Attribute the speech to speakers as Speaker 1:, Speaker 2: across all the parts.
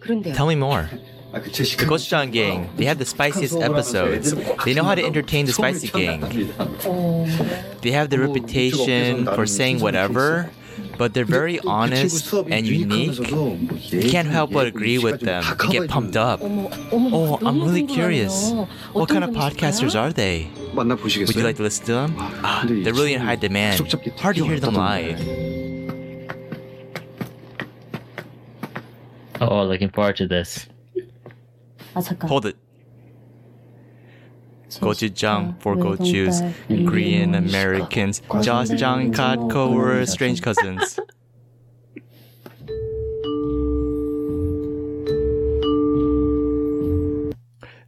Speaker 1: 그런데요.
Speaker 2: Tell me more.
Speaker 3: The
Speaker 2: The Ghost John gang, they have the spiciest episodes. They know how to entertain the spicy gang.
Speaker 1: 어,
Speaker 2: They have the reputation for saying whatever, but they're very honest and unique. You can't help but agree with them and get pumped up.
Speaker 1: 어머, 어머,
Speaker 2: Oh, I'm
Speaker 1: 너무
Speaker 2: really
Speaker 1: 궁금하네요.
Speaker 2: curious. What
Speaker 1: 어떤
Speaker 2: kind of
Speaker 1: 분이실까요?
Speaker 2: podcasters are they? Would you like to listen to them? Ah, they're really in high demand. Hard to hear them live.
Speaker 4: Oh, looking forward to this.
Speaker 5: 아 잠깐.
Speaker 2: Hold it. Gochujang for Gochus, Korean Americans, Josjang Katko were strange cousins.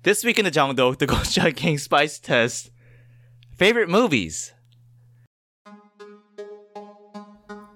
Speaker 2: This week in the Jangdo, the Gochujang King Spice Test. Favorite movies?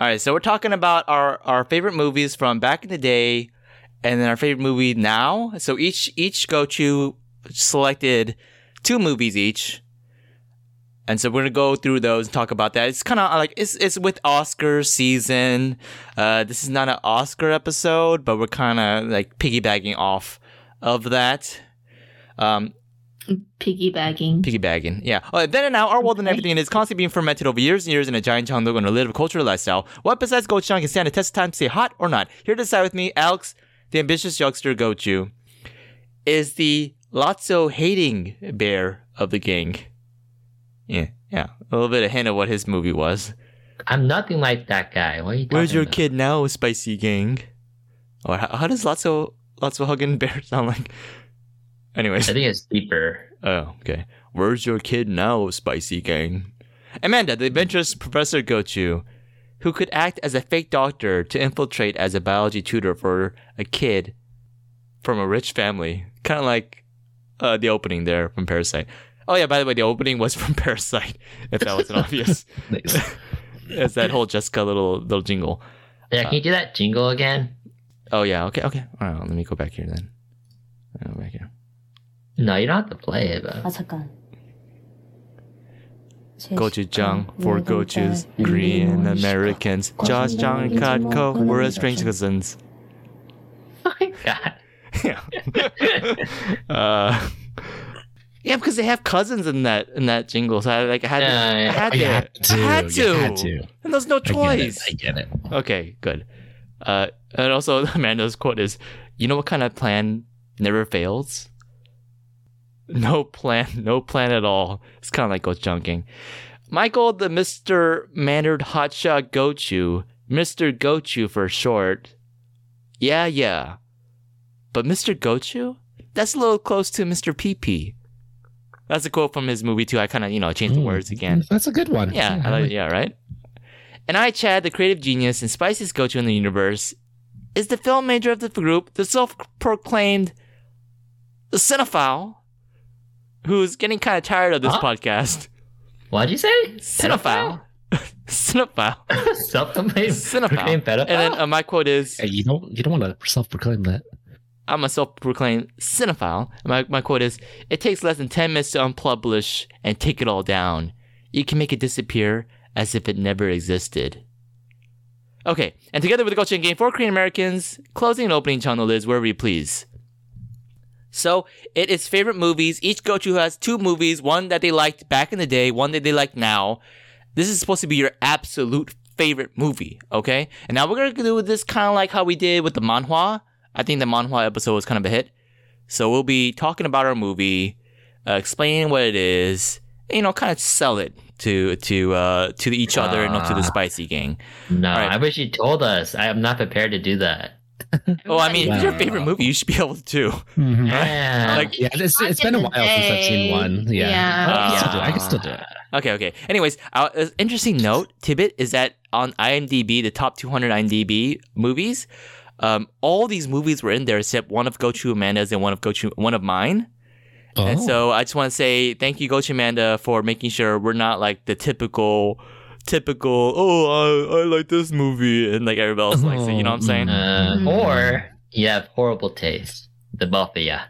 Speaker 2: All right, so we're talking about our our favorite movies from back in the day, and then our favorite movie now. So each each Gochu selected two movies each, and so we're gonna go through those and talk about that. It's kind of like it's it's with Oscar season. Uh, this is not an Oscar episode, but we're kind of like piggybacking off of that. Um,
Speaker 5: Piggybacking.
Speaker 2: Piggybacking, yeah. Uh, then and now, our world and
Speaker 5: Okay.
Speaker 2: everything is constantly being fermented over years and years in a giant changdog and a live cultural lifestyle. What besides gochujang can stand the test of time to say hot or not? Here to decide with me, Alex, the ambitious youngster gochu, is the Lotso hating bear of the gang. Yeah, yeah. A little bit of hint of what his movie was.
Speaker 4: I'm nothing like that guy. What are you talking
Speaker 2: Where's your
Speaker 4: about?
Speaker 2: kid now, spicy gang? Or how, how does Lotso Lotso hugging bear sound like? Anyways.
Speaker 4: I think it's deeper.
Speaker 2: Oh, okay. Where's your kid now, spicy gang? Amanda, the adventurous Professor Gochu, who could act as a fake doctor to infiltrate as a biology tutor for a kid from a rich family. Kind of like uh, the opening there from Parasite. Oh, yeah, by the way, the opening was from Parasite, if that wasn't obvious.
Speaker 4: Nice.
Speaker 2: It's that whole Jessica little little jingle.
Speaker 4: Yeah, can you do that jingle again?
Speaker 2: Oh, yeah, okay, okay. All right, let me go back here then. Uh, Back here.
Speaker 4: No, you don't have to play it, but
Speaker 2: Oh.
Speaker 5: 아 잠깐.
Speaker 1: 네,
Speaker 2: Gochujang for Gochus,
Speaker 1: 음,
Speaker 2: Korean Americans, Josh Jang and Katko were a strange cousins.
Speaker 4: God.
Speaker 2: Yeah. uh, yeah, because they have cousins in that in that jingle, so I like I had to,
Speaker 4: Yeah,
Speaker 2: I had
Speaker 6: Oh, You had to.
Speaker 2: to, I had
Speaker 6: You
Speaker 2: to.
Speaker 6: had to.
Speaker 2: and there's no
Speaker 6: I get it.
Speaker 2: choice.
Speaker 6: I get it.
Speaker 2: Okay, good. Uh, and also Amanda's quote is, "You know what kind of plan never fails? No plan, no plan at all. It's kind of like ghost junking." Michael, the Mister Mannered Hotshot Gochu, Mister Gochu for short. Yeah, yeah, but Mister Gochu, that's a little close to Mister PP. That's a quote from his movie too. I kind of you know changed the
Speaker 6: Mm.
Speaker 2: words again.
Speaker 6: That's a good one.
Speaker 2: Yeah, I like, yeah, right. And I, Chad, the creative genius and spiciest go-to in the universe, is the film major of the group, the self-proclaimed cinephile, who's getting kind of tired of this
Speaker 4: Huh?
Speaker 2: podcast.
Speaker 4: What'd you say?
Speaker 2: Cinephile, cinephile,
Speaker 4: Something
Speaker 2: cinephile.
Speaker 4: Name
Speaker 2: And
Speaker 4: better.
Speaker 2: then uh, my quote is,
Speaker 6: Hey, you don't. You don't want to self-proclaim that.
Speaker 2: I'm a self-proclaimed cinephile. And My my quote is, "It takes less than ten minutes to unpublish and take it all down. You can make it disappear as if it never existed." Okay, and together with the Goshen Game, four Korean Americans closing and opening channel is wherever you please. So it is favorite movies. Each Gochu has two movies, one that they liked back in the day, one that they like now. This is supposed to be your absolute favorite movie, okay? And now we're gonna do this kind of like how we did with the manhwa. I think the manhwa episode was kind of a hit. So we'll be talking about our movie, uh, explaining what it is, and, you know, kind of sell it to to uh, to each other and not to the
Speaker 4: Ah.
Speaker 2: spicy gang.
Speaker 4: No,
Speaker 2: All right.
Speaker 4: I wish you told us. I am not prepared to do that.
Speaker 2: Oh, I mean, if it's your
Speaker 7: Wow.
Speaker 2: favorite movie, you should be able to too.
Speaker 6: Mm-hmm.
Speaker 7: Mhm.
Speaker 4: Yeah.
Speaker 2: Like- Uh,
Speaker 7: Yeah, it's, it's
Speaker 8: Back in
Speaker 7: been a
Speaker 8: the
Speaker 7: while since I've
Speaker 8: day.
Speaker 7: seen one. Mm, Yeah. I, can
Speaker 2: Yeah.
Speaker 7: still do it. I can still do
Speaker 2: Ah.
Speaker 7: it.
Speaker 2: Okay, okay. Anyways, uh, uh, interesting note, Tibbet, is that on IMDb, the top 200 IMDb movies, um, all these movies were in there except one of Gochu Amanda's and one of Gochu, one of mine.
Speaker 7: Oh.
Speaker 2: And so I just want to say thank you, Gochu Amanda, for making sure we're not like the typical, typical. Oh, I, I like this movie, and like everybody else likes it. You know what I'm saying?
Speaker 7: Oh,
Speaker 4: Uh,
Speaker 2: Mm-hmm.
Speaker 8: Mm.
Speaker 4: Or you have horrible taste. The both of ya.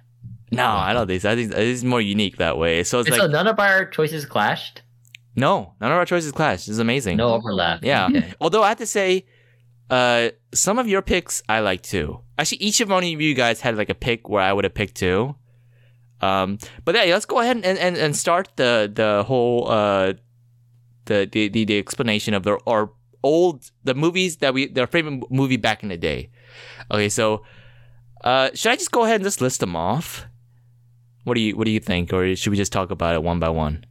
Speaker 2: No, I don't think. So. I think it's more unique that way. So it's
Speaker 4: And
Speaker 2: like
Speaker 4: so none of our choices clashed.
Speaker 2: no, none of our choices clash. This is amazing.
Speaker 4: No overlap.
Speaker 2: Yeah.
Speaker 4: Okay.
Speaker 2: Although I have to say, uh, some of your picks I like too. Actually, each of one of you guys had like a pick where I would have picked too. Um, but yeah, let's go ahead and, and, and start the the whole uh, the, the the the explanation of the our old the movies that we their favorite movie back in the day. Okay, so uh, should I just go ahead and just list them off? What do you what do you think, or should we just talk about it one by one?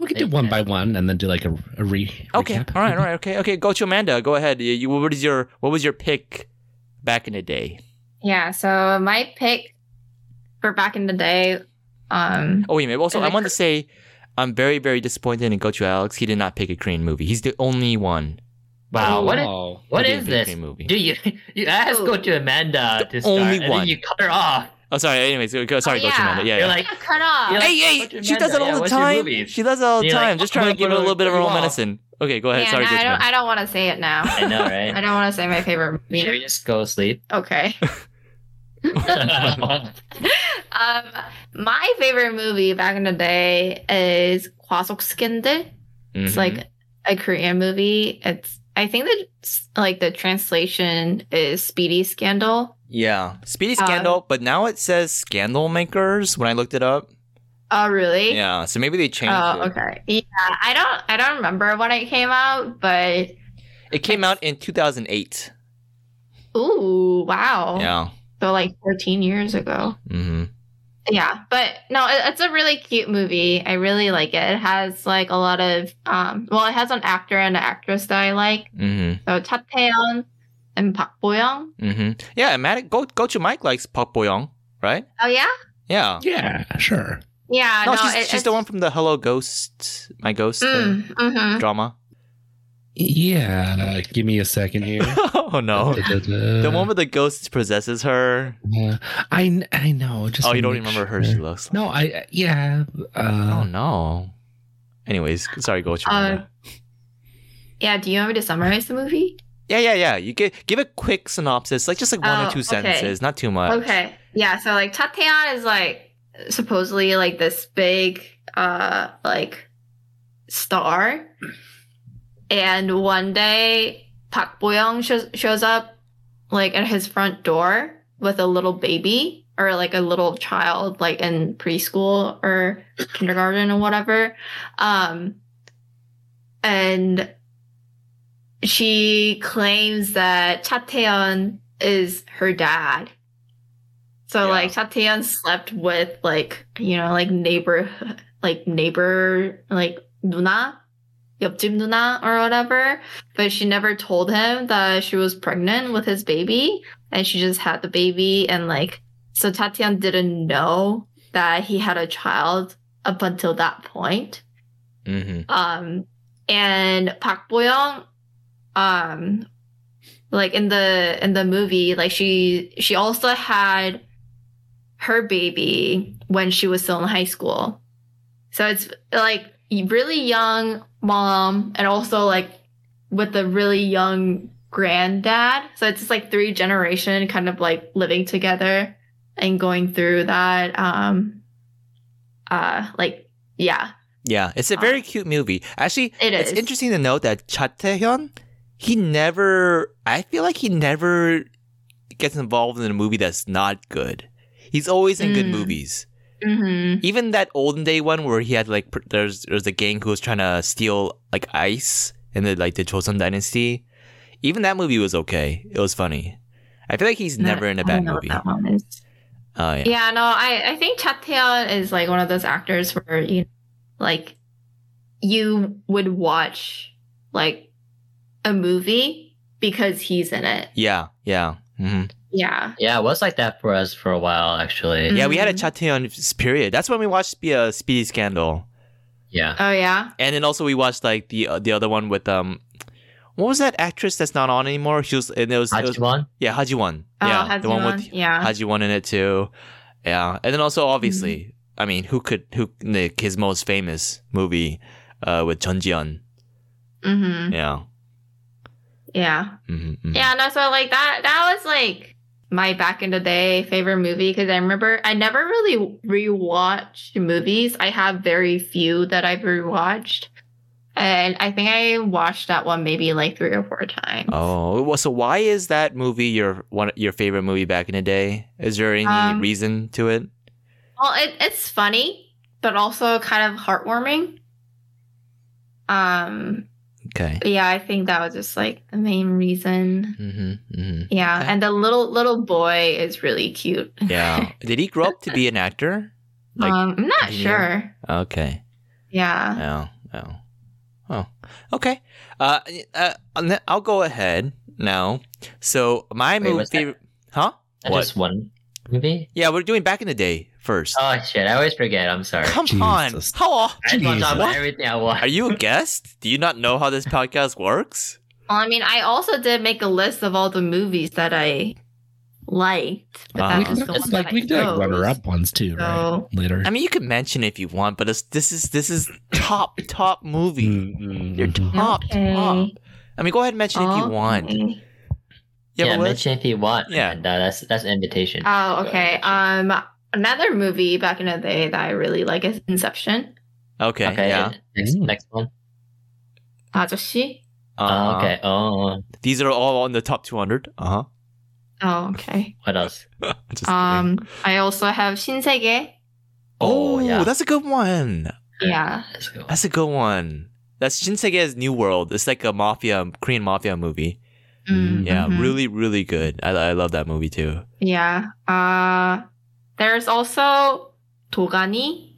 Speaker 7: we could do one by one and then do like a, a re.
Speaker 2: Okay.
Speaker 7: recap.
Speaker 2: All right. All right. Okay. Okay. Go to Amanda. Go ahead. You, you- what is your what was your pick back in the day?
Speaker 5: Yeah, so my pick for back in the day, um
Speaker 2: Oh wait a minute. Also,
Speaker 5: And
Speaker 2: I
Speaker 5: the
Speaker 2: want
Speaker 5: cr-
Speaker 2: to say I'm very very disappointed in Gochu Alex. He did not pick a Korean movie. He's the only one.
Speaker 4: Wow. What is,
Speaker 7: Oh.
Speaker 4: what
Speaker 2: who
Speaker 4: is
Speaker 2: didn't pick a
Speaker 4: this?
Speaker 2: Korean movie.
Speaker 4: Do you you ask go to Amanda to start
Speaker 2: only
Speaker 4: and then
Speaker 2: one.
Speaker 4: you cut her off?
Speaker 2: Oh, sorry. Anyways, go, go- sorry,
Speaker 5: Oh,
Speaker 2: Gochu
Speaker 5: yeah.
Speaker 2: Amanda. Yeah.
Speaker 4: You're
Speaker 2: yeah.
Speaker 4: like
Speaker 5: cut off.
Speaker 4: You're like,
Speaker 2: hey, hey!
Speaker 4: "Gochu
Speaker 2: She does
Speaker 4: Amanda,
Speaker 2: it all
Speaker 4: yeah,
Speaker 2: the
Speaker 4: what's your
Speaker 2: time.
Speaker 4: movies?"
Speaker 2: She does it all the
Speaker 4: You're like,
Speaker 2: time. Just trying to give her a little bit of her
Speaker 4: "What
Speaker 2: own
Speaker 4: do you want?"
Speaker 2: medicine. Okay. Go ahead.
Speaker 5: yeah,
Speaker 2: sorry,
Speaker 5: no,
Speaker 2: Gochu
Speaker 5: I don't
Speaker 2: Amanda.
Speaker 5: I don't want to say it now.
Speaker 4: I know,
Speaker 5: I
Speaker 4: right?
Speaker 5: don't want to say my favorite
Speaker 4: Should
Speaker 5: movie.
Speaker 4: we just go sleep?
Speaker 5: Okay.
Speaker 4: oh,
Speaker 5: Um my favorite movie back in the day is Kwasok Skinde. It's
Speaker 2: Mhm.
Speaker 5: like a Korean movie. It's I think that like the translation is Speedy Scandal.
Speaker 2: yeah, Speedy
Speaker 5: Um,
Speaker 2: Scandal. but now it says Scandal Makers when I looked it up.
Speaker 5: Oh really?
Speaker 2: Yeah. So maybe they changed
Speaker 5: Oh
Speaker 2: it.
Speaker 5: okay. Yeah, I don't I don't remember when it came out, but
Speaker 2: It came out in 2008.
Speaker 5: ooh, wow.
Speaker 2: Yeah.
Speaker 5: So like 14 years ago.
Speaker 2: Mm-hmm.
Speaker 5: Yeah, but no, it- it's a really cute movie. I really like it. It has like a lot of um well, it has an actor and an actress that I like.
Speaker 2: Mm-hmm.
Speaker 5: So Cha Tae-yeon and Park Bo-young.
Speaker 2: Mm-hmm. Yeah, and Matt, go go to Mike likes Park Boyong, right?
Speaker 5: Oh yeah?
Speaker 2: Yeah.
Speaker 7: Yeah, sure.
Speaker 5: Yeah,
Speaker 2: no,
Speaker 5: no,
Speaker 2: she's
Speaker 5: it-
Speaker 2: she's the one from the Hello Ghost, my ghost uh,
Speaker 5: Mm, mhm.
Speaker 2: drama.
Speaker 7: Yeah. Give me a second here.
Speaker 2: oh no,
Speaker 7: Da-da-da.
Speaker 2: the one where the ghost possesses her.
Speaker 7: Yeah. I, kn- I know. Just
Speaker 2: oh, you
Speaker 7: wanna
Speaker 2: don't
Speaker 7: make
Speaker 2: remember her?
Speaker 7: sure.
Speaker 2: She looks.
Speaker 7: No, I I- yeah.
Speaker 2: Oh
Speaker 7: Uh,
Speaker 2: no. Anyways, sorry, go to
Speaker 5: Uh, Yeah, do you want me to summarize the movie?
Speaker 2: Yeah, yeah, yeah. You give give a quick synopsis, like just like one or
Speaker 5: Oh,
Speaker 2: two
Speaker 5: okay.
Speaker 2: sentences, not too much.
Speaker 5: Okay. Yeah. So like Tatiana is like supposedly like this big uh like star, and one day Park Boyoung shows shows up like at his front door with a little baby or like a little child like in preschool or kindergarten or whatever, um, and she claims that Cha Taeyeon is her dad. So
Speaker 2: Yeah.
Speaker 5: like Cha Taeyeon slept with like you know like neighbor like neighbor like Nuna, 옆집 Nuna or whatever, but she never told him that she was pregnant with his baby, and she just had the baby and like so Tatian didn't know that he had a child up until that point.
Speaker 2: Mm-hmm.
Speaker 5: Um, and Park Boyoung, um, like in the in the movie, like she she also had her baby when she was still in high school. So it's like really young mom and also like with a really young granddad. So it's just like three generation kind of like living together and going through that um uh like yeah,
Speaker 2: Yeah, it's a
Speaker 5: Uh,
Speaker 2: very cute movie. Actually,
Speaker 5: it
Speaker 2: it's
Speaker 5: is.
Speaker 2: interesting to note that Cha Tae-hyun, he never. I feel like he never gets involved in a movie that's not good. He's always in good
Speaker 5: Mm.
Speaker 2: movies.
Speaker 5: Mhm.
Speaker 2: Even that olden day one where he had like pr- there's there's a gang who was trying to steal like ice in the like the Joseon Dynasty. Even that movie was okay. It was funny. I feel like he's
Speaker 5: No,
Speaker 2: never in a
Speaker 5: I don't
Speaker 2: bad
Speaker 5: know what
Speaker 2: movie.
Speaker 5: that one is.
Speaker 2: Oh yeah.
Speaker 5: Yeah, no, I, I think Chatel is like one of those actors where you like you would watch like a movie because he's in it.
Speaker 2: Yeah, yeah. hmm
Speaker 5: Yeah.
Speaker 4: Yeah, it was like that for us for a while, actually.
Speaker 5: Mhm.
Speaker 2: Yeah, we had a Chateon period. That's when we watched Spe- uh, Speedy Scandal.
Speaker 4: Yeah.
Speaker 5: Oh yeah.
Speaker 2: And then also we watched like the uh, the other one with um what was that actress that's not on anymore? She was and it was, it was-
Speaker 4: Hachiman?
Speaker 2: yeah, Hajiwon.
Speaker 5: Oh,
Speaker 2: yeah,
Speaker 5: has
Speaker 2: the one
Speaker 5: one.
Speaker 2: with
Speaker 5: yeah.
Speaker 2: Hajiwon in it too. Yeah. And then also obviously,
Speaker 5: Mm-hmm.
Speaker 2: I mean, who could who Nick, his most famous movie uh with Chun Jian.
Speaker 5: mm-hmm.
Speaker 2: Yeah.
Speaker 5: Yeah.
Speaker 2: hmm
Speaker 5: Yeah. No. So like that. That was like my back in the day favorite movie because I remember I never really rewatched movies. I have very few that I've rewatched, and I think I watched that one maybe like three or four times.
Speaker 2: Oh, well, so why is that movie your one your favorite movie back in the day? Is there any
Speaker 5: Um,
Speaker 2: reason to it?
Speaker 5: Well, it, it's funny, but also kind of heartwarming. Um.
Speaker 2: Okay.
Speaker 5: Yeah, I think that was just like the main reason.
Speaker 2: hmm hmm
Speaker 5: Yeah,
Speaker 2: Okay.
Speaker 5: and the little little boy is really cute.
Speaker 2: Yeah. Did he grow up to be an actor? Like,
Speaker 5: um, I'm not
Speaker 2: continue?
Speaker 5: sure.
Speaker 2: Okay.
Speaker 5: Yeah.
Speaker 2: Oh, oh, oh. Okay. Uh, uh, and then I'll go ahead now. So my
Speaker 4: Wait,
Speaker 2: movie,
Speaker 4: what's that?
Speaker 2: favorite, huh?
Speaker 4: That
Speaker 2: What?
Speaker 4: just one movie?
Speaker 2: Yeah, we're doing back in the day first.
Speaker 4: Oh shit, I always forget. I'm sorry.
Speaker 2: Come
Speaker 7: Jesus.
Speaker 2: on, how off?
Speaker 4: I just want to talk about
Speaker 2: What?
Speaker 4: everything I want.
Speaker 2: Are you a guest? Do you not know how this podcast works?
Speaker 5: Well, I mean, I also did make a list of all the movies that I liked. But
Speaker 2: Uh-huh.
Speaker 5: that's just the
Speaker 7: it's
Speaker 5: one
Speaker 7: like
Speaker 5: that
Speaker 7: we
Speaker 5: I
Speaker 7: do like
Speaker 5: chose.
Speaker 7: runner up ones too, right?
Speaker 5: So-
Speaker 7: Later. Mm,
Speaker 2: I mean, you can mention if you want, but it's, this is this is top top movie.
Speaker 7: Mm, mm,
Speaker 2: You're
Speaker 7: mm.
Speaker 2: top
Speaker 5: Okay.
Speaker 2: top. I mean, go ahead and mention if you want.
Speaker 5: Okay.
Speaker 2: Yeah,
Speaker 4: Yeah,
Speaker 2: but what-
Speaker 4: mention if you want.
Speaker 2: Yeah.
Speaker 4: and, uh, that's that's an invitation.
Speaker 5: Oh, okay. Um, another movie back in the day that I really like is Inception.
Speaker 2: Okay,
Speaker 4: okay.
Speaker 2: yeah.
Speaker 4: Next,
Speaker 7: Mm.
Speaker 4: next one.
Speaker 5: 아저씨.
Speaker 4: Oh,
Speaker 2: Uh,
Speaker 4: okay. Oh,
Speaker 2: These are all on the top 200. Uh
Speaker 5: Oh, okay.
Speaker 4: what else?
Speaker 2: huh. Just kidding.
Speaker 5: Um, I also have 신세계.
Speaker 2: Oh,
Speaker 4: Oh, yeah.
Speaker 2: that's a good one.
Speaker 5: Yeah.
Speaker 4: Let's go.
Speaker 2: That's a good one. That's Shinsegae's New World. It's like a mafia, Korean mafia movie.
Speaker 5: Mm,
Speaker 2: Yeah,
Speaker 5: mhm.
Speaker 2: really, really good. I, I love that movie too.
Speaker 5: Yeah. Uh, there's also Togani.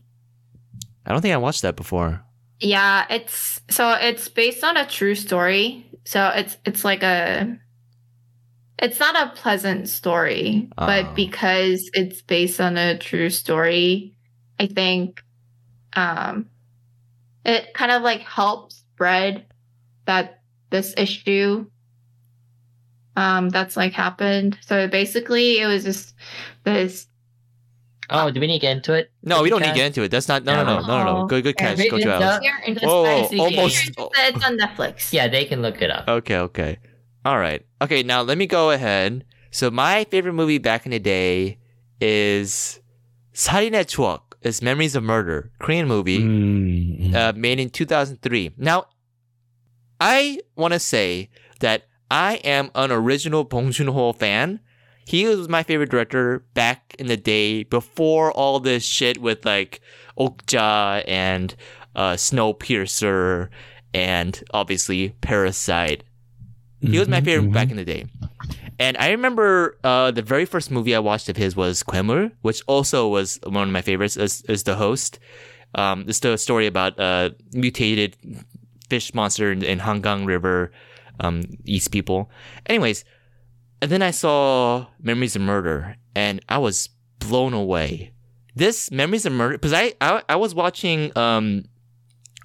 Speaker 2: I don't think I watched that before.
Speaker 5: Yeah, it's so it's based on a true story. So it's it's like a it's not a pleasant story,
Speaker 2: Oh.
Speaker 5: but because it's based on a true story, I think um it kind of like helps spread that this issue um that's like happened. So basically it was just this
Speaker 4: Oh, do we need to get into it?
Speaker 2: No, we don't need to
Speaker 4: Catch?
Speaker 2: get into it. That's not. No, no, no, no, no. no.
Speaker 5: Oh.
Speaker 2: Good, good
Speaker 5: Yeah,
Speaker 2: catch.
Speaker 4: we
Speaker 2: Go
Speaker 4: did
Speaker 2: to Alex.
Speaker 5: here in this
Speaker 2: Uh, Whoa, whoa,
Speaker 5: fantasy game.
Speaker 2: almost.
Speaker 5: it's on Netflix.
Speaker 4: Yeah, they can look it up.
Speaker 2: Okay, okay. All right. Okay, now let me go ahead. So my favorite movie back in the day is Sarine Chuok. It's Memories of Murder, Korean movie.
Speaker 7: Mm, mm.
Speaker 2: uh, made in 2003. Now, I want to say that I am an original Bong Joon-ho fan. He was my favorite director back in the day before all this shit with like Okja and uh, Snowpiercer and obviously Parasite. He was my
Speaker 7: Mhm,
Speaker 2: favorite
Speaker 7: mhm.
Speaker 2: back in the day. And I remember uh, the very first movie I watched of his was Quemur, which also was one of my favorites as, as the host. Um, it's the story about uh, mutated fish monster in, in Hangang River, um, East people. Anyways, and then I saw Memories of Murder, and I was blown away. This Memories of Murder, because I, I I was watching um,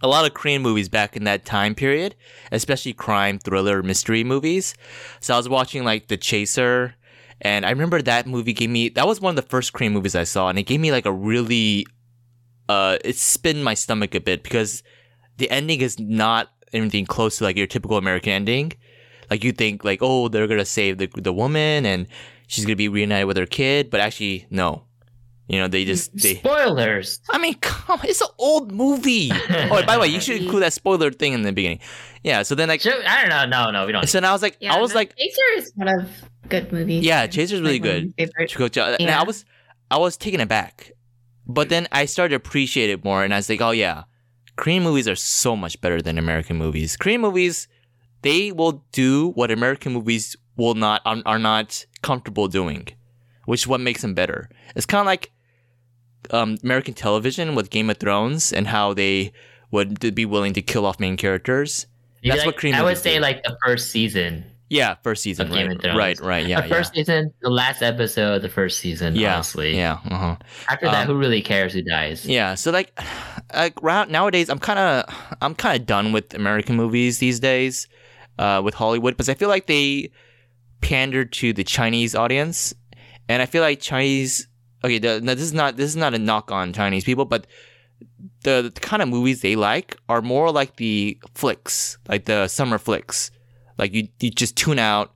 Speaker 2: a lot of Korean movies back in that time period, especially crime, thriller, mystery movies. So I was watching like The Chaser, and I remember that movie gave me that was one of the first Korean movies I saw, and it gave me like a really uh, it spin my stomach a bit because the ending is not anything close to like your typical American ending. Like you think like oh they're gonna save the the woman and she's gonna be reunited with her kid, but actually no, you know they just they.
Speaker 4: Spoilers.
Speaker 2: I mean, come on, it's an old movie. Oh, by the way, you should include that spoiler thing in the beginning. Yeah. So then like
Speaker 4: Should- I don't know. No, no, we don't.
Speaker 2: so now I was like I was
Speaker 5: no,
Speaker 2: like
Speaker 5: Chaser is one of good movies.
Speaker 2: yeah, Chaser's really
Speaker 5: Like, one of
Speaker 2: good.
Speaker 5: my favorite.
Speaker 2: Chikucha. uh," And
Speaker 5: Yeah.
Speaker 2: I was I was taken aback. But then I started to appreciate it more and I was like, oh yeah, Korean movies are so much better than American movies. Korean movies, they will do what American movies will not are, are not comfortable doing, which is what makes them better. It's kind of like um, American television with Game of Thrones and how they would be willing to kill off main characters.
Speaker 4: Maybe
Speaker 2: That's
Speaker 4: like-
Speaker 2: what Korean
Speaker 4: I would
Speaker 2: movies
Speaker 4: say
Speaker 2: do.
Speaker 4: like the first season
Speaker 2: Yeah, first season.
Speaker 4: Of Game
Speaker 2: Right,
Speaker 4: of Thrones.
Speaker 2: right, right. Yeah,
Speaker 4: the first season, the last episode of the first season,
Speaker 2: yeah.
Speaker 4: honestly.
Speaker 2: Yeah, yeah. Uh-huh.
Speaker 4: After that,
Speaker 2: Um,
Speaker 4: who really cares who dies?
Speaker 2: Yeah, so like, like round nowadays, I'm kind of, I'm kind of done with American movies these days, uh, with Hollywood, because I feel like they pander to the Chinese audience, and I feel like Chinese. Okay, the, now this is not this is not a knock on Chinese people, but the, the kind of movies they like are more like the flicks, like the summer flicks. Like you, you just tune out,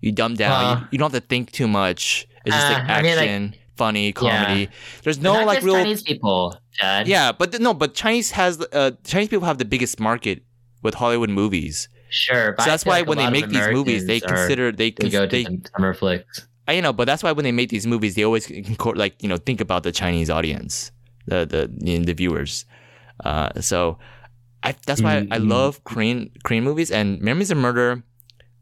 Speaker 2: you dumb down,
Speaker 4: Uh.
Speaker 2: you, you don't have to think too much. It's just like
Speaker 4: Uh, I mean,
Speaker 2: action,
Speaker 4: like-
Speaker 2: funny, comedy. There's
Speaker 4: No,
Speaker 2: no
Speaker 4: not
Speaker 2: like
Speaker 4: just
Speaker 2: real
Speaker 4: Chinese people, Dad.
Speaker 2: yeah, but th- no, but Chinese has uh, Chinese people have the biggest market with Hollywood movies.
Speaker 4: sure. But
Speaker 2: so
Speaker 4: I
Speaker 2: that's
Speaker 4: feel
Speaker 2: why
Speaker 4: like a
Speaker 2: when they
Speaker 4: lot of
Speaker 2: make these movies, they
Speaker 4: Americans are-
Speaker 2: consider they
Speaker 4: they
Speaker 2: cons-
Speaker 4: go to
Speaker 2: they,
Speaker 4: some summer flicks.
Speaker 2: I know, but that's why when they make these movies, they always concord, like you know think about the Chinese audience, the the you know, the viewers. Uh, so I, that's why I
Speaker 7: Mhm.
Speaker 2: love Korean Korean movies and Memories of Murder.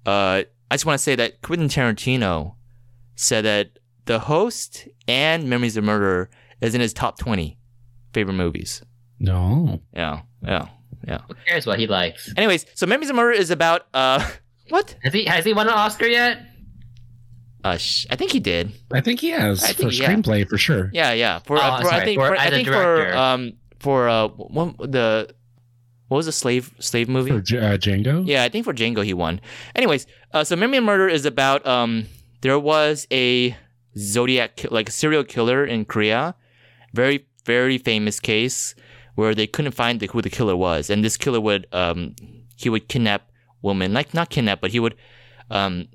Speaker 2: Uh, I just want to say that Quentin Tarantino said that The Host and Memories of Murder is in his top twenty favorite movies.
Speaker 7: No.
Speaker 2: Yeah, yeah.
Speaker 4: Who cares what he likes?
Speaker 2: Anyways, so Memories of Murder is about uh what?
Speaker 4: Has he has he won an Oscar yet?
Speaker 2: Uh, sh- I think he did.
Speaker 7: I think he has
Speaker 2: I
Speaker 7: for
Speaker 2: think- yeah.
Speaker 7: screenplay for sure.
Speaker 2: Yeah, yeah. For, uh,
Speaker 4: Oh,
Speaker 2: for I
Speaker 4: sorry,
Speaker 2: think
Speaker 4: for-
Speaker 2: for, I
Speaker 4: as a
Speaker 2: think for
Speaker 4: director.
Speaker 2: um for uh one the what was the slave slave
Speaker 7: For
Speaker 2: movie?
Speaker 7: J- uh, Django.
Speaker 2: Yeah, I think for Django he won. Anyways, uh, so Memory of Murder is about um there was a zodiac ki- like a serial killer in Korea, very very famous case where they couldn't find the, who the killer was, and this killer would um he would kidnap women like not kidnap but he would um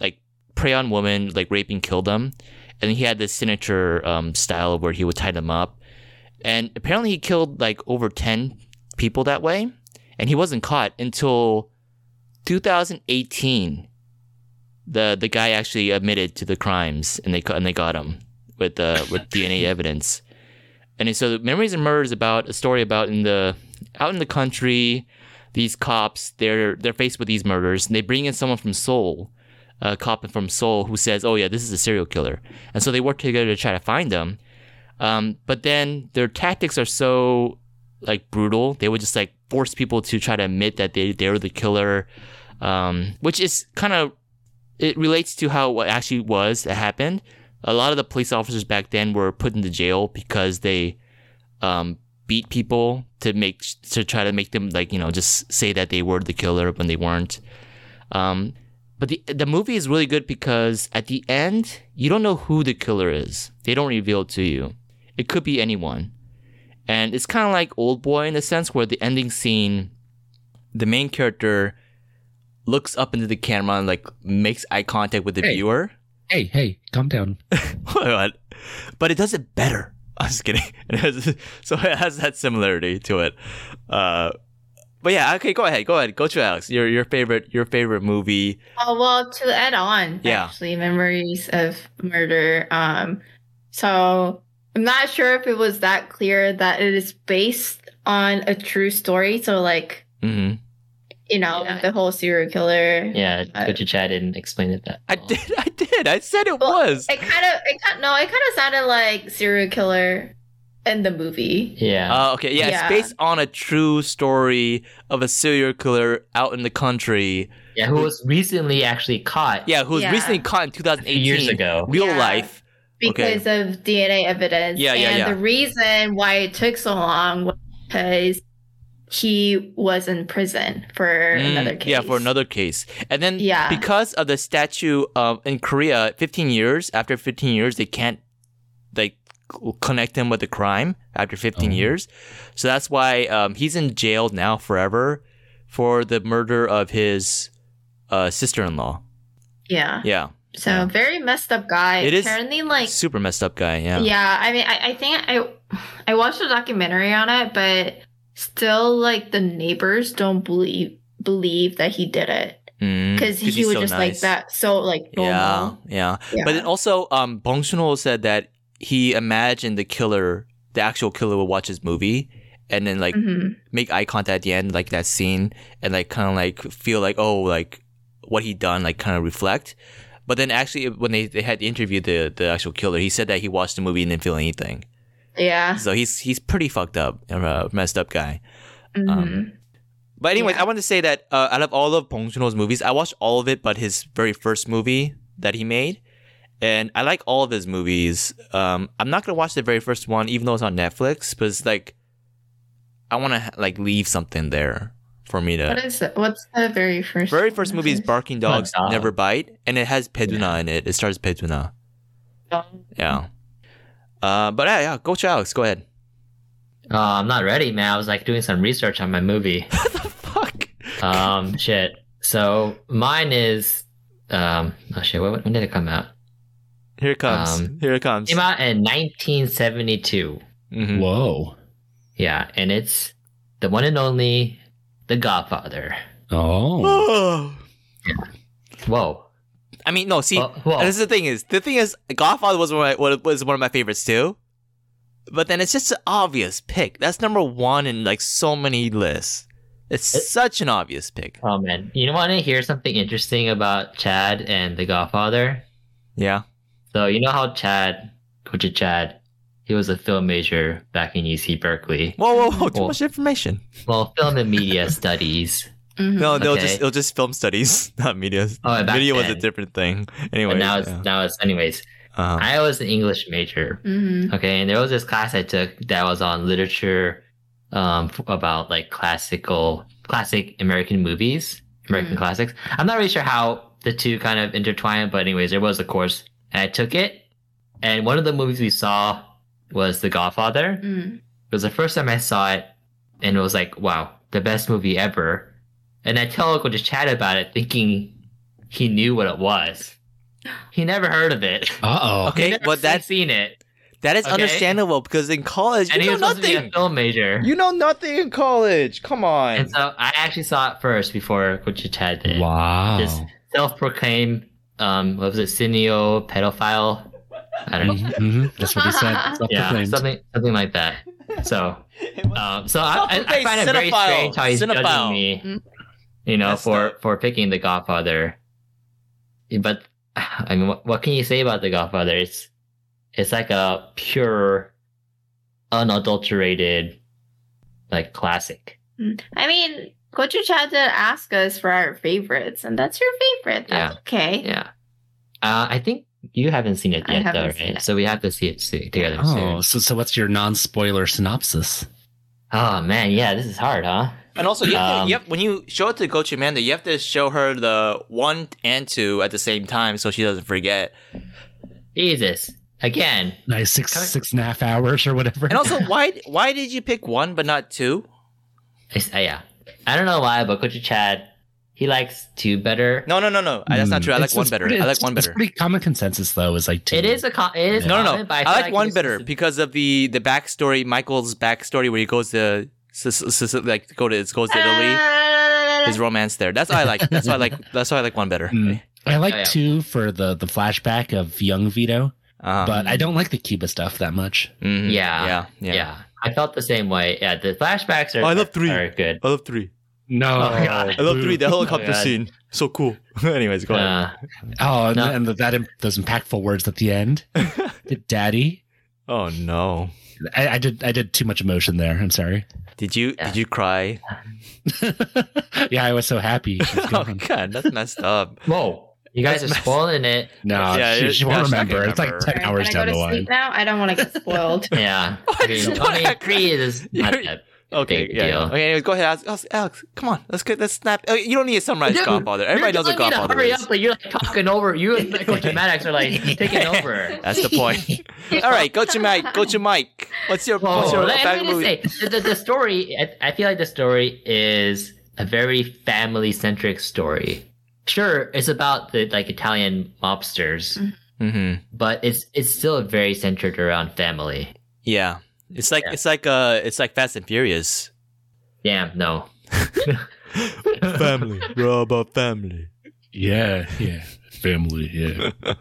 Speaker 2: like prey on women like rape and kill them, and he had this signature um style where he would tie them up, and apparently he killed like over ten people that way, and he wasn't caught until 2018 the the guy actually admitted to the crimes and they ca- and they got him with uh, with DNA evidence. And so Memories and Murder is about a story about in the out in the country, these cops they're they're faced with these murders and they bring in someone from Seoul, a cop from Seoul who says, "Oh yeah, this is a serial killer." And so they work together to try to find them. Um, but then their tactics are so like brutal. They would just like force people to try to admit that they they're the killer, um, which is kind of it relates to how what actually was that happened. A lot of the police officers back then were put into jail because they um, beat people to make to try to make them like you know just say that they were the killer when they weren't. Um, but the the movie is really good because at the end you don't know who the killer is. They don't reveal it to you. It could be anyone, and it's kind of like Old Boy in a sense where the ending scene, the main character looks up into the camera and like makes eye contact with the
Speaker 7: Hey.
Speaker 2: viewer.
Speaker 7: Hey, hey, calm down.
Speaker 2: Hold on. But it does it better. I'm just kidding. It has, so it has that similarity to it. Uh, but yeah, okay, go ahead, go ahead, go to Alex. Your your favorite your favorite movie.
Speaker 5: Oh well, to add on,
Speaker 2: Yeah.
Speaker 5: actually, memories of murder. Um, so I'm not sure if it was that clear that it is based on a true story. So like
Speaker 2: Mm-hmm.
Speaker 5: you know
Speaker 4: Yeah.
Speaker 5: the whole serial killer.
Speaker 4: Yeah,
Speaker 5: I-
Speaker 4: good to chat didn't explain it that.
Speaker 2: I
Speaker 4: well.
Speaker 2: did, I did, I said it
Speaker 5: Well,
Speaker 2: was.
Speaker 5: It kind of it kind no, it kind of sounded like serial killer in the movie.
Speaker 4: Yeah.
Speaker 2: Uh, okay, yeah,
Speaker 5: Yeah.
Speaker 2: it's based on a true story of a serial killer out in the country.
Speaker 4: yeah, who was recently actually caught
Speaker 2: Yeah, who was
Speaker 5: Yeah.
Speaker 2: recently caught in 2018.
Speaker 4: years ago.
Speaker 2: Real
Speaker 5: Yeah.
Speaker 2: life. Okay.
Speaker 5: because of DNA evidence.
Speaker 2: Yeah, yeah,
Speaker 5: and
Speaker 2: yeah.
Speaker 5: the reason why it took so long was because he was in prison for
Speaker 2: Mm,
Speaker 5: another case.
Speaker 2: Yeah, for another case. And then
Speaker 5: Yeah.
Speaker 2: because of the statute um, in Korea, 15 years, after 15 years, they can't like c- connect him with the crime after 15
Speaker 7: Oh.
Speaker 2: years. So that's why um, he's in jail now forever for the murder of his uh, sister-in-law.
Speaker 5: Yeah.
Speaker 2: Yeah.
Speaker 5: So
Speaker 2: Yeah.
Speaker 5: very messed up guy.
Speaker 2: It is
Speaker 5: apparently like
Speaker 2: Super messed up guy. Yeah.
Speaker 5: yeah. I mean, I, I think I I watched a documentary on it, but still like the neighbors don't believe believe that he did it
Speaker 2: Mm,
Speaker 5: because
Speaker 2: he's
Speaker 5: he was
Speaker 2: so
Speaker 5: just
Speaker 2: nice.
Speaker 5: like that so like
Speaker 2: Yeah.
Speaker 5: normal.
Speaker 2: Yeah.
Speaker 5: Yeah.
Speaker 2: But then also, um, Bong Joon Ho said that he imagined the killer, the actual killer, would watch his movie, and then like
Speaker 5: Mhm.
Speaker 2: make eye contact at the end, like that scene, and like kind of like feel like oh, like what he done, like kind of reflect. But then actually, when they, they had interviewed the the actual killer, he said that he watched the movie and didn't feel anything.
Speaker 5: Yeah.
Speaker 2: So he's he's pretty fucked up, uh, messed up guy.
Speaker 5: Mhm.
Speaker 2: Um, But anyways,
Speaker 5: Yeah.
Speaker 2: I want to say that uh, out of all of Bong Joon-ho's movies, I watched all of it, but his very first movie that he made, and I like all of his movies. Um, I'm not gonna watch the very first one, even though it's on Netflix, but it's like I want to like leave something there for me to.
Speaker 5: What is it? What's the very first?
Speaker 2: very first movie is Barking Dogs
Speaker 4: dog.
Speaker 2: Never Bite, and it has Peduna in it. It stars Peduna. Yeah. Uh, but yeah, yeah, go Alex. Go ahead.
Speaker 4: Oh, I'm not ready, man. I was like doing some research on my movie.
Speaker 2: Fuck.
Speaker 4: um, shit. So mine is, um, oh shit. When, when did it come out?
Speaker 2: Here it comes.
Speaker 4: Um,
Speaker 2: Here it comes.
Speaker 4: It came out in 1972.
Speaker 7: Mm.
Speaker 2: Mhm.
Speaker 7: Whoa.
Speaker 4: Yeah, and it's the one and only, The Godfather.
Speaker 7: Oh.
Speaker 4: Whoa.
Speaker 2: I mean, no. See,
Speaker 4: Whoa. whoa.
Speaker 2: And this is the thing is the thing is Godfather was one of my, was one of my favorites too, but then it's just an obvious pick. That's number one in like so many lists. It's
Speaker 4: It-
Speaker 2: such an obvious pick.
Speaker 4: Oh man, you want to hear something interesting about Chad and The Godfather?
Speaker 2: Yeah.
Speaker 4: So you know how Chad, Coach Chad, he was a film major back in UC Berkeley.
Speaker 2: Whoa, whoa, whoa! Too
Speaker 4: Well-
Speaker 2: much information.
Speaker 4: Well, film and media studies.
Speaker 5: Mhm.
Speaker 2: No, they'll
Speaker 4: Okay.
Speaker 2: just it'll just film studies, not media.
Speaker 4: Oh, back
Speaker 2: Media was a
Speaker 4: then.
Speaker 2: different thing. Uh-huh. Anyway,
Speaker 4: But now it's now it's anyways. I was an English major.
Speaker 5: Mhm.
Speaker 4: Okay, and there was this class I took that was on literature, um, f- about like classical, classic American movies, American
Speaker 5: Mm.
Speaker 4: classics. I'm not really sure how the two kind of intertwine, but anyways, there was a course, and I took it. And one of the movies we saw was The Godfather.
Speaker 5: Mm.
Speaker 4: It was the first time I saw it, and it was like, wow, the best movie ever. And I tell Uncle just chat about it, thinking he knew what it was. He never heard of it.
Speaker 7: Uh oh.
Speaker 2: Okay,
Speaker 4: He never
Speaker 2: but that-
Speaker 4: seen it,
Speaker 2: that is
Speaker 4: okay.
Speaker 2: understandable because in college
Speaker 4: and
Speaker 2: you
Speaker 4: he
Speaker 2: know
Speaker 4: was supposed to be
Speaker 2: nothing.
Speaker 4: a film major.
Speaker 2: You know nothing in college. Come on.
Speaker 4: and so I actually saw it first before Uncle Chad did.
Speaker 7: Wow.
Speaker 4: This self-proclaimed, um, what was it, cineo pedophile? I don't know.
Speaker 7: Mhm, mhm. That's what he said.
Speaker 4: Yeah,
Speaker 7: Self-proclaimed.
Speaker 4: something, something like that. So,
Speaker 2: It was-
Speaker 4: Um, so I, I, I
Speaker 2: Self-proclaimed
Speaker 4: find it very
Speaker 2: cinephile.
Speaker 4: strange how he's
Speaker 2: Cinephile.
Speaker 4: judging me,
Speaker 5: Mm.
Speaker 4: you know,
Speaker 2: That's
Speaker 4: for
Speaker 2: not-
Speaker 4: for picking The Godfather. But I mean, what, what can you say about The Godfather? It's it's like a pure, unadulterated, like classic.
Speaker 5: I mean, Coach Chad did ask us for our favorites, and that's your favorite. That's okay.
Speaker 4: Yeah, uh, I think you haven't seen it
Speaker 5: I
Speaker 4: yet, though,
Speaker 5: haven't seen
Speaker 4: right?
Speaker 5: it.
Speaker 4: So we have to see it soon, together
Speaker 7: Oh,
Speaker 4: soon.
Speaker 7: so, so what's your non-spoiler synopsis?
Speaker 4: Oh man, yeah, this is hard, huh?
Speaker 2: And also, you have, to,
Speaker 4: Um,
Speaker 2: you have when you show it to Coach Amanda, you have to show her the one and two at the same time so she doesn't forget.
Speaker 4: Jesus, again.
Speaker 7: Nice six
Speaker 4: Kinda-
Speaker 7: six and a half hours or whatever.
Speaker 2: And also, why why did you pick one but not two?
Speaker 4: It's, uh, yeah, I don't know why, but Coach Chad, he likes two better.
Speaker 2: No, no, no, no. That's not
Speaker 7: Hmm.
Speaker 2: true. I like
Speaker 7: It's-
Speaker 2: one
Speaker 7: it's
Speaker 2: better.
Speaker 7: pretty-
Speaker 2: I like
Speaker 7: it's-
Speaker 2: one
Speaker 7: it's
Speaker 2: better.
Speaker 7: pretty common consensus though. Is like two.
Speaker 4: It is a con- it is
Speaker 7: Yeah.
Speaker 2: no, no,
Speaker 4: common,
Speaker 2: no.
Speaker 4: but
Speaker 2: I,
Speaker 4: feel
Speaker 2: like one
Speaker 4: this
Speaker 2: better
Speaker 4: is-
Speaker 2: because of the the backstory, Michael's backstory, where he goes to s- s- s- like go to goes to
Speaker 5: Ah.
Speaker 2: Italy,
Speaker 5: Uh,
Speaker 2: his romance there. That's why I like. That's why I like. That's why I like one better.
Speaker 7: Mm. I like
Speaker 4: Oh, yeah.
Speaker 7: two for the the flashback of young Vito,
Speaker 2: Uh,
Speaker 7: but I don't like the Cuba stuff that much.
Speaker 2: mhm.
Speaker 4: Yeah.
Speaker 2: yeah,
Speaker 4: yeah. I felt the same way. Yeah, the flashbacks are
Speaker 2: Oh, I love three.
Speaker 4: are good.
Speaker 2: I love three.
Speaker 7: No,
Speaker 4: Oh, God.
Speaker 2: I love three. The
Speaker 4: Oh,
Speaker 2: helicopter
Speaker 4: God.
Speaker 2: scene, so cool. Anyways, go ahead.
Speaker 4: Uh,
Speaker 7: Oh, and,
Speaker 4: No.
Speaker 7: and the, that those impactful words at the end, daddy.
Speaker 2: Oh no.
Speaker 7: I, I did I did too much emotion there. I'm sorry.
Speaker 2: Did you
Speaker 4: Yeah.
Speaker 2: did you cry?
Speaker 7: yeah, I was so happy. she was
Speaker 2: Oh
Speaker 7: gone.
Speaker 2: god, that's messed up.
Speaker 4: whoa, you guys are spoiling it.
Speaker 7: No,
Speaker 2: Yeah,
Speaker 7: she,
Speaker 2: it-
Speaker 7: she won't
Speaker 2: yeah, she's not
Speaker 7: remember.
Speaker 2: gonna
Speaker 7: It's like
Speaker 2: remember.
Speaker 7: ten
Speaker 5: Can
Speaker 7: hours
Speaker 5: I
Speaker 7: down
Speaker 5: go
Speaker 7: the
Speaker 5: to
Speaker 7: line.
Speaker 5: sleep now? I don't want to get spoiled.
Speaker 4: Yeah, I mean,
Speaker 2: What?
Speaker 4: only three is not that.
Speaker 2: Okay,
Speaker 4: Big
Speaker 2: yeah.
Speaker 4: deal.
Speaker 2: Okay, anyways, go ahead, Alex. Alex. Alex, come on, let's get let's snap. Oh, you don't need to summarize
Speaker 4: Dude,
Speaker 2: Godfather. Everybody
Speaker 4: You're
Speaker 2: knows what
Speaker 4: telling me to
Speaker 2: Godfather
Speaker 4: Hurry
Speaker 2: is.
Speaker 4: up! But you're like talking over. You and like, Coach Maddox are like taking over.
Speaker 2: That's the point. All right, go to Mike. Go to Mike. What's your
Speaker 4: Whoa,
Speaker 7: Oh,
Speaker 2: what's your
Speaker 4: Oh. let
Speaker 2: favorite
Speaker 4: me just
Speaker 2: movie?
Speaker 4: say the, the, the story. I, I feel like the story is a very family-centric story. Sure, it's about the like Italian mobsters,
Speaker 2: Mm-hmm.
Speaker 4: but it's it's still very centered around family.
Speaker 2: Yeah, it's like
Speaker 4: Yeah.
Speaker 2: it's like uh it's like Fast and Furious.
Speaker 4: Yeah, no.
Speaker 2: family, we're all about family.
Speaker 7: Yeah, yeah, family. Yeah. Uh.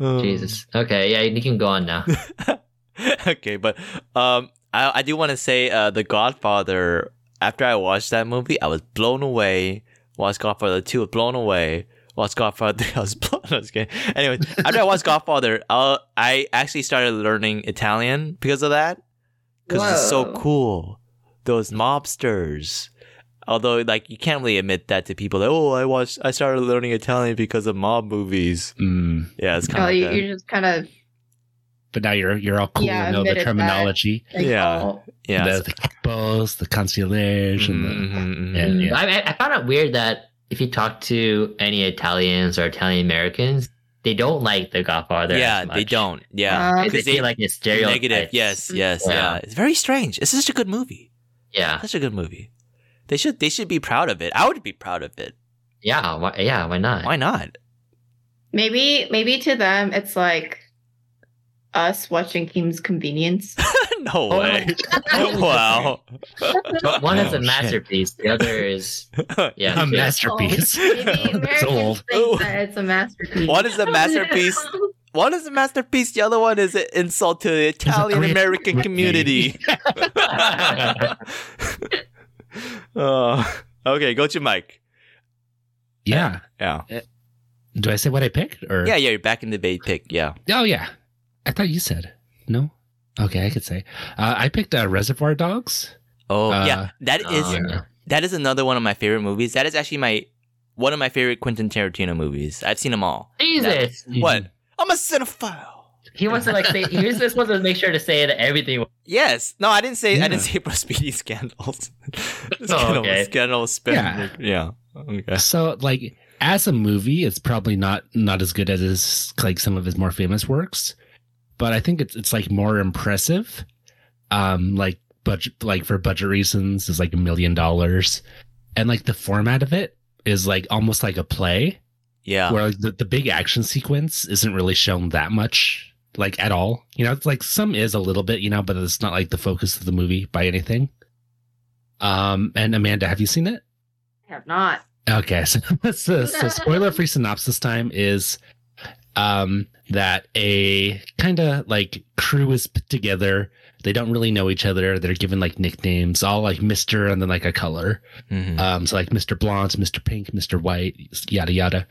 Speaker 2: Um,
Speaker 4: Jesus. Okay, yeah, you can go on now.
Speaker 2: okay, but um, I, I do want to say uh, The Godfather. After I watched that movie, I was blown away. Watched Godfather two, I was blown away. Watched Godfather three, I was blown. I was kidding. Anyway, after I watched Godfather, I I actually started learning Italian because of that. Because it's so
Speaker 5: Whoa.
Speaker 2: cool. Those mobsters. Although, like, you can't really admit that to people. That, oh, I watched, I started learning Italian because of mob movies.
Speaker 7: Mm.
Speaker 2: Yeah, it's kind
Speaker 5: Oh,
Speaker 2: of.
Speaker 5: you, you're just kind of
Speaker 7: But now you're you're all cool
Speaker 5: Yeah,
Speaker 7: and know
Speaker 5: admitted
Speaker 7: the
Speaker 5: that.
Speaker 7: terminology.
Speaker 5: like,
Speaker 2: Yeah.
Speaker 5: oh,
Speaker 2: yeah.
Speaker 7: The, the capos, the concierge, and
Speaker 2: Mhm, mhm,
Speaker 7: the,
Speaker 2: mhm.
Speaker 7: and, yeah.
Speaker 4: I, I- I found it weird that if you talk to any Italians or Italian Americans, they don't like The Godfather. as
Speaker 2: Yeah, they
Speaker 4: much.
Speaker 2: don't. Yeah.
Speaker 5: uh,
Speaker 4: 'Cause they,
Speaker 2: they-
Speaker 4: feel like it's stereotype.
Speaker 2: Negative. Yes, yes,
Speaker 4: Yeah.
Speaker 2: yeah. It's very strange. It's such a good movie.
Speaker 4: Yeah.
Speaker 2: Such a good movie. They should they should be proud of it. I would be proud of it.
Speaker 4: Yeah. Why, yeah. Why not?
Speaker 2: Why not?
Speaker 5: maybe maybe to them it's like us watching Kim's Convenience.
Speaker 2: no way. Oh, wow.
Speaker 4: One Oh, is
Speaker 7: Oh,
Speaker 4: a
Speaker 7: shit.
Speaker 4: masterpiece. The other is yeah.
Speaker 7: a masterpiece.
Speaker 5: Maybe Americans
Speaker 7: old.
Speaker 5: think that it's a masterpiece.
Speaker 2: One Oh. is a masterpiece. One is a masterpiece. The other one is an insult to the Italian American
Speaker 7: great
Speaker 2: community. oh, okay, go to Mike.
Speaker 7: yeah.
Speaker 2: Yeah.
Speaker 7: Do I say what I picked? Or
Speaker 2: Yeah, yeah, you're back in the bait pick. Yeah.
Speaker 7: Oh yeah, I thought you said no. Okay, I could say uh, I picked uh, Reservoir Dogs.
Speaker 2: Oh,
Speaker 7: Uh,
Speaker 2: yeah. That is
Speaker 4: um,
Speaker 2: that is another one of my favorite movies. That is actually my one of my favorite Quentin Tarantino movies. I've seen them all.
Speaker 4: Jesus.
Speaker 7: Mm-hmm.
Speaker 2: What? I'm a cinephile.
Speaker 4: He wants to like say. He was just wants to make sure to say that everything.
Speaker 2: Yes. No, I didn't say. I
Speaker 7: Yeah. Oh,
Speaker 2: didn't say Prospedy scandals.
Speaker 4: okay.
Speaker 2: Scandal spin.
Speaker 7: Yeah.
Speaker 2: yeah. Okay.
Speaker 7: So like as a movie, it's probably not not as good as his, like some of his more famous works, but I think it's it's like more impressive. Um, like budget like for budget reasons is like a million dollars, and like the format of it is like almost like a play
Speaker 2: Yeah.
Speaker 7: where like, the, the big action sequence isn't really shown that much like at all you know it's like some is a little bit you know but it's not like the focus of the movie by anything um and amanda have you seen it
Speaker 5: I have not.
Speaker 7: Okay, so, so, so spoiler free synopsis time is um that a kind of like crew is put together. They don't really know each other. They're given like nicknames, all like Mister and then like a color.
Speaker 2: Mhm.
Speaker 7: Um, so like Mister Blonde, Mister Pink, Mister White, yada yada.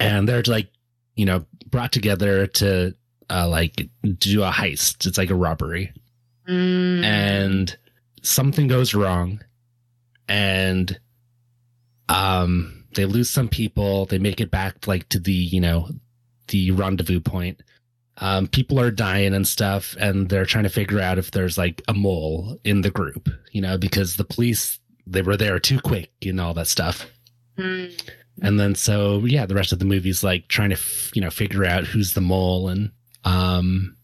Speaker 7: And they're like, you know, brought together to uh, like do a heist. It's like a robbery
Speaker 5: Mm.
Speaker 7: and something goes wrong and um they lose some people they make it back like to the you know the rendezvous point um people are dying and stuff and they're trying to figure out if there's like a mole in the group you know because the police they were there too quick and all that stuff
Speaker 5: Mm.
Speaker 7: and then so yeah, the rest of the movie's like trying to f- you know figure out who's the mole and um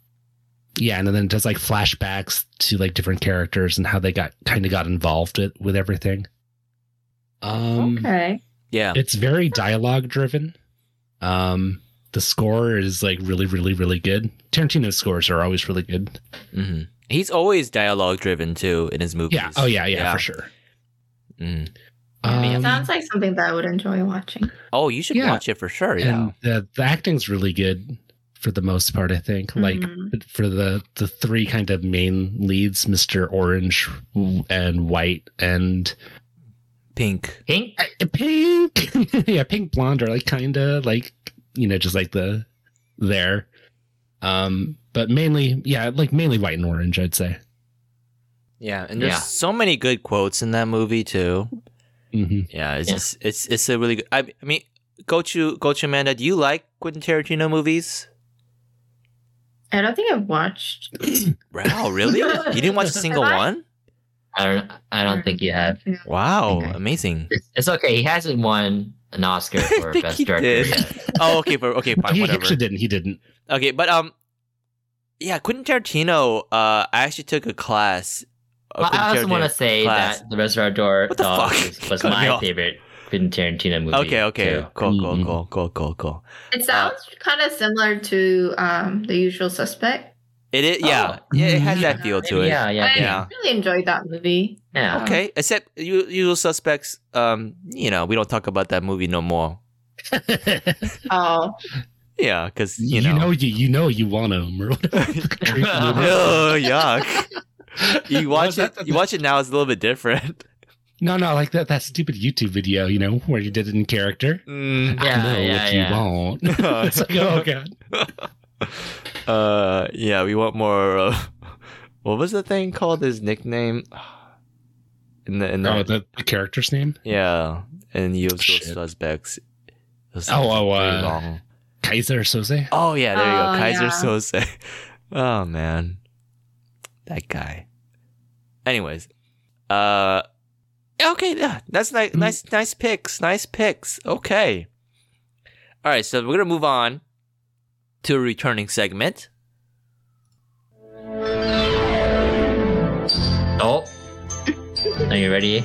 Speaker 7: yeah, and then it does like flashbacks to like different characters and how they got kind of got involved with, with everything. Um
Speaker 5: Hmm. okay.
Speaker 2: Yeah.
Speaker 7: it's very dialogue driven. Um the score is like really really really good. Tarantino's scores are always really good.
Speaker 2: hmm He's always dialogue driven too in his movies.
Speaker 7: Yeah. Oh yeah, yeah,
Speaker 2: Yeah.
Speaker 7: for sure.
Speaker 2: Mm.
Speaker 5: it
Speaker 7: Um,
Speaker 5: sounds like something that I would enjoy watching.
Speaker 2: Oh, you should
Speaker 7: Yeah.
Speaker 2: watch it for sure. Yeah.
Speaker 7: and the, the acting's really good for the most part i think like
Speaker 5: Mhm.
Speaker 7: but for the the three kind of main leads mr orange and white and
Speaker 2: Pink.
Speaker 4: Pink.
Speaker 7: pink yeah pink blonde are like kind of like you know just like the there um but mainly yeah like mainly white and orange i'd say
Speaker 2: Yeah. And there's
Speaker 4: Yeah.
Speaker 2: so many good quotes in that movie too.
Speaker 7: hmm
Speaker 2: Yeah. It's
Speaker 4: Yeah.
Speaker 2: Just, it's it's a really good. I, I mean, go to go to Amanda. Do you like Quentin Tarantino movies?
Speaker 5: I don't think I've watched
Speaker 2: Wow, really? you didn't watch a single
Speaker 5: Have I?
Speaker 2: one?
Speaker 4: I don't. I don't think you have.
Speaker 5: Yeah.
Speaker 2: Wow,
Speaker 5: Okay.
Speaker 2: amazing.
Speaker 4: It's, it's okay. He hasn't won an Oscar for
Speaker 2: think
Speaker 4: best
Speaker 2: he
Speaker 4: director
Speaker 2: did.
Speaker 4: yet.
Speaker 2: Oh, okay, but okay, fine,
Speaker 7: he
Speaker 2: whatever.
Speaker 7: actually didn't he didn't
Speaker 2: Okay, but um, yeah, Quentin Tarantino. Uh, I actually took a class. of
Speaker 4: Well,
Speaker 2: Quentin
Speaker 4: I also
Speaker 2: Tarantino.
Speaker 4: want to say
Speaker 2: class.
Speaker 4: that the Reservoir Door
Speaker 2: What the fuck?
Speaker 4: Dogs was, was
Speaker 2: Cut me
Speaker 4: my
Speaker 2: off.
Speaker 4: favorite Quentin Tarantino movie.
Speaker 2: Okay, okay,
Speaker 4: too.
Speaker 2: cool, cool,
Speaker 4: Mm-hmm.
Speaker 7: Mhm.
Speaker 2: cool, cool, cool, cool.
Speaker 5: It sounds kind of similar to um, The Usual Suspect.
Speaker 2: It is, yeah,
Speaker 4: Oh.
Speaker 2: yeah, it has
Speaker 5: Yeah.
Speaker 2: that feel to it.
Speaker 4: Yeah, yeah,
Speaker 5: I
Speaker 2: Yeah.
Speaker 5: really enjoyed that movie.
Speaker 4: yeah.
Speaker 2: Okay, except you, usual suspects. Um, you know, we don't talk about that movie no more.
Speaker 5: Oh,
Speaker 2: Yeah, because you
Speaker 7: you, know.
Speaker 2: know,
Speaker 7: you you know you want him or whatever.
Speaker 2: oh yuck. You watch it. You watch it now. It's a little bit different.
Speaker 7: no no like that that stupid youtube video you know where you did it in character
Speaker 2: Mm.
Speaker 4: Yeah,
Speaker 7: I know
Speaker 4: yeah,
Speaker 7: what
Speaker 4: yeah.
Speaker 7: you want. it's like, oh god.
Speaker 2: Uh, yeah, we want more. Uh, what was the thing called? His nickname? in the in the
Speaker 7: Oh, the, the character's name?
Speaker 2: yeah, and you have those
Speaker 7: Shit.
Speaker 2: suspects. Those
Speaker 7: Oh, oh,
Speaker 2: pretty
Speaker 7: uh,
Speaker 2: long.
Speaker 7: Kaiser Soze?
Speaker 2: oh yeah, there you go,
Speaker 5: Oh,
Speaker 2: Kaiser
Speaker 5: yeah.
Speaker 2: Soze. Oh man, that guy. Anyways, uh, okay, yeah, that's
Speaker 5: Mm.
Speaker 2: nice, nice, nice picks, nice picks. Okay, all right, so we're gonna move on to a returning segment.
Speaker 4: Oh. Are you ready?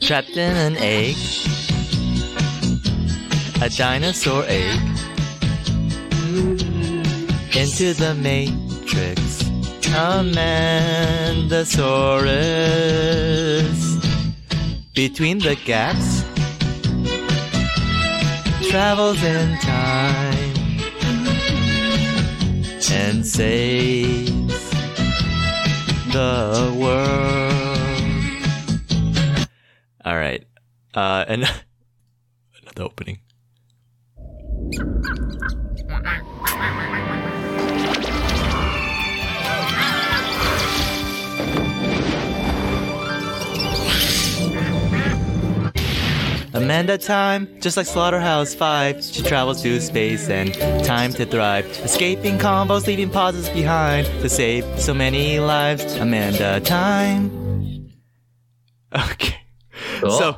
Speaker 2: Trapped in an egg. A dinosaur egg. Into the matrix. Amandasaurus. Between the gaps. Travels in time. And saves the world. All right. Uh, and another opening. Amanda time, just like Slaughterhouse 5, she travels through space and time to thrive. Escaping combos, leaving pauses behind to save so many lives. Amanda time. Okay.
Speaker 4: Cool.
Speaker 2: So,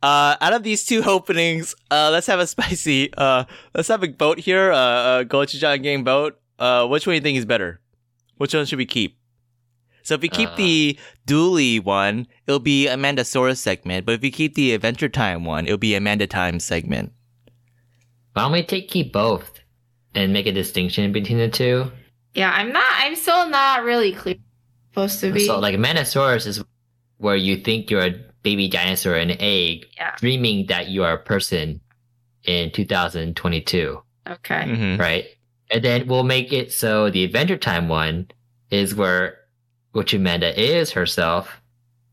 Speaker 2: uh, out of these two openings, uh, let's have a spicy. Uh, let's have a vote here. Uh, uh Gochujang game vote. Uh, which one do you think is better? Which one should we keep? So if we keep
Speaker 4: Uh.
Speaker 2: the Dooley one, it'll be Amanda Soros segment. But if we keep the Adventure Time one, it'll be Amanda Time segment.
Speaker 4: Why don't we take keep both and make a distinction between the two?
Speaker 5: Yeah, I'm not. I'm still not really clear. Supposed to be.
Speaker 4: So like Manosaurus is where you think you're a baby dinosaur in an egg,
Speaker 5: Yeah.
Speaker 4: dreaming that you are a person in 2022,
Speaker 5: okay.
Speaker 2: Mm-hmm.
Speaker 4: right? And then we'll make it so the Adventure Time one is where which Amanda is herself,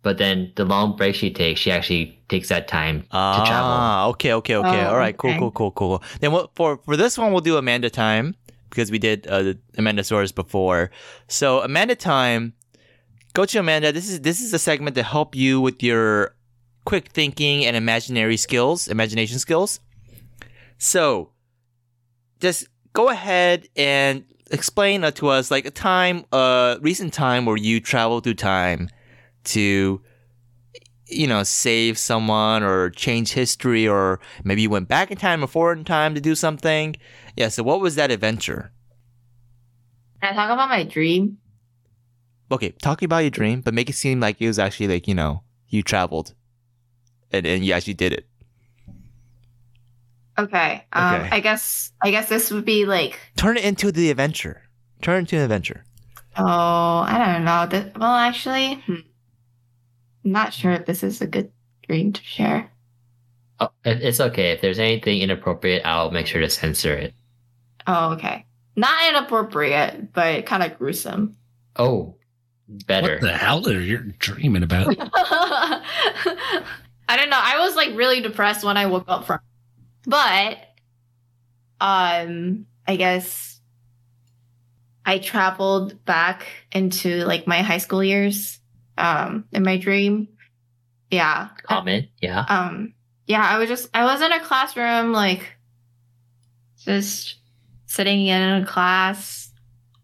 Speaker 4: but then the long break she takes, she actually takes that time to travel.
Speaker 2: Ah, okay, okay, okay.
Speaker 5: Oh,
Speaker 2: All right, cool,
Speaker 5: okay.
Speaker 2: cool, cool, cool. Then what for for this one we'll do Amanda time because we did uh, the Amanda Soros before. So Amanda time, go to Amanda. This is this is a segment to help you with your quick thinking and imaginary skills, imagination skills. So just go ahead and explain uh, to us like a time, uh, recent time where you traveled through time to you know, save someone or change history, or maybe you went back in time or forward in time to do something. Yeah, so what was that adventure?
Speaker 5: Can I talk about my dream?
Speaker 2: Okay, talking about your dream, but make it seem like it was actually like, you know, you traveled and, and you actually did it.
Speaker 5: Okay. Um,
Speaker 2: Okay.
Speaker 5: I guess. I guess this would be like.
Speaker 2: Turn it into the adventure. Turn it into an adventure.
Speaker 5: Oh, I don't know. This, well, actually, hmm. I'm not sure if this is a good dream to share.
Speaker 4: Oh, it- it's okay. If there's anything inappropriate, I'll make sure to censor it.
Speaker 5: Oh, okay. Not inappropriate, but kind of gruesome.
Speaker 4: Oh, better.
Speaker 7: What the hell are you dreaming about?
Speaker 5: I don't know. I was like really depressed when I woke up from, but, um, I guess I traveled back into like my high school years, um, in my dream. Yeah.
Speaker 4: Comment, yeah.
Speaker 5: um yeah i was just i was in a classroom like just sitting in a class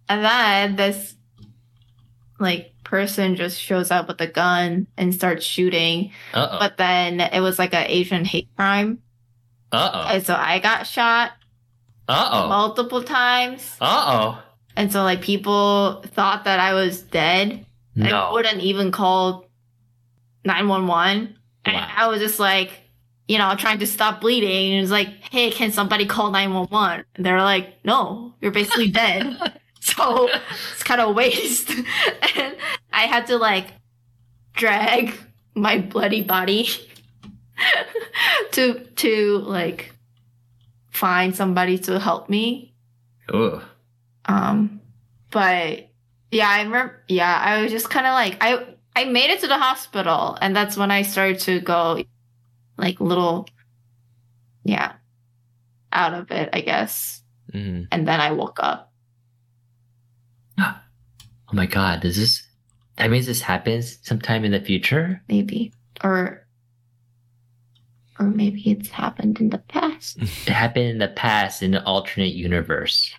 Speaker 5: and then this like person just shows up with a gun and starts shooting
Speaker 4: Uh oh.
Speaker 5: but then it was like a asian hate crime
Speaker 4: Uh oh.
Speaker 5: and so i got shot
Speaker 4: Uh oh.
Speaker 5: multiple times
Speaker 4: Uh oh.
Speaker 5: and so like people thought that i was dead and
Speaker 4: No.
Speaker 5: wouldn't even call 911 And
Speaker 4: Wow.
Speaker 5: I was just like, you know, trying to stop bleeding. And it was like, hey, can somebody call 911? And they're like, no, you're basically dead. So it's kind of a waste. and I had to like drag my bloody body to, to like find somebody to help me.
Speaker 4: Ooh.
Speaker 5: Um, but yeah, I remember. Yeah, I was just kind of like I I made it to the hospital, and that's when I started to go like little, yeah, out of it, I guess.
Speaker 2: Mm.
Speaker 5: And then I woke up.
Speaker 4: Oh my god, does this that means this happens sometime in the future?
Speaker 5: Maybe. Or or maybe it's happened in the past.
Speaker 4: It happened in the past in an alternate universe.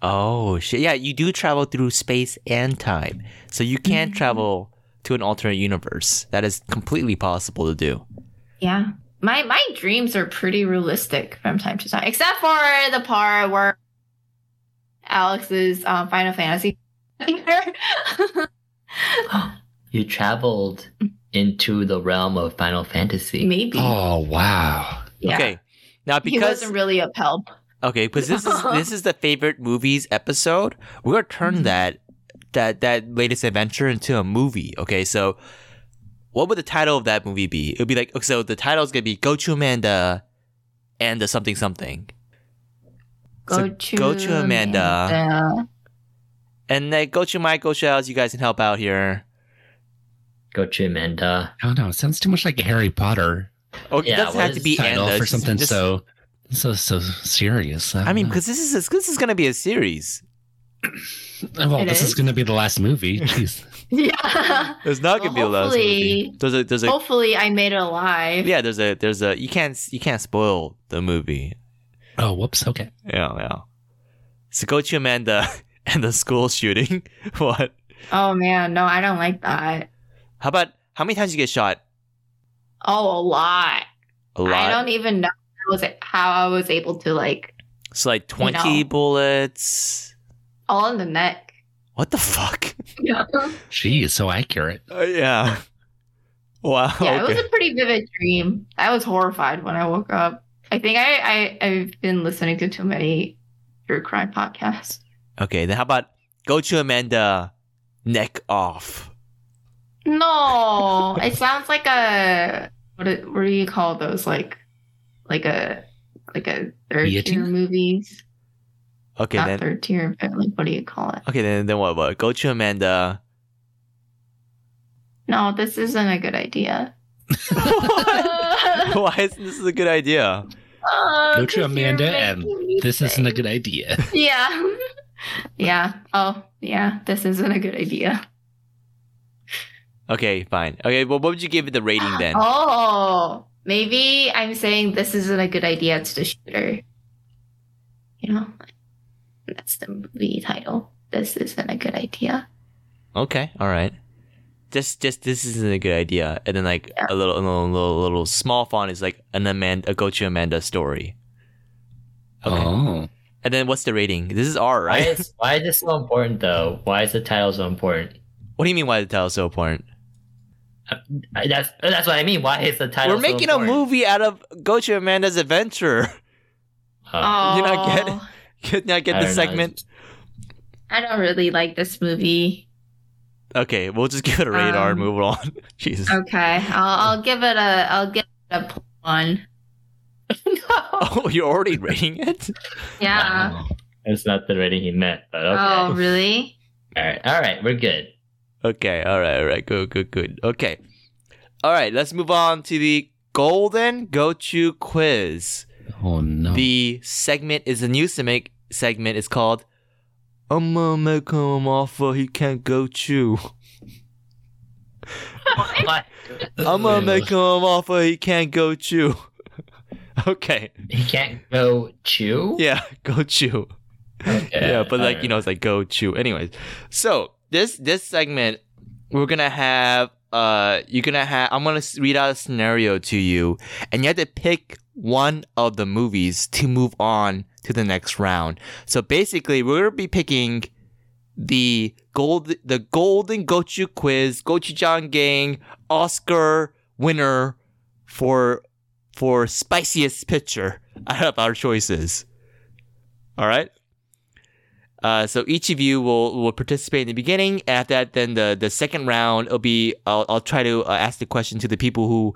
Speaker 2: Oh shit! Yeah, you do travel through space and time, so you can
Speaker 5: Mm-hmm.
Speaker 2: travel to an alternate universe. That is completely possible to do.
Speaker 5: Yeah. My my dreams are pretty realistic from time to time, except for the part where Alex's um, Final Fantasy.
Speaker 4: You traveled
Speaker 5: Mm.
Speaker 4: into the realm of Final Fantasy.
Speaker 5: Maybe.
Speaker 7: Oh wow.
Speaker 5: Yeah.
Speaker 2: Okay, now
Speaker 5: he
Speaker 2: because
Speaker 5: wasn't really a help.
Speaker 2: Okay, because this is this is the favorite movies episode. We're gonna turn that that that latest adventure into a movie. Okay, so what would the title of that movie be? It would be like okay, so the title's gonna be Go to Amanda and the something something.
Speaker 5: Go
Speaker 2: So
Speaker 5: to
Speaker 2: go to Amanda.
Speaker 5: Amanda.
Speaker 2: And then go to Mike, go to Alice, you guys can help out here.
Speaker 4: Go to Amanda.
Speaker 7: I don't know. It sounds too much like Harry Potter
Speaker 2: Okay,
Speaker 4: Yeah,
Speaker 2: Oh, it doesn't
Speaker 4: what
Speaker 2: have to
Speaker 4: is
Speaker 2: be
Speaker 4: the
Speaker 7: title
Speaker 2: Amanda.
Speaker 7: for
Speaker 2: Just-
Speaker 7: something
Speaker 2: just-
Speaker 7: so uh, so so serious.
Speaker 2: I mean, because
Speaker 7: because
Speaker 2: this is this is gonna be a series.
Speaker 7: well,
Speaker 5: It
Speaker 7: this is
Speaker 5: is?
Speaker 7: going to be the last movie. Jeez.
Speaker 5: Yeah.
Speaker 2: There's not
Speaker 5: Well,
Speaker 2: gonna be a last movie.
Speaker 5: hopefully-
Speaker 2: There's a there's a
Speaker 5: Hopefully, I made it alive.
Speaker 2: yeah there's a there's a you can't you can't spoil the movie.
Speaker 7: oh, whoops. Okay.
Speaker 2: Yeah, yeah. So go to Amanda and the school shooting. what?
Speaker 5: Oh man, no, I don't like that.
Speaker 2: How about how many times you get shot?
Speaker 5: Oh, a lot.
Speaker 2: A lot.
Speaker 5: I don't even know how I was, how I was able to like
Speaker 2: so like twenty
Speaker 5: No.
Speaker 2: bullets.
Speaker 5: all in the neck.
Speaker 2: What the fuck?
Speaker 5: Yeah,
Speaker 2: Oh,
Speaker 7: Jeez, so accurate.
Speaker 2: Uh, yeah. Wow.
Speaker 5: it was a pretty vivid dream. I was horrified when I woke up. I think I, I I've been listening to too many true crime podcasts.
Speaker 2: okay. Then how about go to Amanda, neck off.
Speaker 5: No, it sounds like a what? do- What do you call those? Like, like a like a third tier
Speaker 7: Guillotine?
Speaker 5: movies.
Speaker 2: Okay
Speaker 5: Not
Speaker 2: then.
Speaker 5: third tier, but like what do you call it?
Speaker 2: Okay then. Then what? What? Go to Amanda.
Speaker 5: No, this isn't a good idea.
Speaker 2: What? Why isn't this a good idea?
Speaker 5: Oh,
Speaker 7: Go to
Speaker 5: 'cause you're
Speaker 7: Amanda, and
Speaker 5: making me
Speaker 7: this isn't a
Speaker 5: think.
Speaker 7: good idea.
Speaker 5: Yeah. yeah. Oh, yeah. This isn't a good idea.
Speaker 2: Okay, fine. Okay, well, what would you give it the rating then?
Speaker 5: Oh, maybe I'm saying this isn't a good idea to the shooter. You know, that's the movie title. This isn't a good idea.
Speaker 2: Okay, all right. Just, just this isn't a good idea. And then like
Speaker 5: Yeah.
Speaker 2: a little, a little, little, little small font is like an Amanda, a Gochu Amanda story. Okay.
Speaker 4: Um.
Speaker 7: Oh,
Speaker 2: And then what's the rating? This is R,
Speaker 4: Why
Speaker 2: right?
Speaker 4: is why is this so important though? Why is the title so important?
Speaker 2: what do you mean? Why the title so important?
Speaker 4: I- That's that's what I mean. Why is the title?
Speaker 2: We're
Speaker 4: so
Speaker 2: making a
Speaker 4: important?
Speaker 2: movie out of Gochu Amanda's adventure.
Speaker 4: Oh,
Speaker 5: oh,
Speaker 2: you Uh, not get it? Could not
Speaker 4: I
Speaker 2: get the
Speaker 4: don't know.
Speaker 2: segment.
Speaker 5: I don't really like this movie.
Speaker 2: Okay, we'll just give it a rated R and
Speaker 5: Um,
Speaker 2: move on. Jesus.
Speaker 5: Okay, I'll, I'll give it a. I'll give it a one. no.
Speaker 2: oh, you're already rating it.
Speaker 5: Yeah.
Speaker 4: Wow. That's not the rating he meant, but okay.
Speaker 5: Oh, really?
Speaker 4: All right, all right, we're good.
Speaker 2: Okay, all right, all right, good, good, good. Okay, all right, let's move on to the Golden Gochu quiz.
Speaker 7: oh no.
Speaker 2: The segment is a new segment. Segment is called "I'm gonna make him an offer he can't go to."
Speaker 4: Why?
Speaker 7: Uh,
Speaker 2: I'm gonna make him an offer he can't go to. okay,
Speaker 4: He can't go chew.
Speaker 2: yeah, go chew.
Speaker 4: Okay.
Speaker 2: yeah, but like you know,
Speaker 4: all
Speaker 2: it's like go chew. Anyways, so this this segment, we're gonna have uh, you're gonna have I'm gonna s- read out a scenario to you, and you have to pick one of the movies to move on to the next round. So basically, we're gonna be picking the gold the golden gochu quiz gochujang gang Oscar winner for for spiciest picture out of our choices. All right. Uh, so each of you will, will participate in the beginning. After that, then the, the second round will be I'll, I'll try to uh, ask the question to the people who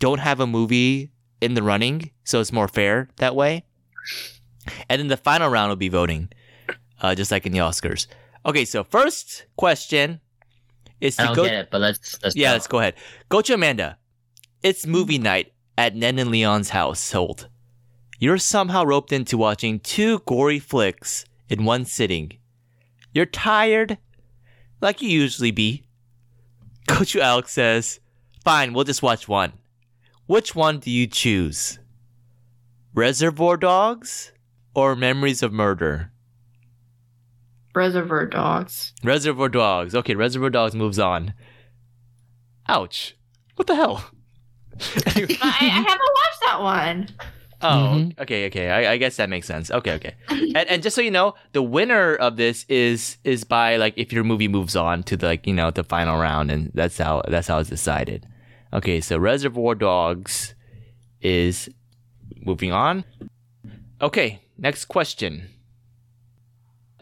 Speaker 2: don't have a movie in the running, so it's more fair that way. And then the final round will be voting, uh, just like in the Oscars. Okay, so first question is
Speaker 4: I
Speaker 2: to
Speaker 4: don't
Speaker 2: go.
Speaker 4: get it, but let's let's
Speaker 2: Yeah,
Speaker 4: go.
Speaker 2: let's go ahead. Go to Amanda. It's movie night at Nen and Leon's household. You're somehow roped into watching two gory flicks in one sitting. You're tired, like you usually be. Coach Alex says, Fine, we'll just watch one. Which one do you choose? Reservoir Dogs or Memories of Murder?
Speaker 5: Reservoir Dogs.
Speaker 2: Reservoir Dogs. Okay, Reservoir Dogs moves on. Ouch. What the hell?
Speaker 5: But I, I haven't watched that one.
Speaker 2: Oh, okay, okay. I, I guess that makes sense. Okay, okay. and, and just so you know, the winner of this is is by like if your movie moves on to the, like you know the final round, and that's how that's how it's decided. Okay, so Reservoir Dogs is moving on. Okay, next question.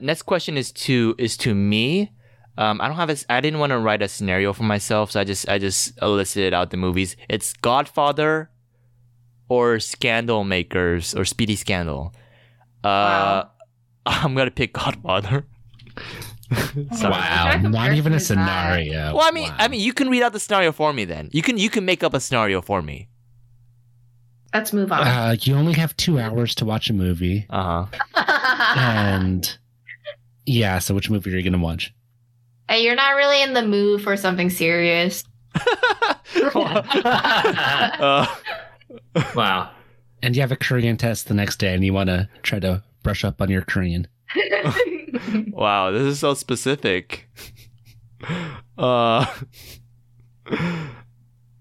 Speaker 2: Next question is to is to me. Um, I don't have a, s- I didn't want to write a scenario for myself, so I just I just elicited out the movies. It's Godfather or Scandal Makers or Speedy Scandal. Uh,
Speaker 5: Wow.
Speaker 2: I'm gonna pick Godfather. Sorry.
Speaker 7: Wow,
Speaker 5: What
Speaker 7: not even a
Speaker 5: is that?
Speaker 7: scenario.
Speaker 2: Well, I mean,
Speaker 7: Wow.
Speaker 2: I mean, you can read out the scenario for me. Then you can you can make up a scenario for me.
Speaker 5: Let's move on.
Speaker 7: uh, you only have two hours to watch a movie,
Speaker 2: Uh huh.
Speaker 7: and yeah, so which movie are you gonna watch?
Speaker 5: Hey, you're not really in the mood for something serious.
Speaker 2: uh,
Speaker 4: Wow.
Speaker 7: And you have a Korean test the next day, and you want to try to brush up on your Korean.
Speaker 2: wow, this is so specific. Uh,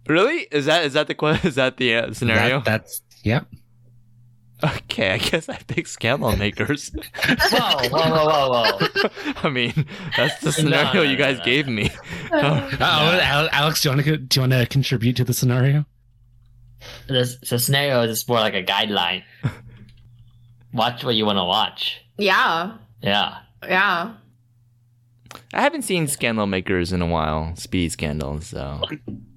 Speaker 2: really? Is that is that the que- is that the uh, scenario?
Speaker 7: That- that's yep.
Speaker 2: Okay, I guess I pick scandal makers.
Speaker 4: Whoa, whoa, whoa, whoa, whoa.
Speaker 2: I mean, that's the
Speaker 4: No,
Speaker 2: scenario
Speaker 4: no,
Speaker 2: you
Speaker 4: no,
Speaker 2: guys
Speaker 4: no.
Speaker 2: gave me.
Speaker 7: Oh, Alex, do you want to do you want to contribute to the scenario?
Speaker 4: This, the scenario is more like a guideline. Watch what you want to watch.
Speaker 5: yeah,
Speaker 4: Yeah.
Speaker 5: yeah.
Speaker 2: I haven't seen scandal makers in a while. Speed scandal, so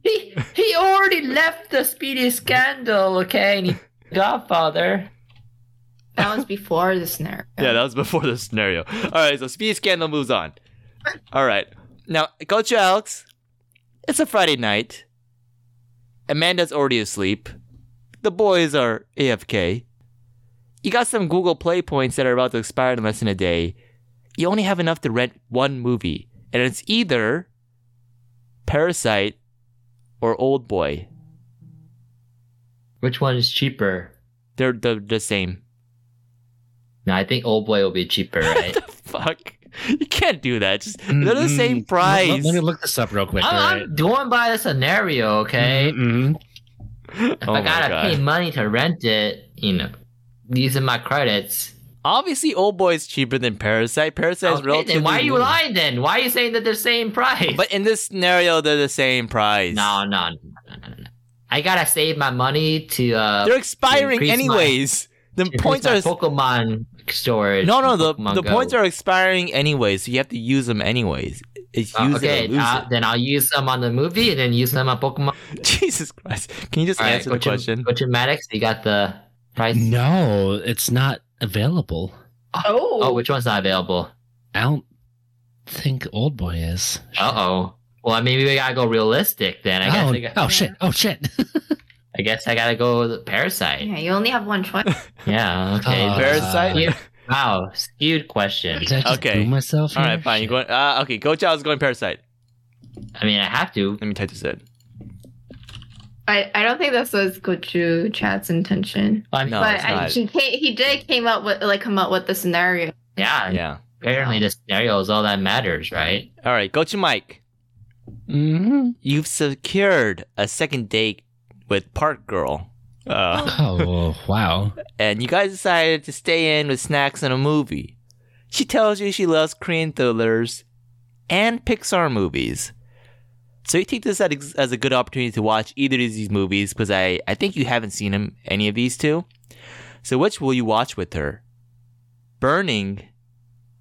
Speaker 5: He he already left the Speedy Scandal. Okay,
Speaker 4: Godfather.
Speaker 5: that was before the snare.
Speaker 2: yeah, that was before the scenario. All right, so speed scandal moves on. All right, now go to Alex. It's a Friday night. Amanda's already asleep. The boys are AFK. You got some Google Play points that are about to expire in less than a day. You only have enough to rent one movie, and it's either Parasite or Old Boy.
Speaker 4: Which one is cheaper?
Speaker 2: They're the, the same.
Speaker 4: No, I think Old Boy will be cheaper, right?
Speaker 2: Fuck. You can't do that. Just, they're the same price.
Speaker 7: Let, let me look this up real quick. all
Speaker 4: I'm,
Speaker 7: right?
Speaker 4: I'm going by the scenario, okay?
Speaker 7: Mm-mm.
Speaker 4: If
Speaker 2: Mm-hmm. Oh
Speaker 4: I
Speaker 2: my
Speaker 4: gotta
Speaker 2: God.
Speaker 4: pay money to rent it, you know, using my credits.
Speaker 2: Obviously, Old Boy's cheaper than Parasite. Parasite's
Speaker 4: Okay,
Speaker 2: relatively.
Speaker 4: then why are you
Speaker 2: new.
Speaker 4: lying then? Why are you saying that they're same price?
Speaker 2: But in this scenario, they're the same price.
Speaker 4: no, no, no, no, no, no. I gotta save my money to uh
Speaker 2: they're expiring
Speaker 4: increase my-
Speaker 2: anyways. the
Speaker 4: increase
Speaker 2: points
Speaker 4: my
Speaker 2: are
Speaker 4: Pokemon storage.
Speaker 2: no, no.
Speaker 4: in
Speaker 2: The
Speaker 4: Pokemon
Speaker 2: the
Speaker 4: Go.
Speaker 2: points are expiring anyways, so you have to use them anyways. It's
Speaker 4: Uh,
Speaker 2: use
Speaker 4: okay,
Speaker 2: it or lose
Speaker 4: uh,
Speaker 2: it.
Speaker 4: then I'll use them on the movie and then use them on Pokemon.
Speaker 2: Jesus Christ! Can you just
Speaker 4: All right,
Speaker 2: answer
Speaker 4: go
Speaker 2: the
Speaker 4: to-
Speaker 2: question?
Speaker 4: Go to Maddox. You got the price.
Speaker 7: No, it's not available.
Speaker 5: Oh,
Speaker 4: Oh, which one's not available?
Speaker 7: I don't think Old Boy is.
Speaker 4: Uh oh. Well, maybe we gotta go realistic then. I guess.
Speaker 7: oh,
Speaker 4: I, got-
Speaker 7: oh shit! Oh shit!
Speaker 4: I guess I gotta go with Parasite.
Speaker 5: Oh, yeah. You only have one choice.
Speaker 4: Yeah. Okay.
Speaker 7: Uh,
Speaker 2: Parasite.
Speaker 4: Skewed- wow. Skewed question.
Speaker 7: Did I just
Speaker 2: Okay.
Speaker 7: boo myself?
Speaker 2: All
Speaker 7: here?
Speaker 2: right, fine. You going? Uh, okay, Coach Al's going Parasite.
Speaker 4: I mean, I have to.
Speaker 2: Let me type this in.
Speaker 5: I, I don't think this was Gochu Chad's intention,
Speaker 4: I mean,
Speaker 2: No,
Speaker 5: but
Speaker 2: it's
Speaker 5: I,
Speaker 2: not.
Speaker 5: he came, he did came up with like come up with the scenario.
Speaker 4: Yeah.
Speaker 2: Yeah.
Speaker 4: Apparently, the scenario is all that matters, right?
Speaker 2: All right, go to Mike.
Speaker 7: Mhm.
Speaker 2: You've secured a second date with Park Girl. Uh,
Speaker 7: Oh wow!
Speaker 2: and you guys decided to stay in with snacks and a movie. She tells you she loves Korean thrillers and Pixar movies. So you take this as as a good opportunity to watch either of these movies because I, I think you haven't seen 'em- any of these two. So which will you watch with her? Burning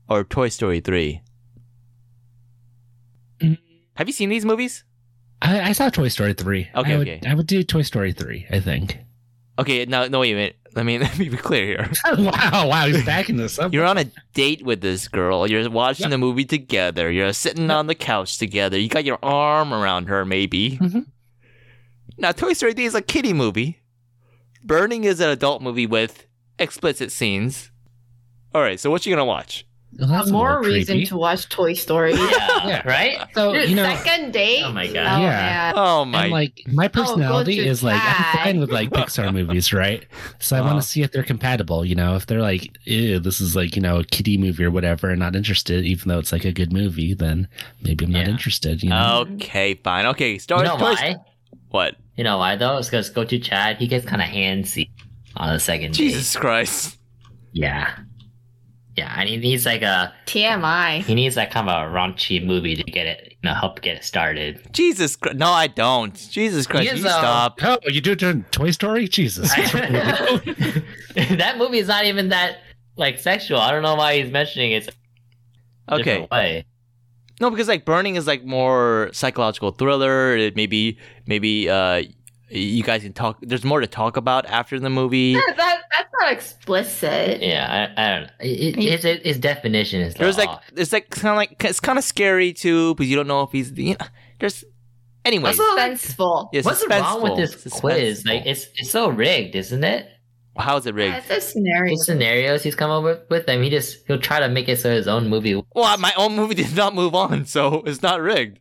Speaker 2: or Toy Story 3?
Speaker 7: Mm.
Speaker 2: Have you seen these movies?
Speaker 7: I, I saw Toy Story three.
Speaker 2: Okay,
Speaker 7: I would,
Speaker 2: okay.
Speaker 7: I would do Toy Story three. I think.
Speaker 2: Okay, no, no, wait a minute. Let me, let me be clear here.
Speaker 5: Oh.
Speaker 7: wow! Wow! He's backing this up.
Speaker 2: You're on a date with this girl. You're watching the movie together. You're sitting on the couch together. You got your arm around her, maybe.
Speaker 4: Mm-hmm.
Speaker 7: Mhm.
Speaker 2: Now, Toy Story 3 is a kiddie movie. Burning is an adult movie with
Speaker 3: explicit scenes. All right, so what you gonna watch?
Speaker 7: Well, that's a
Speaker 5: more
Speaker 7: little
Speaker 5: reason
Speaker 7: creepy.
Speaker 5: to watch Toy Story.
Speaker 4: yeah, right?
Speaker 7: So
Speaker 5: Dude,
Speaker 7: you know,
Speaker 5: second date.
Speaker 4: Oh my God.
Speaker 5: Oh,
Speaker 7: Yeah.
Speaker 5: man.
Speaker 3: Oh
Speaker 7: and,
Speaker 3: my!
Speaker 7: like my personality
Speaker 5: go to
Speaker 7: is like I'm
Speaker 5: Thai.
Speaker 7: fine with like Pixar movies, right? So I
Speaker 3: Uh-huh.
Speaker 7: want to see if they're compatible. You know, if they're like, ew, this is like you know a kiddie movie or whatever, and not interested, even though it's like a good movie, then maybe I'm not
Speaker 4: Yeah.
Speaker 7: interested. You know,
Speaker 2: Okay, fine. Okay,
Speaker 4: "Hmm." You
Speaker 2: start.
Speaker 4: know
Speaker 2: Toy-
Speaker 4: why?
Speaker 2: What?
Speaker 4: You know why though? It's because go to Chad. He gets kind of handsy on the second
Speaker 2: Jesus Christ!
Speaker 4: date. Yeah, yeah. And he needs like a
Speaker 5: TMI.
Speaker 4: he needs like kind of a raunchy movie to get it, you know, help get it started.
Speaker 2: Jesus Christ! No, I don't. Jesus Christ!
Speaker 4: is,
Speaker 2: you
Speaker 4: though.
Speaker 2: stop.
Speaker 7: oh, you do it during Toy Story? Jesus, what's wrong with you?
Speaker 4: that movie is not even that like sexual. I don't know why he's mentioning it.
Speaker 2: Okay.
Speaker 4: Way.
Speaker 2: No, because like burning is like more psychological thriller. It maybe maybe uh you guys can talk. There's more to talk about after the movie.
Speaker 5: Yeah, that, that's not explicit.
Speaker 4: Yeah, I, I don't know. It, it, his, his definition is
Speaker 2: There's like
Speaker 4: off.
Speaker 2: it's like kind of like it's kind of scary too because you don't know if he's you know, there's. Anyways,
Speaker 4: Also-
Speaker 5: Suspenseful.
Speaker 2: yeah,
Speaker 4: What's wrong with
Speaker 2: suspenseful.
Speaker 4: this quiz?
Speaker 2: Suspenseful.
Speaker 4: Like it's it's so rigged, isn't it?
Speaker 2: how is it rigged?
Speaker 5: That's a scenario.
Speaker 4: The scenarios he's come up with, with them, he just he'll try to make it so his own movie.
Speaker 2: Well, my own movie did not move on, so it's not rigged.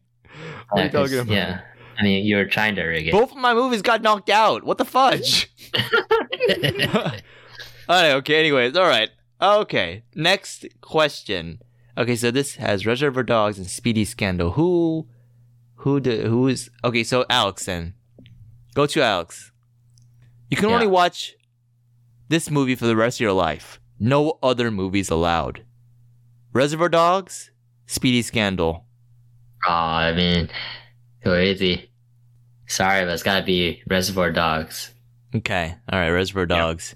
Speaker 2: What are you
Speaker 4: Yeah, 'cause-
Speaker 2: talking about?
Speaker 4: Yeah, I mean you were trying to rig it.
Speaker 2: Both of my movies got knocked out. What the fudge? all right, okay, anyways, all right. Okay, next question. Okay, so this has Reservoir Dogs and Speedy Scandal. Who, who, do, who is, okay, so Alex then. Go to Alex. You can
Speaker 4: Yeah.
Speaker 2: only watch this movie for the rest of your life. No other movies allowed. Reservoir Dogs, Speedy Scandal.
Speaker 4: Oh, I mean, who is he? Sorry, but it's gotta be Reservoir Dogs.
Speaker 2: Okay, all right, Reservoir Dogs.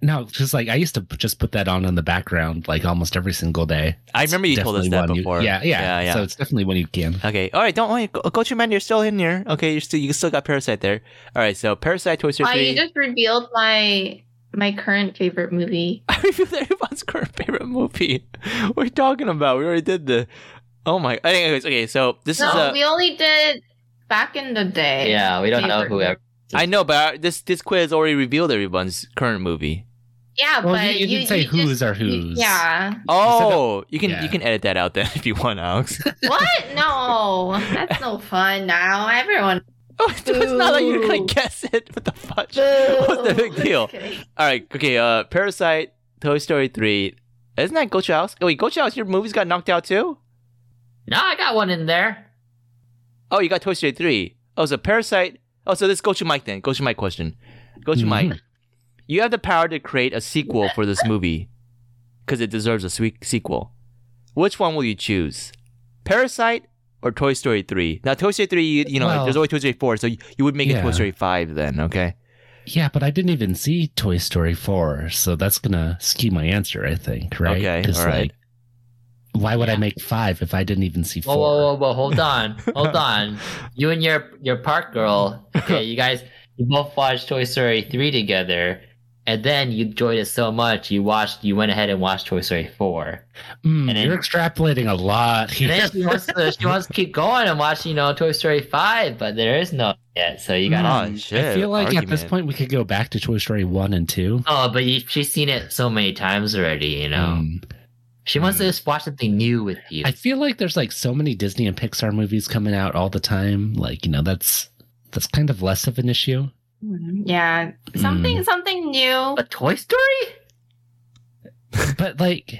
Speaker 7: No, just like I used to p- just put that on in the background, like almost every single day.
Speaker 2: I remember you told us
Speaker 7: Definitely
Speaker 2: that
Speaker 7: one you-
Speaker 2: before.
Speaker 7: yeah, yeah, So it's definitely when you can.
Speaker 2: Okay. All right. Don't worry. Go, go to man. You're still in here. Okay. You're still. You still got Parasite there. All right. So Parasite, Toy Story
Speaker 5: Wow, you
Speaker 2: three.
Speaker 5: just revealed my my current favorite movie.
Speaker 2: I reviewed everyone's current favorite movie. What are you talking about? We already did the. Oh my. Anyways. Okay. So this is
Speaker 5: No,
Speaker 2: a.
Speaker 5: we only did back in the day.
Speaker 4: Yeah, we don't know
Speaker 5: Favorite.
Speaker 4: whoever.
Speaker 2: I know, but I- this this quiz already revealed everyone's current movie.
Speaker 5: Yeah,
Speaker 7: Well,
Speaker 5: but
Speaker 7: you, you didn't say who's
Speaker 5: just-
Speaker 7: are
Speaker 5: you-
Speaker 7: who's.
Speaker 5: Yeah.
Speaker 2: Oh, you can you
Speaker 7: Yeah.
Speaker 2: can edit that out then if you want, Alex.
Speaker 5: What? No, that's no fun. Now everyone.
Speaker 2: Oh, it's not like you're gonna
Speaker 5: Boo.
Speaker 2: guess it. What the fudge? What's the big deal?
Speaker 5: Okay.
Speaker 2: All right. Okay. Uh, Parasite, Toy Story three. Isn't that Gocho House? Oh wait, Gocho House. Your movies got knocked out too.
Speaker 4: No, I got one in there.
Speaker 2: Oh, you got Toy Story 3. Oh, so Parasite. Oh, so let's go to Mike then. Go to Mike question. Go to
Speaker 7: Mm-hmm.
Speaker 2: Mike. You have the power to create a sequel for this movie because it deserves a swe- sequel. Which one will you choose? Parasite or Toy Story 3? Now, Toy Story 3, you, you know,
Speaker 7: Well-
Speaker 2: there's always Toy Story 4, so you, you would make it
Speaker 7: Yeah.
Speaker 2: Toy Story 5 then, okay?
Speaker 7: Yeah, but I didn't even see Toy Story 4, so that's going to skew my answer, I think, right?
Speaker 2: Okay,
Speaker 7: 'Cause,
Speaker 2: all right.
Speaker 7: like, why would I make 5 if I didn't even see 4?
Speaker 4: Whoa, whoa, whoa, whoa! Hold on, hold on. You and your your park girl. Okay, you guys, you both watched Toy Story three together, and then you enjoyed it so much you watched, you went ahead and watched Toy Story four.
Speaker 7: Mm,
Speaker 4: And then-
Speaker 7: you're extrapolating a lot
Speaker 4: And
Speaker 7: here.
Speaker 4: then she wants to she wants to keep going and watch, you know, Toy Story five, but there is no yet, so you
Speaker 7: Mm.
Speaker 4: gotta.
Speaker 2: Oh, shit.
Speaker 7: Hmm. I feel like at this
Speaker 2: argument.
Speaker 7: point we could go back to Toy Story 1 and 2.
Speaker 4: Oh, but you, she's seen it so many times already, you know.
Speaker 7: Um,
Speaker 4: she wants to just watch something new with you.
Speaker 7: I feel like there's like so many Disney and Pixar movies coming out all the time. Like, you know, that's that's kind of less of an issue.
Speaker 5: Yeah, something
Speaker 7: Hmm.
Speaker 5: something new.
Speaker 4: Oh, a Toy Story?
Speaker 7: but like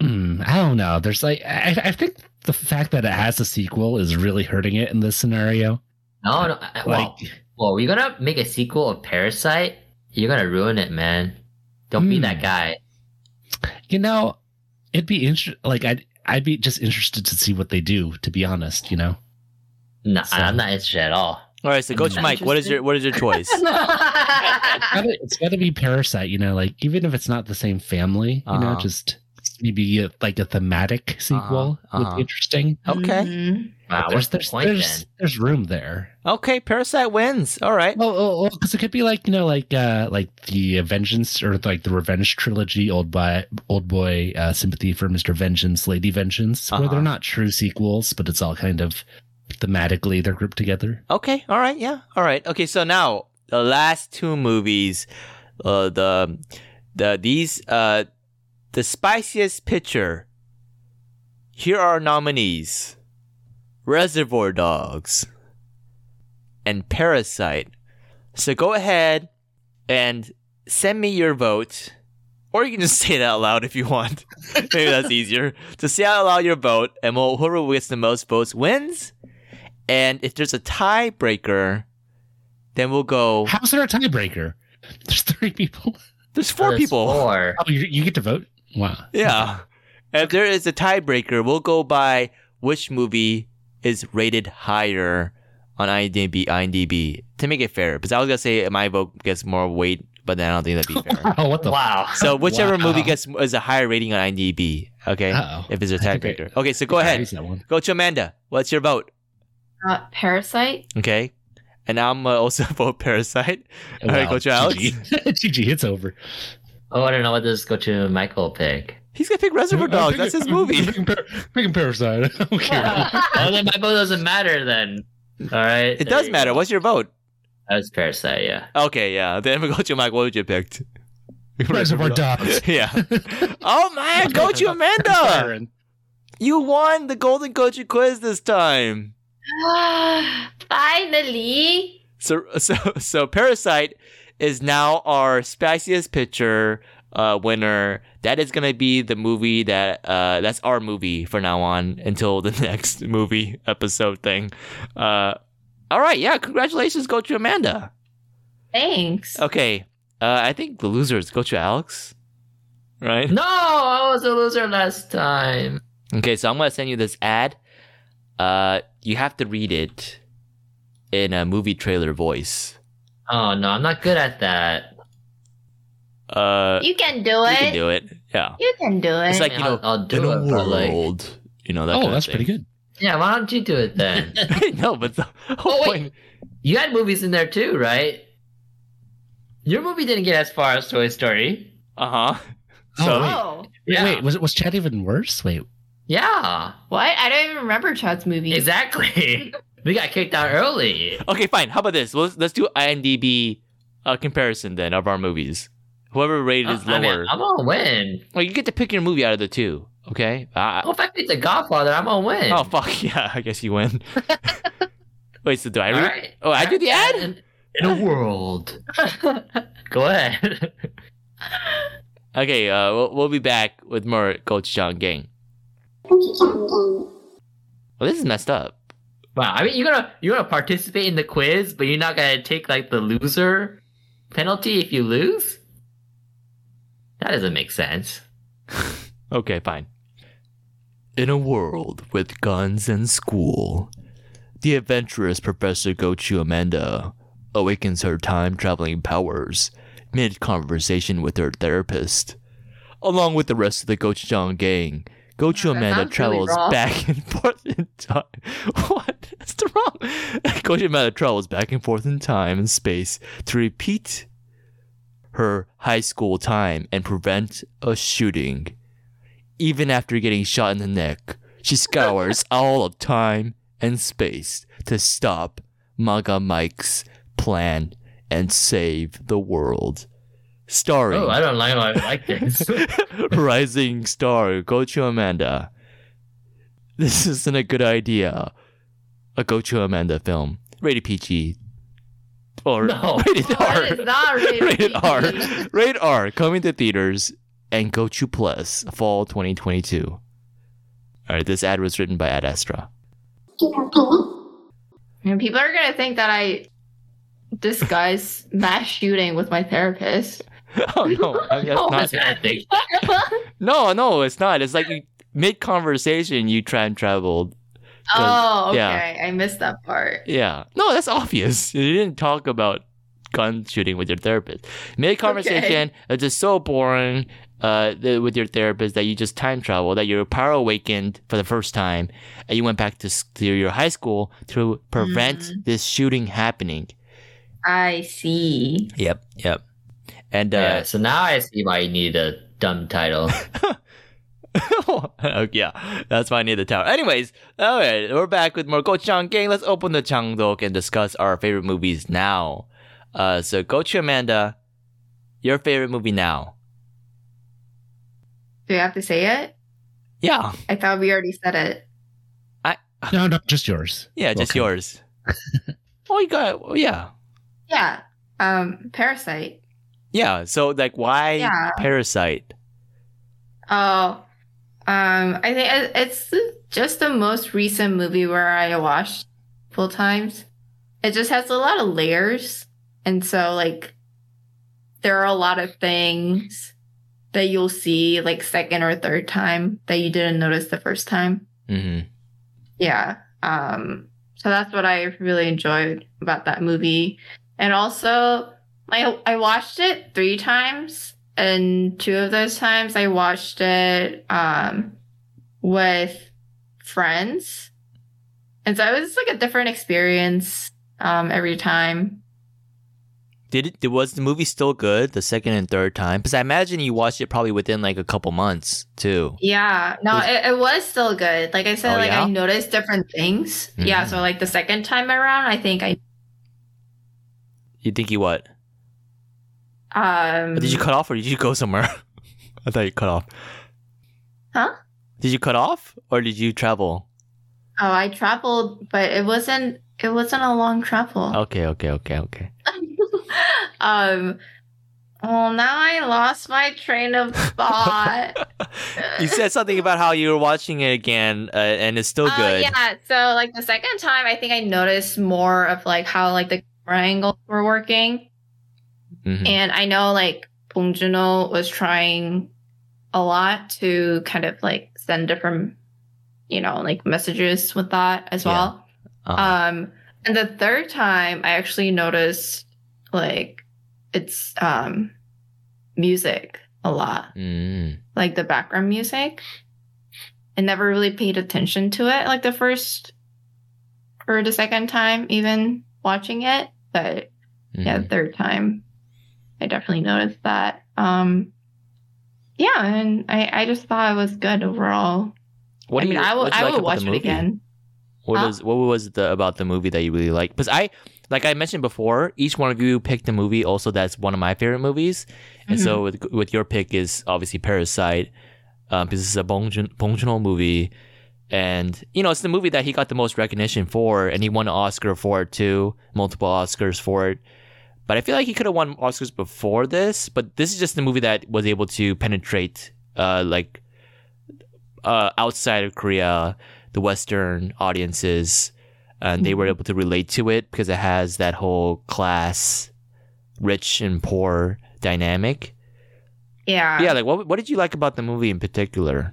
Speaker 7: mm, i don't know there's like I, I think the fact that it has a sequel is really hurting it in this scenario
Speaker 4: No, no. I-
Speaker 7: like
Speaker 4: well, well, you're gonna make a sequel of Parasite. You're gonna ruin it, man. Don't be
Speaker 7: Hmm.
Speaker 4: that guy.
Speaker 7: you know it'd be interesting like i'd i'd be just interested to see what they do to be honest you know
Speaker 4: No,
Speaker 7: So-
Speaker 4: I'm not interested at all.
Speaker 2: All right, so go to
Speaker 5: Mm.
Speaker 2: Mike. What is your what is your choice?
Speaker 7: Gotta- it's got to be parasite you know like even if it's not the same family you know
Speaker 2: Uh-huh.
Speaker 7: just maybe a, like a thematic sequel
Speaker 2: Uh-huh,
Speaker 7: would
Speaker 2: uh-huh.
Speaker 7: be interesting
Speaker 2: okay.
Speaker 5: Mhm.
Speaker 4: Wow, what's
Speaker 7: But there's
Speaker 4: the
Speaker 7: there's
Speaker 4: point
Speaker 7: there's,
Speaker 4: then?
Speaker 7: there's room there
Speaker 2: Okay, Parasite wins. All right.
Speaker 7: Well, because well, Oh, 'cause it could be like you know, like uh, like the Vengeance or like the Revenge trilogy, Old Boy, Old Boy, uh, Sympathy for Mister Vengeance, Lady Vengeance, where
Speaker 2: Uh-huh.
Speaker 7: they're not true sequels, but it's all kind of thematically they're grouped together.
Speaker 2: Okay. All right. Yeah. All right. Okay. So now the last two movies, uh, the the these uh the spiciest picture. Here are nominees: Reservoir Dogs and Parasite. So go ahead and send me your vote, or you can just say it out loud if you want. Maybe that's easier. Just say out loud your vote, and we'll, whoever gets the most votes wins. And if there's a tiebreaker, then we'll go.
Speaker 7: How's there a tiebreaker? There's three people.
Speaker 2: There's four
Speaker 4: There's
Speaker 2: people.
Speaker 4: Four.
Speaker 7: Oh, you, you get to vote. Wow.
Speaker 2: Yeah. If there is a tiebreaker, we'll go by which movie is rated higher on IMDb, IMDb to make it fair. Because I was going to say my vote gets more weight, but then I don't think that'd be fair.
Speaker 7: Oh, what the?
Speaker 4: Wow.
Speaker 2: so whichever
Speaker 7: Wow.
Speaker 2: movie gets is a higher rating on IMDb, okay?
Speaker 7: Uh-oh.
Speaker 2: If it's a
Speaker 7: I think
Speaker 2: tiebreaker.
Speaker 7: I-
Speaker 2: Okay, so go
Speaker 7: I
Speaker 2: ahead.
Speaker 7: raised That one.
Speaker 2: Go to Amanda. What's your vote?
Speaker 5: Uh, Parasite.
Speaker 2: Okay. And I'm uh, also vote Parasite. All right, go
Speaker 7: Wow.
Speaker 2: to Alex.
Speaker 7: GG. GG, it's over.
Speaker 4: Oh, I don't know what this go to Michael pick.
Speaker 2: He's going to pick Reservoir Dogs. That's his movie.
Speaker 7: Big, big parasite. I don't care.
Speaker 4: oh, then my vote doesn't matter then. All right.
Speaker 2: It does matter. What's your vote?
Speaker 4: That was Parasite, yeah.
Speaker 2: Okay, yeah. Then we go to Mike. What would you pick?
Speaker 7: Reservoir Dogs.
Speaker 2: yeah. Oh man, Gochu Amanda,
Speaker 7: Siren.
Speaker 2: you won the Golden Gochu quiz this time.
Speaker 5: Finally.
Speaker 2: So so so Parasite is now our spiciest picture uh, winner. That is gonna be the movie that uh, that's our movie for now on until the next movie episode thing. Uh, all right, yeah, congratulations, Gochu Amanda.
Speaker 5: Thanks.
Speaker 2: Okay, uh, I think the loser is Gochu Alex, right?
Speaker 4: No, I was a loser last time.
Speaker 2: Okay, so I'm gonna send you this ad. Uh, you have to read it in a movie trailer voice.
Speaker 4: Oh no, I'm not good at that.
Speaker 2: Uh,
Speaker 5: You can do
Speaker 2: you
Speaker 5: it.
Speaker 2: can do it. Yeah,
Speaker 5: You can do it.
Speaker 2: it's like you
Speaker 4: I'll,
Speaker 2: know,
Speaker 4: I'll do
Speaker 2: in
Speaker 4: it,
Speaker 2: a
Speaker 4: but like,
Speaker 2: world, you know that.
Speaker 7: Oh,
Speaker 2: kind
Speaker 7: that's
Speaker 2: of
Speaker 7: pretty good.
Speaker 4: yeah, why don't you do it then?
Speaker 2: good. no, but the whole
Speaker 4: Oh, wait.
Speaker 2: point.
Speaker 4: you had movies in there too, right? Your movie didn't get as far as Toy Story.
Speaker 2: Uh huh.
Speaker 7: oh, wait.
Speaker 5: oh,
Speaker 7: Wait,
Speaker 4: Yeah.
Speaker 7: wait, was was Chad even worse? Wait,
Speaker 4: Yeah,
Speaker 5: what? I don't even remember Chad's movie.
Speaker 4: exactly. we got kicked out early.
Speaker 2: Okay, fine. How about this? Let's let's do IMDb uh, comparison then of our movies. Whoever rated is
Speaker 4: Uh, I
Speaker 2: lower.
Speaker 4: am gonna win.
Speaker 2: well, you get to pick your movie out of the two. Okay. Uh,
Speaker 4: Oh, if I beat The Godfather, I'm gonna win.
Speaker 2: oh fuck yeah! I guess you win. wait, so do I
Speaker 4: All
Speaker 2: read?
Speaker 4: right.
Speaker 2: Oh, I do the ad.
Speaker 4: In, in a world. Go ahead.
Speaker 2: Okay, uh, we'll, we'll be back with more Gochujang Gang. Well, this is messed up.
Speaker 4: Wow, I mean, you're gonna you're gonna participate in the quiz, but you're not gonna take like the loser penalty if you lose. That doesn't make sense.
Speaker 2: Okay, fine. In a world with guns and school, the adventurous Professor Gochu Amanda awakens her time traveling powers mid conversation with her therapist. Along with the rest of the Gochujang gang, Gochu
Speaker 5: that
Speaker 2: Amanda
Speaker 5: sounds really
Speaker 2: travels
Speaker 5: wrong.
Speaker 2: back and forth in time. What? That's the wrong. Gochu Amanda travels back and forth in time and space to repeat her high school time and prevent a shooting even after getting shot in the neck, she scours all of time and space to stop MAGA Mike's plan and save the world. Starring
Speaker 4: Oh, I don't like I like this.
Speaker 2: rising star Gochu Amanda. This isn't a good idea. A Gochu Amanda film. Rated PG. Or
Speaker 4: No.
Speaker 2: rated
Speaker 5: Oh,
Speaker 2: R.
Speaker 5: it is not rated PG.
Speaker 2: R. rated R. Coming to theaters and Gochu Plus fall 2022. All right, this ad was written by Ad Astra.
Speaker 5: And people are gonna think that I disguise mass shooting with my therapist.
Speaker 2: oh no, I mean, that's
Speaker 4: no,
Speaker 2: not.
Speaker 4: that's not thing.
Speaker 2: No, no, it's not. It's like you, mid conversation, you try and travel
Speaker 5: oh, okay.
Speaker 2: yeah.
Speaker 5: I missed that part.
Speaker 2: Yeah. No, that's obvious. You didn't talk about gun shooting with your therapist. Mid conversation, it's just so boring uh, th- with your therapist that you just time travel, that you're power awakened for the first time, and you went back to, s- to your high school to prevent
Speaker 5: Mhm.
Speaker 2: this shooting happening.
Speaker 5: I see.
Speaker 2: Yep. Yep. And
Speaker 4: Yeah,
Speaker 2: uh,
Speaker 4: so now I see why you need a dumb title.
Speaker 2: Uh-huh. Okay, yeah, that's why I need the tower. Anyways, all right, we're back with more Gochujang Gang. Let's open the Changdok and discuss our favorite movies now. Uh, so Gochu Amanda, your favorite movie now?
Speaker 5: Do we have to say it?
Speaker 2: Yeah.
Speaker 5: I thought we already said it.
Speaker 7: No, no, just yours.
Speaker 2: Yeah, just
Speaker 7: Okay.
Speaker 2: yours. oh, you got oh, yeah.
Speaker 5: Yeah. Um, Parasite.
Speaker 2: Yeah, so like why
Speaker 5: Yeah.
Speaker 2: Parasite?
Speaker 5: Oh, um, I think it- it's just the most recent movie where I watched full times. It just has a lot of layers, and so like there are a lot of things that you'll see like second or third time that you didn't notice the first time.
Speaker 2: Mhm.
Speaker 5: Yeah. Um, so that's what I really enjoyed about that movie. And also, I, I watched it three times, and two of those times I watched it um, with friends. And so it was like a different experience um, every time.
Speaker 2: Did it did, was the movie still good the second and third time? Because I imagine you watched it probably within like a couple months too.
Speaker 5: Yeah, no,
Speaker 2: Was-
Speaker 5: it, it was still good. Like I said,
Speaker 2: Oh,
Speaker 5: like
Speaker 2: yeah?
Speaker 5: I noticed different things.
Speaker 2: Mm.
Speaker 5: Yeah, so like the second time around, I think I
Speaker 2: You think you what?
Speaker 5: um
Speaker 2: Uh, Did
Speaker 5: Mm.
Speaker 2: you cut off or did you go somewhere? I thought you cut off.
Speaker 5: Huh?
Speaker 2: Did you cut off or did you travel?
Speaker 5: Oh, I traveled, but it wasn't it wasn't a long travel.
Speaker 2: Okay, okay, okay, okay.
Speaker 5: um well now I lost my train of thought.
Speaker 2: you said something about how you were watching it again uh, and it's still
Speaker 5: Oh,
Speaker 2: good.
Speaker 5: yeah. So like the second time I think I noticed more of like how like the camera angles were working.
Speaker 2: Mhm.
Speaker 5: And I know like Bong Joon-ho was trying a lot to kind of like send different you know, like messages with that as
Speaker 2: Yeah.
Speaker 5: well.
Speaker 4: Uh,
Speaker 2: Uh-huh.
Speaker 5: Um, and the third time, I actually noticed like it's um music a lot,
Speaker 2: Mm.
Speaker 5: like the background music. I never really paid attention to it, like the first or the second time, even watching it. But yeah,
Speaker 2: Mm-hmm.
Speaker 5: the third time, I definitely noticed that. Um, yeah, and I, I just thought it was good overall.
Speaker 2: What
Speaker 5: I
Speaker 2: do
Speaker 5: mean,
Speaker 2: you,
Speaker 5: I would
Speaker 2: what do you
Speaker 5: I
Speaker 2: like
Speaker 5: would
Speaker 2: about
Speaker 5: watch
Speaker 2: the
Speaker 5: it
Speaker 2: movie?
Speaker 5: again.
Speaker 2: What
Speaker 5: Huh?
Speaker 2: was what was the about the movie that you really liked? Because I, like I mentioned before, each one of you picked a movie. Also, that's one of my favorite movies. And so with with your pick is obviously Parasite, um, because it's a Bong Joon Bong Joon-ho movie, and you know it's the movie that he got the most recognition for, and he won an Oscar for it too, multiple Oscars for it. But I feel like he could have won Oscars before this. But this is just the movie that was able to penetrate, uh, like, uh, outside of Korea, the Western audiences, and
Speaker 5: Mm-hmm.
Speaker 2: they were able to relate to it because it has that whole class, rich and poor dynamic.
Speaker 5: Yeah.
Speaker 2: Yeah, like what what did you like about the movie in particular?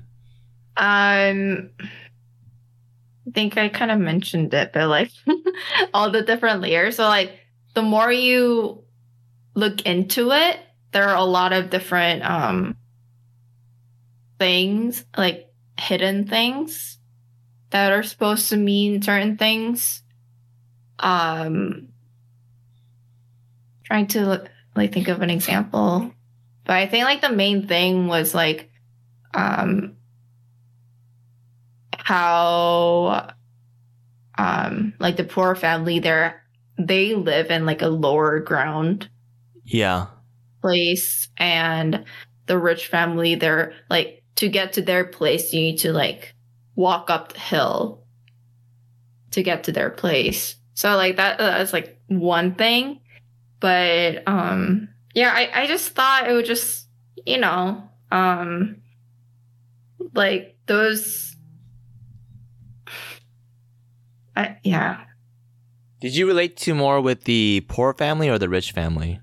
Speaker 5: Um, I think I kind of mentioned it, but like all the different layers. So like the more you look into it, there are a lot of different um things, like hidden things that are supposed to mean certain things. Um, trying to like think of an example, but I think like the main thing was like um how um like the poor family there they live in like a lower ground
Speaker 2: Yeah.
Speaker 5: place and the rich family they're like to get to their place you need to like walk up the hill to get to their place so like that uh, that's like one thing but um yeah i i just thought it would just you know um like those I, yeah
Speaker 2: Did you relate to more with the poor family or the rich family?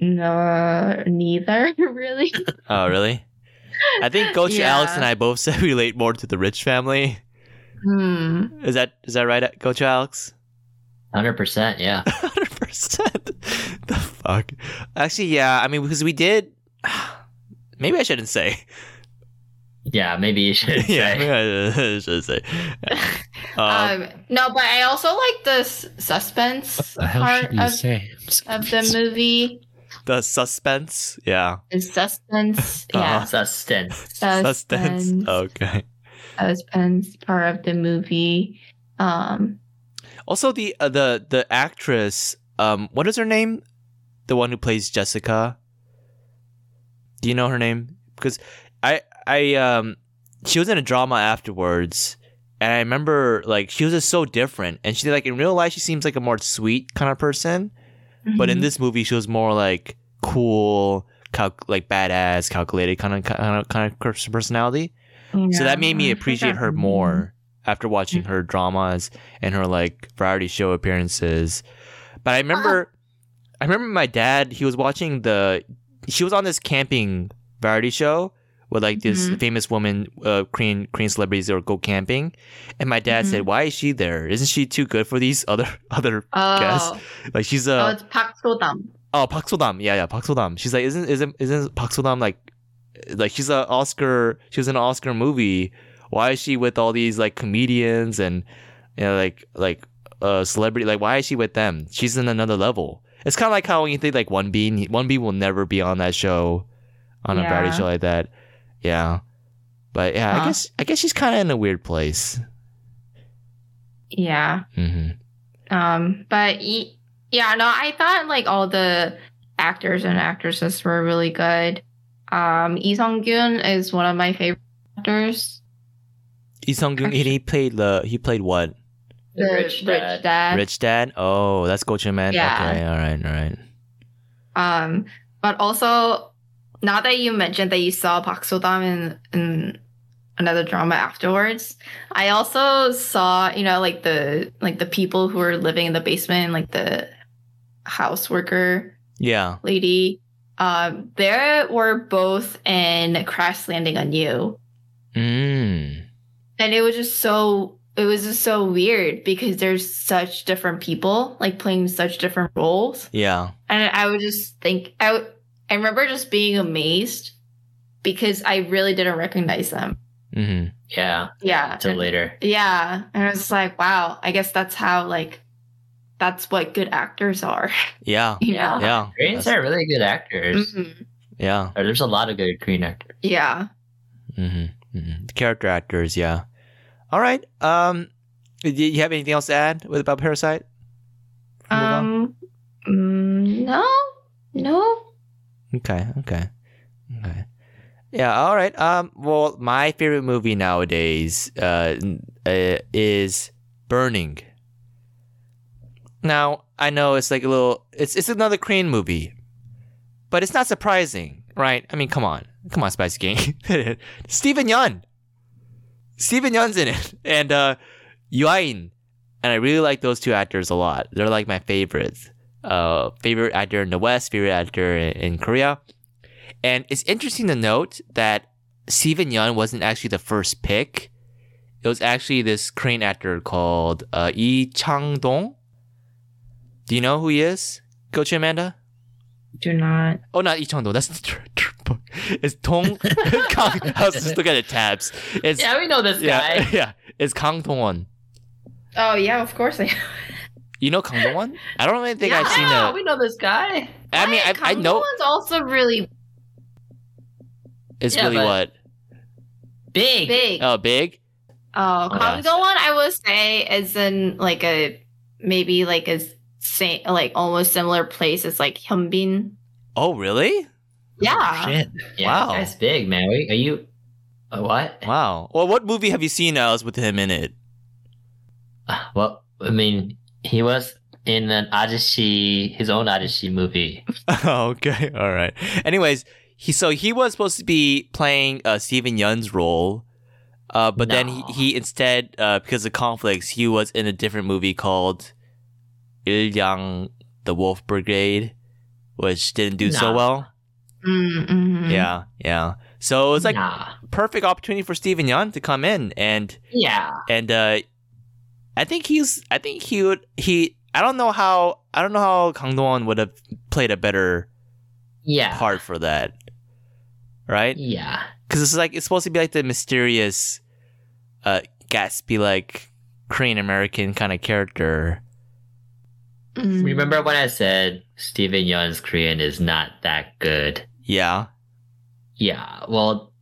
Speaker 5: no neither really
Speaker 2: Oh, really? I think Coach
Speaker 5: Yeah.
Speaker 2: Alex and I both said we relate more to the rich family.
Speaker 5: hmm
Speaker 2: Is that is that right, Coach Alex?
Speaker 4: 100%, yeah.
Speaker 2: Hundred percent. The fuck. Actually, yeah. I mean, because we did. Maybe I shouldn't say.
Speaker 4: Yeah, maybe you should.
Speaker 2: yeah,
Speaker 4: say.
Speaker 2: maybe I shouldn't say. Um,
Speaker 5: Um, no, but I also like the s- suspense
Speaker 7: The hell
Speaker 5: part
Speaker 7: should you
Speaker 5: of,
Speaker 7: say?
Speaker 5: of the movie.
Speaker 2: the suspense. Yeah.
Speaker 5: The suspense,
Speaker 2: Uh-huh.
Speaker 5: yeah,
Speaker 4: Sustenance.
Speaker 5: suspense,
Speaker 2: Okay.
Speaker 5: suspense part of the movie. Um,
Speaker 2: Also, the uh, the the actress, um, what is her name? The one who plays Jessica. Do you know her name? Because I I um she was in a drama afterwards, and I remember like she was just so different. And she like in real life she seems like a more sweet kind of person, but
Speaker 5: mhm, Mm-hmm.
Speaker 2: in this movie she was more like cool, cal- like badass, calculated kind of kind of kind of personality. So that made me appreciate her
Speaker 5: Mm-hmm.
Speaker 2: more after watching her dramas and her like variety show appearances. But I remember,
Speaker 5: Uh-uh.
Speaker 2: I remember my dad. He was watching the. She was on this camping variety show with like this
Speaker 5: Mhm.
Speaker 2: famous woman, uh, Korean Korean celebrities that would go camping, and my dad
Speaker 5: Mm-hmm.
Speaker 2: said, "Why is she there? Isn't she too good for these other other
Speaker 5: Oh,
Speaker 2: guests? Like she's a
Speaker 5: oh, it's Park So-dam.
Speaker 2: Oh, Park Sodam. Yeah, yeah, Park Sodam. She's like, isn't isn't isn't Park Sodam like, like she's a Oscar. She was in an Oscar movie. Why is she with all these like comedians and you know like like uh celebrity? Like why is she with them? She's in another level. It's kind of like how when you think like One B, One B will never be on that show, on a variety
Speaker 5: Yeah.
Speaker 2: show like that. Yeah, but yeah, I
Speaker 5: Huh.
Speaker 2: guess I guess she's kind of in a weird place.
Speaker 5: Yeah.
Speaker 2: hmm
Speaker 5: Um, but y- yeah, no, I thought like all the actors and actresses were really good. Um, Lee Sung Kyun is one of my favorite actors.
Speaker 2: Lee Sung Gun, he played the he played what?
Speaker 4: The rich dad.
Speaker 2: Rich Dad. Oh, that's Go Chun Man.
Speaker 5: Yeah.
Speaker 2: Okay, all right, all right.
Speaker 5: Um, but also, now that you mentioned that you saw Park So Dam in, in another drama afterwards, I also saw you know like the like the people who were living in the basement, like the house worker
Speaker 2: Yeah.
Speaker 5: lady. Um, they were both in Crash Landing on You,
Speaker 2: Mm.
Speaker 5: and it was just so it was just so weird because there's such different people like playing such different roles.
Speaker 2: Yeah.
Speaker 5: And I would just think I would- I remember just being amazed because I really didn't recognize them.
Speaker 2: hmm
Speaker 4: Yeah,
Speaker 5: Yeah.
Speaker 4: till later.
Speaker 5: Yeah. And I was just like, wow, I guess that's how like that's what good actors are.
Speaker 2: Yeah.
Speaker 5: You
Speaker 4: Yeah.
Speaker 5: know?
Speaker 2: Yeah. That's-
Speaker 4: Koreans
Speaker 2: Mm-hmm.
Speaker 4: are really good actors.
Speaker 5: Mhm.
Speaker 2: Yeah.
Speaker 4: Or There's a lot of good Korean actors.
Speaker 5: Yeah.
Speaker 2: hmm hmm Character actors. Yeah. All right. Um, do you have anything else to add with about Parasite? Move on?
Speaker 5: Um mm, no. No.
Speaker 2: Okay. Okay. Okay. Yeah. All right. Um. Well, my favorite movie nowadays, uh, n- uh, is Burning. Now I know it's like a little. It's it's another Korean movie, but it's not surprising, right? I mean, come on, come on, Spice Gang. Stephen Yun. Stephen Yun's in it, and uh, Yuain, and I really like those two actors a lot. They're like my favorites uh, favorite actor in the West, favorite actor in, in Korea. And it's interesting to note that Steven Yeun wasn't actually the first pick. It was actually this Korean actor called uh, Lee Chang Dong. Do you know who he is, Coach Amanda?
Speaker 5: Do not.
Speaker 2: Oh, not Lee Chang Dong. That's the tr- tr- book. It's Tong Kang. I was just looking at the tabs. It's
Speaker 4: Yeah, we know this
Speaker 2: yeah,
Speaker 4: guy.
Speaker 2: yeah. It's Kang Dong Won.
Speaker 5: Oh yeah, of course I
Speaker 2: You know Kang Dong Won? I don't really think I've seen
Speaker 4: yeah,
Speaker 2: that.
Speaker 4: we know this guy.
Speaker 2: I mean, I, I know
Speaker 5: one's also really
Speaker 2: it's
Speaker 4: Yeah,
Speaker 2: really
Speaker 4: but-
Speaker 2: what.
Speaker 4: Big.
Speaker 5: big.
Speaker 2: Oh, big.
Speaker 5: Oh,
Speaker 2: Yeah.
Speaker 5: Kamgo one I would say is in like a maybe like a same like almost similar place as like Hyunbin.
Speaker 2: Oh, really?
Speaker 5: Yeah.
Speaker 7: Shit.
Speaker 4: Yeah,
Speaker 2: Wow.
Speaker 4: this guy's big, man. We- Are you? Uh, what?
Speaker 2: Wow. Well, what movie have you seen else with him in it?
Speaker 4: Uh, Well, I mean, he was in an Ajishi, his own Ajishi movie.
Speaker 2: Oh, okay. All right. Anyways, he so he was supposed to be playing uh, Stephen Yun's role, uh, but then he,
Speaker 4: No.
Speaker 2: he instead, uh, because of conflicts, he was in a different movie called Il Yang, The Wolf Brigade, which didn't do so
Speaker 4: No.
Speaker 2: well.
Speaker 5: Mm-hmm.
Speaker 2: Yeah, yeah. So it was like
Speaker 4: Nah.
Speaker 2: perfect opportunity for Stephen Yun to come in and
Speaker 4: yeah,
Speaker 2: and uh, I think he's I think he would he I don't know how I don't know how Kang Dong would have played a better
Speaker 4: yeah,
Speaker 2: part for that, right?
Speaker 4: yeah.
Speaker 2: Because it's like it's supposed to be like the mysterious, uh, Gatsby like Korean American kind of character.
Speaker 5: Mm-hmm.
Speaker 4: Remember when I said Steven Yeun's Korean is not that good?
Speaker 2: Yeah,
Speaker 4: Yeah. Well,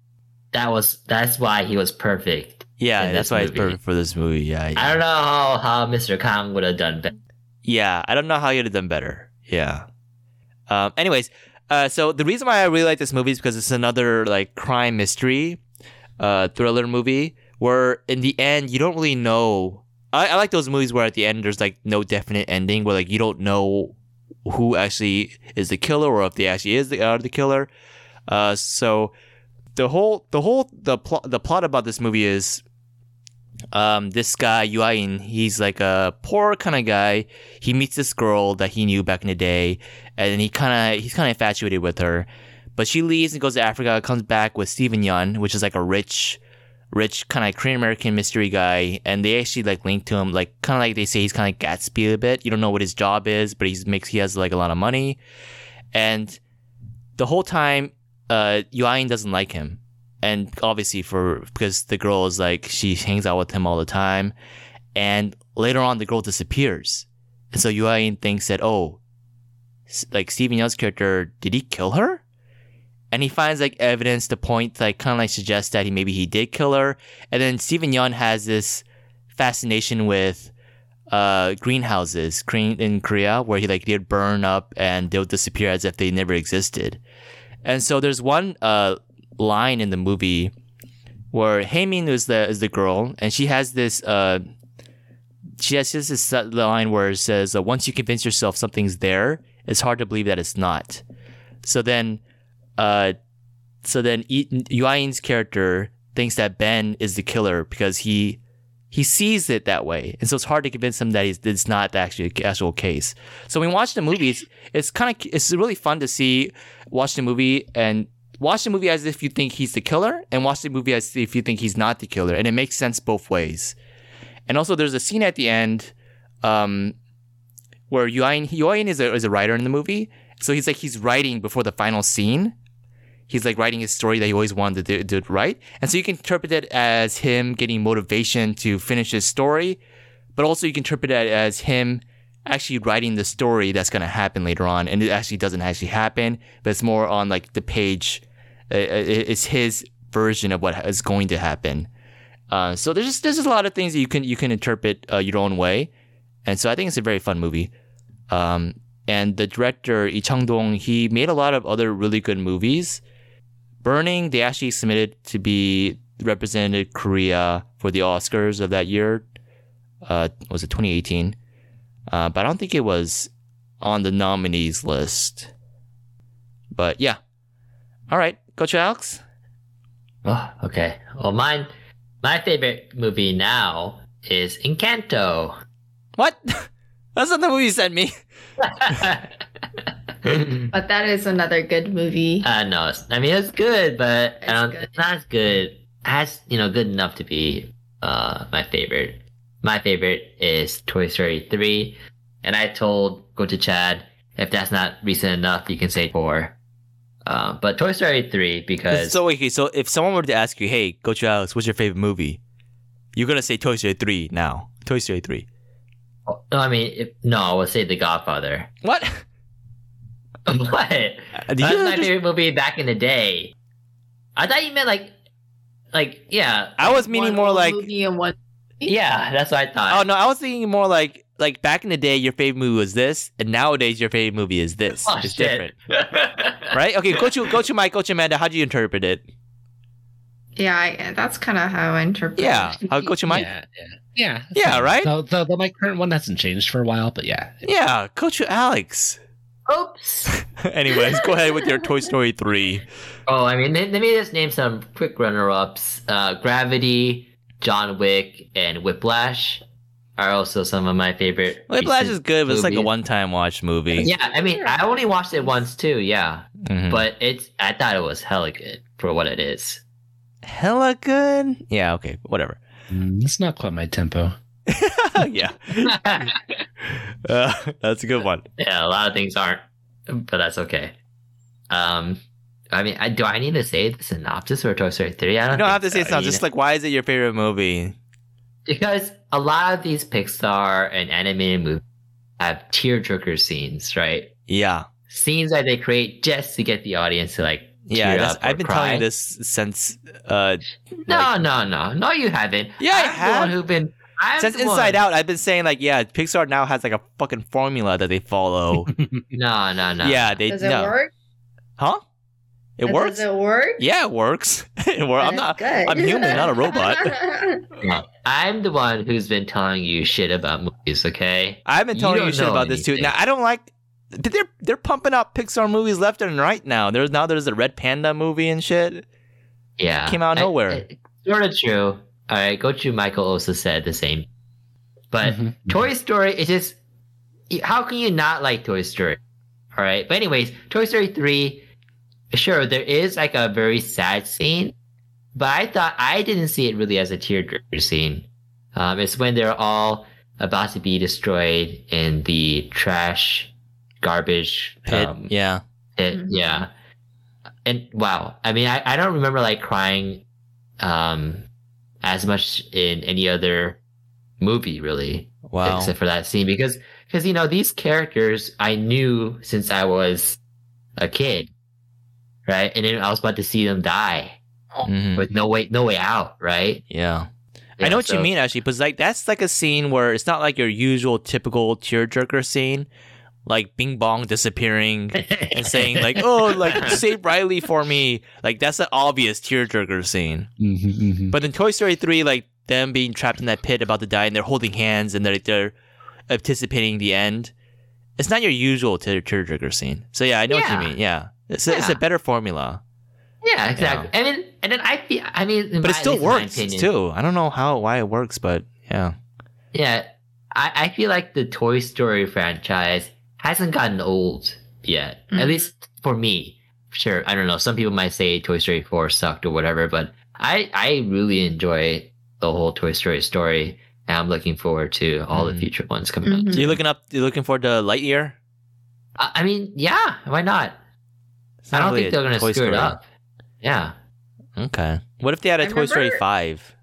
Speaker 4: that was that's why he was perfect.
Speaker 2: yeah,
Speaker 4: In
Speaker 2: that's
Speaker 4: this
Speaker 2: why it's
Speaker 4: movie.
Speaker 2: perfect for this movie. Yeah, yeah.
Speaker 4: I don't know how, how Mr. Kang would have done better.
Speaker 2: Yeah, I don't know how you'd have done better. Yeah. Um, anyways, Uh, so the reason why I really like this movie is because it's another like crime mystery, uh, thriller movie where in the end you don't really know. I, I like those movies where at the end there's like no definite ending where like you don't know who actually is the killer or if they actually is the are the killer. Uh, so the whole the whole the plot the plot about this movie is um, this guy Yuain, he's like a poor kind of guy. He meets this girl that he knew back in the day, and he kind of he's kind of infatuated with her. But she leaves and goes to Africa. Comes back with Steven Yeun, which is like a rich, rich kind of Korean American mystery guy. And they actually like link to him, like kind of like they say he's kind of Gatsby a bit. You don't know what his job is, but he's makes he has like a lot of money. And the whole time, uh, Yuain doesn't like him and obviously for because the girl is like she hangs out with him all the time and later on the girl disappears and so Yuan thinks that oh like Steven Yeun's character did he kill her and he finds like evidence to point like kind of like suggests that he maybe he did kill her and then Steven Yeun has this fascination with uh, greenhouses in Korea where he like they'd burn up and they'll disappear as if they never existed and so there's one uh, line in the movie where Haemin is the is the girl, and she has this uh, she has just this line where it says, uh, "Once you convince yourself something's there, it's hard to believe that it's not." So then, uh, so then E, Yuan's character thinks that Ben is the killer because he he sees it that way, and so it's hard to convince him that it's not the actual, actual case. So when we watch the movie, it's, it's kind of it's really fun to see watch the movie and watch the movie as if you think he's the killer and watch the movie as if you think he's not the killer and it makes sense both ways and also there's a scene at the end um, where Yuan, Yuan is, a, is a writer in the movie so he's like he's writing before the final scene he's like writing his story that he always wanted to, do, to write and so you can interpret it as him getting motivation to finish his story but also you can interpret it as him actually writing the story that's going to happen later on and it actually doesn't actually happen but it's more on like the page Uh, it's his version of what is going to happen uh, so there's just there's just a lot of things that you can you can interpret uh, your own way and so i think it's a very fun movie um, and the director Lee Chang Dong he made a lot of other really good movies burning they actually submitted to be represented korea for the oscars of that year uh, was it 2018 uh, but I don't think it was on the nominees list. But yeah. All right, go to Alex.
Speaker 4: Oh, okay. Well, mine, my favorite movie now is Encanto.
Speaker 2: What? That's not the movie you sent me.
Speaker 5: but that is another good movie.
Speaker 4: Uh, no, I mean it's good, but it's, um, good. it's not as good. It has you know good enough to be uh, my favorite my favorite is Toy Story 3. And I told go to Chad, if that's not recent enough, you can say 4. Um, but Toy Story 3, because.
Speaker 2: So, okay, so if someone were to ask you, hey, go to Alex, what's your favorite movie? You're going to say Toy Story 3 now. Toy Story 3.
Speaker 4: No, oh, I mean, if, no, I would say The Godfather.
Speaker 2: What?
Speaker 4: what? That's my favorite movie back in the day. I thought you meant like, like yeah.
Speaker 2: I was meaning more like
Speaker 5: movie and one
Speaker 4: yeah, that's what I thought.
Speaker 2: Oh no, I was thinking more like like back in the day, your favorite movie was this, and nowadays your favorite movie is this.
Speaker 4: Oh,
Speaker 2: it's
Speaker 4: shit.
Speaker 2: different, right? Okay, go to go to Mike, go to Amanda. How do you interpret it?
Speaker 5: Yeah, I, that's kind of how I interpret.
Speaker 2: Yeah, I'll go to Mike.
Speaker 7: Yeah, yeah, yeah,
Speaker 2: Yeah, right?
Speaker 7: Though, though, though my current one hasn't changed for a while, but yeah,
Speaker 2: Yeah, go to Alex.
Speaker 5: Oops.
Speaker 2: Anyways, go ahead with your Toy Story three.
Speaker 4: Oh, I mean, let, let me just name some quick runner ups uh, Gravity, John Wick, and Whiplash are also some of my favorite.
Speaker 2: Whiplash
Speaker 4: recent
Speaker 2: is good, but it's like a
Speaker 4: movies.
Speaker 2: one time watch movie.
Speaker 4: Yeah, I mean, I only watched it once too. Yeah,
Speaker 2: Mhm.
Speaker 4: but it's I thought it was hella good for what it is.
Speaker 2: hella good. Yeah, okay, whatever. Mm-hmm.
Speaker 7: Mm, it's not quite my tempo.
Speaker 2: yeah,
Speaker 4: yeah,
Speaker 2: uh, that's a good one.
Speaker 4: a lot of things aren't, but that's okay. Um, I mean, I, do I need to say the synopsis for Toy Story Three? I don't.
Speaker 2: You don't have
Speaker 4: think
Speaker 2: to say
Speaker 4: so.
Speaker 2: it's not
Speaker 4: You
Speaker 2: just
Speaker 4: know-
Speaker 2: like why is it your favorite movie?
Speaker 4: because a lot of these Pixar and animated movies have tearjerker scenes, right?
Speaker 2: Yeah,
Speaker 4: Scenes that they create just to get the audience to like.
Speaker 2: yeah.
Speaker 4: tear
Speaker 2: That's,
Speaker 4: up or
Speaker 2: I've been
Speaker 4: cry.
Speaker 2: telling you this since uh,
Speaker 4: No,
Speaker 2: Like-
Speaker 4: no, no, no. You haven't.
Speaker 2: Yeah, I
Speaker 4: I'm The
Speaker 2: have.
Speaker 4: one who been. I'm
Speaker 2: Since
Speaker 4: the one-
Speaker 2: Inside Out, I've been saying like, yeah, Pixar now has like a fucking formula that they follow.
Speaker 4: No, no, no.
Speaker 2: Yeah, they
Speaker 5: Does it
Speaker 2: no.
Speaker 5: work?
Speaker 2: Huh? It
Speaker 5: Does
Speaker 2: works.
Speaker 5: It work?
Speaker 2: Yeah, it works. it works. I'm
Speaker 5: That's
Speaker 2: not.
Speaker 5: good.
Speaker 2: I'm human, not a robot.
Speaker 4: Yeah. I'm the one who's been telling you shit about movies, okay?
Speaker 2: I've been
Speaker 4: You
Speaker 2: telling you,
Speaker 4: don't
Speaker 2: shit
Speaker 4: know
Speaker 2: about this too.
Speaker 4: anything.
Speaker 2: Now I don't like. They're they're pumping out Pixar movies left and right now. There's now there's a Red Panda movie and shit.
Speaker 4: Yeah.
Speaker 2: Came out of
Speaker 4: I-
Speaker 2: nowhere.
Speaker 4: I- Sort of true. All right, Gochu Michael also said the same. But
Speaker 7: Mhm.
Speaker 2: Mm-hmm.
Speaker 4: Toy Story is just how can you not like Toy Story? All right. But anyways, Toy Story 3 sure there is like a very sad scene, but I thought I didn't see it really as a tearjerker scene. Um, it's when they're all about to be destroyed in the trash garbage
Speaker 2: Pit,
Speaker 4: um,
Speaker 2: yeah.
Speaker 4: it,
Speaker 5: Mhm.
Speaker 4: Yeah. And wow. I mean, I, I don't remember like crying um as much in any other movie really,
Speaker 2: Wow.
Speaker 4: except for that scene because because you know, these characters I knew since I was a kid. Right? And then I was about to see them die
Speaker 2: Mhm.
Speaker 4: with no way no way out, right?
Speaker 2: Yeah. I
Speaker 4: Yeah,
Speaker 2: know what you
Speaker 4: so-
Speaker 2: mean actually, because like that's like a scene where it's not like your usual typical tearjerker scene, like Bing Bong disappearing and saying like, "Oh, like save Riley for me." Like that's an obvious tearjerker scene.
Speaker 7: Mhm, mhm.
Speaker 2: But in Toy Story three, like them being trapped in that pit about to die, and they're holding hands and they're they're anticipating the end. It's not your usual tear- tearjerker scene. So yeah, I know what
Speaker 4: Yeah.
Speaker 2: you mean. Yeah, it's a, it's a
Speaker 4: Yeah.
Speaker 2: better formula,
Speaker 4: Yeah, exactly. And then and then I feel I mean in
Speaker 2: but it
Speaker 4: my- at
Speaker 2: still
Speaker 4: least in my
Speaker 2: works
Speaker 4: opinion,
Speaker 2: too. I don't know how why it works, but yeah.
Speaker 4: Yeah, I, I feel like the Toy Story franchise hasn't gotten old yet.
Speaker 5: Mhm.
Speaker 4: At least for me. Sure, I don't know. Some people might say Toy Story 4 sucked or whatever, but I, I really enjoy the whole Toy Story story. And I'm looking forward to all
Speaker 2: Mhm.
Speaker 4: the future ones coming out.
Speaker 5: Mhm.
Speaker 2: So you're looking up. You're looking for the Lightyear.
Speaker 4: I, I mean, yeah, why not?
Speaker 2: It's
Speaker 4: I
Speaker 2: not
Speaker 4: don't
Speaker 2: really
Speaker 4: think
Speaker 2: a
Speaker 4: they're going to
Speaker 2: Toy
Speaker 4: screw it
Speaker 2: Story.
Speaker 4: up. Yeah.
Speaker 2: Okay. What if they had a
Speaker 5: I
Speaker 2: Toy Story
Speaker 5: remember-
Speaker 2: five?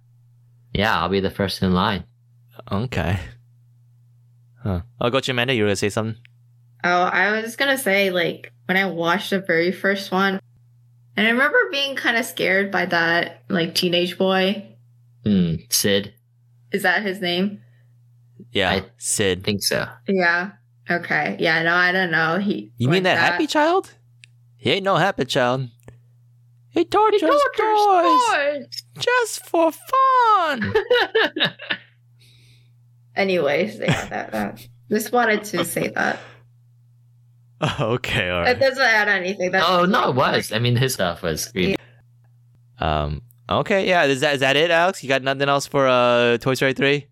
Speaker 4: Yeah, I'll be the first in line.
Speaker 2: Okay. Huh. Oh, gotcha, Amanda. You were gonna say something.
Speaker 5: Oh, I was just gonna say, like, when I watched the very first one, and I remember being kind of scared by that, like, teenage boy.
Speaker 4: Hmm, Sid?
Speaker 5: Is that his name?
Speaker 2: Yeah,
Speaker 4: I I
Speaker 2: Sid.
Speaker 4: think so.
Speaker 5: Yeah. Okay. Yeah. No, I don't know. He.
Speaker 2: You mean
Speaker 5: like
Speaker 2: that, happy child? He ain't no happy child. He tortures, toys just for fun.
Speaker 5: Anyways, yeah, that, that. Just wanted to say that.
Speaker 2: okay, all
Speaker 5: That
Speaker 2: right.
Speaker 5: doesn't add anything. That's
Speaker 4: Oh, no, it was. I mean, his stuff was great.
Speaker 2: Um. Okay. Yeah. Is that is that it, Alex? You got nothing else for uh Toy Story three?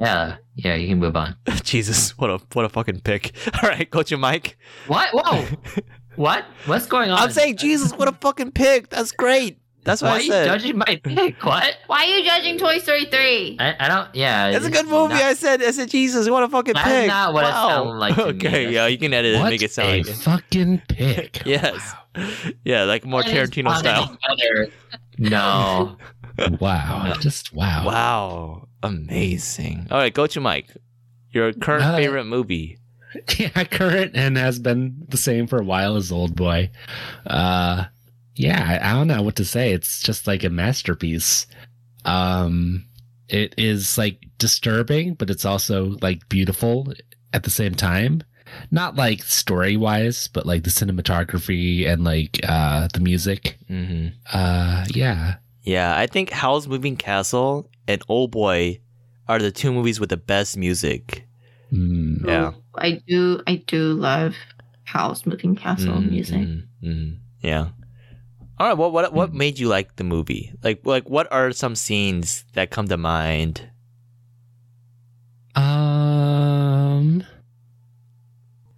Speaker 4: Yeah, yeah, you can move on.
Speaker 2: Jesus, what a what a fucking pick. All right, Coach Mike.
Speaker 4: What? Whoa! what? What's going on?
Speaker 2: I'm saying Jesus, what a fucking pick. That's great. That's what
Speaker 4: Why
Speaker 2: I
Speaker 4: are you
Speaker 2: said.
Speaker 4: judging my pick? What?
Speaker 5: Why are you judging Toy Story three?
Speaker 4: I, I don't. Yeah,
Speaker 2: That's a
Speaker 4: it's
Speaker 2: good movie.
Speaker 4: not-
Speaker 2: I said, I said, Jesus, what a fucking
Speaker 4: That's
Speaker 2: pig.
Speaker 4: not what it
Speaker 2: Wow.
Speaker 4: sounded like to me.
Speaker 2: okay,
Speaker 4: That's-
Speaker 2: yeah, you can edit it and
Speaker 7: What
Speaker 2: make it sound
Speaker 7: a
Speaker 2: like it.
Speaker 7: fucking pick.
Speaker 2: Yes. Yeah, like more
Speaker 4: It's
Speaker 2: Tarantino
Speaker 4: not
Speaker 2: style.
Speaker 4: together. No.
Speaker 7: Wow. Just wow.
Speaker 2: Wow. Amazing. All right, go to Mike. Your current
Speaker 7: Uh,
Speaker 2: favorite movie.
Speaker 7: yeah, current and has been the same for a while as Old Boy. Uh, yeah, I, I don't know what to say. It's just like a masterpiece. Um, it is like disturbing, but it's also like beautiful at the same time. Not like story wise, but like the cinematography and like uh, the music.
Speaker 2: Mm-hmm.
Speaker 7: Uh, yeah,
Speaker 2: Yeah, I think Howl's Moving Castle and Old Boy are the two movies with the best music.
Speaker 7: Mm,
Speaker 2: Yeah.
Speaker 5: I do. I do love Howl's Moving Castle
Speaker 2: Mhm,
Speaker 5: music.
Speaker 2: mhm, mhm. Yeah. All right. What what what
Speaker 7: Mm.
Speaker 2: made you like the movie? Like like what are some scenes that come to mind?
Speaker 7: Um,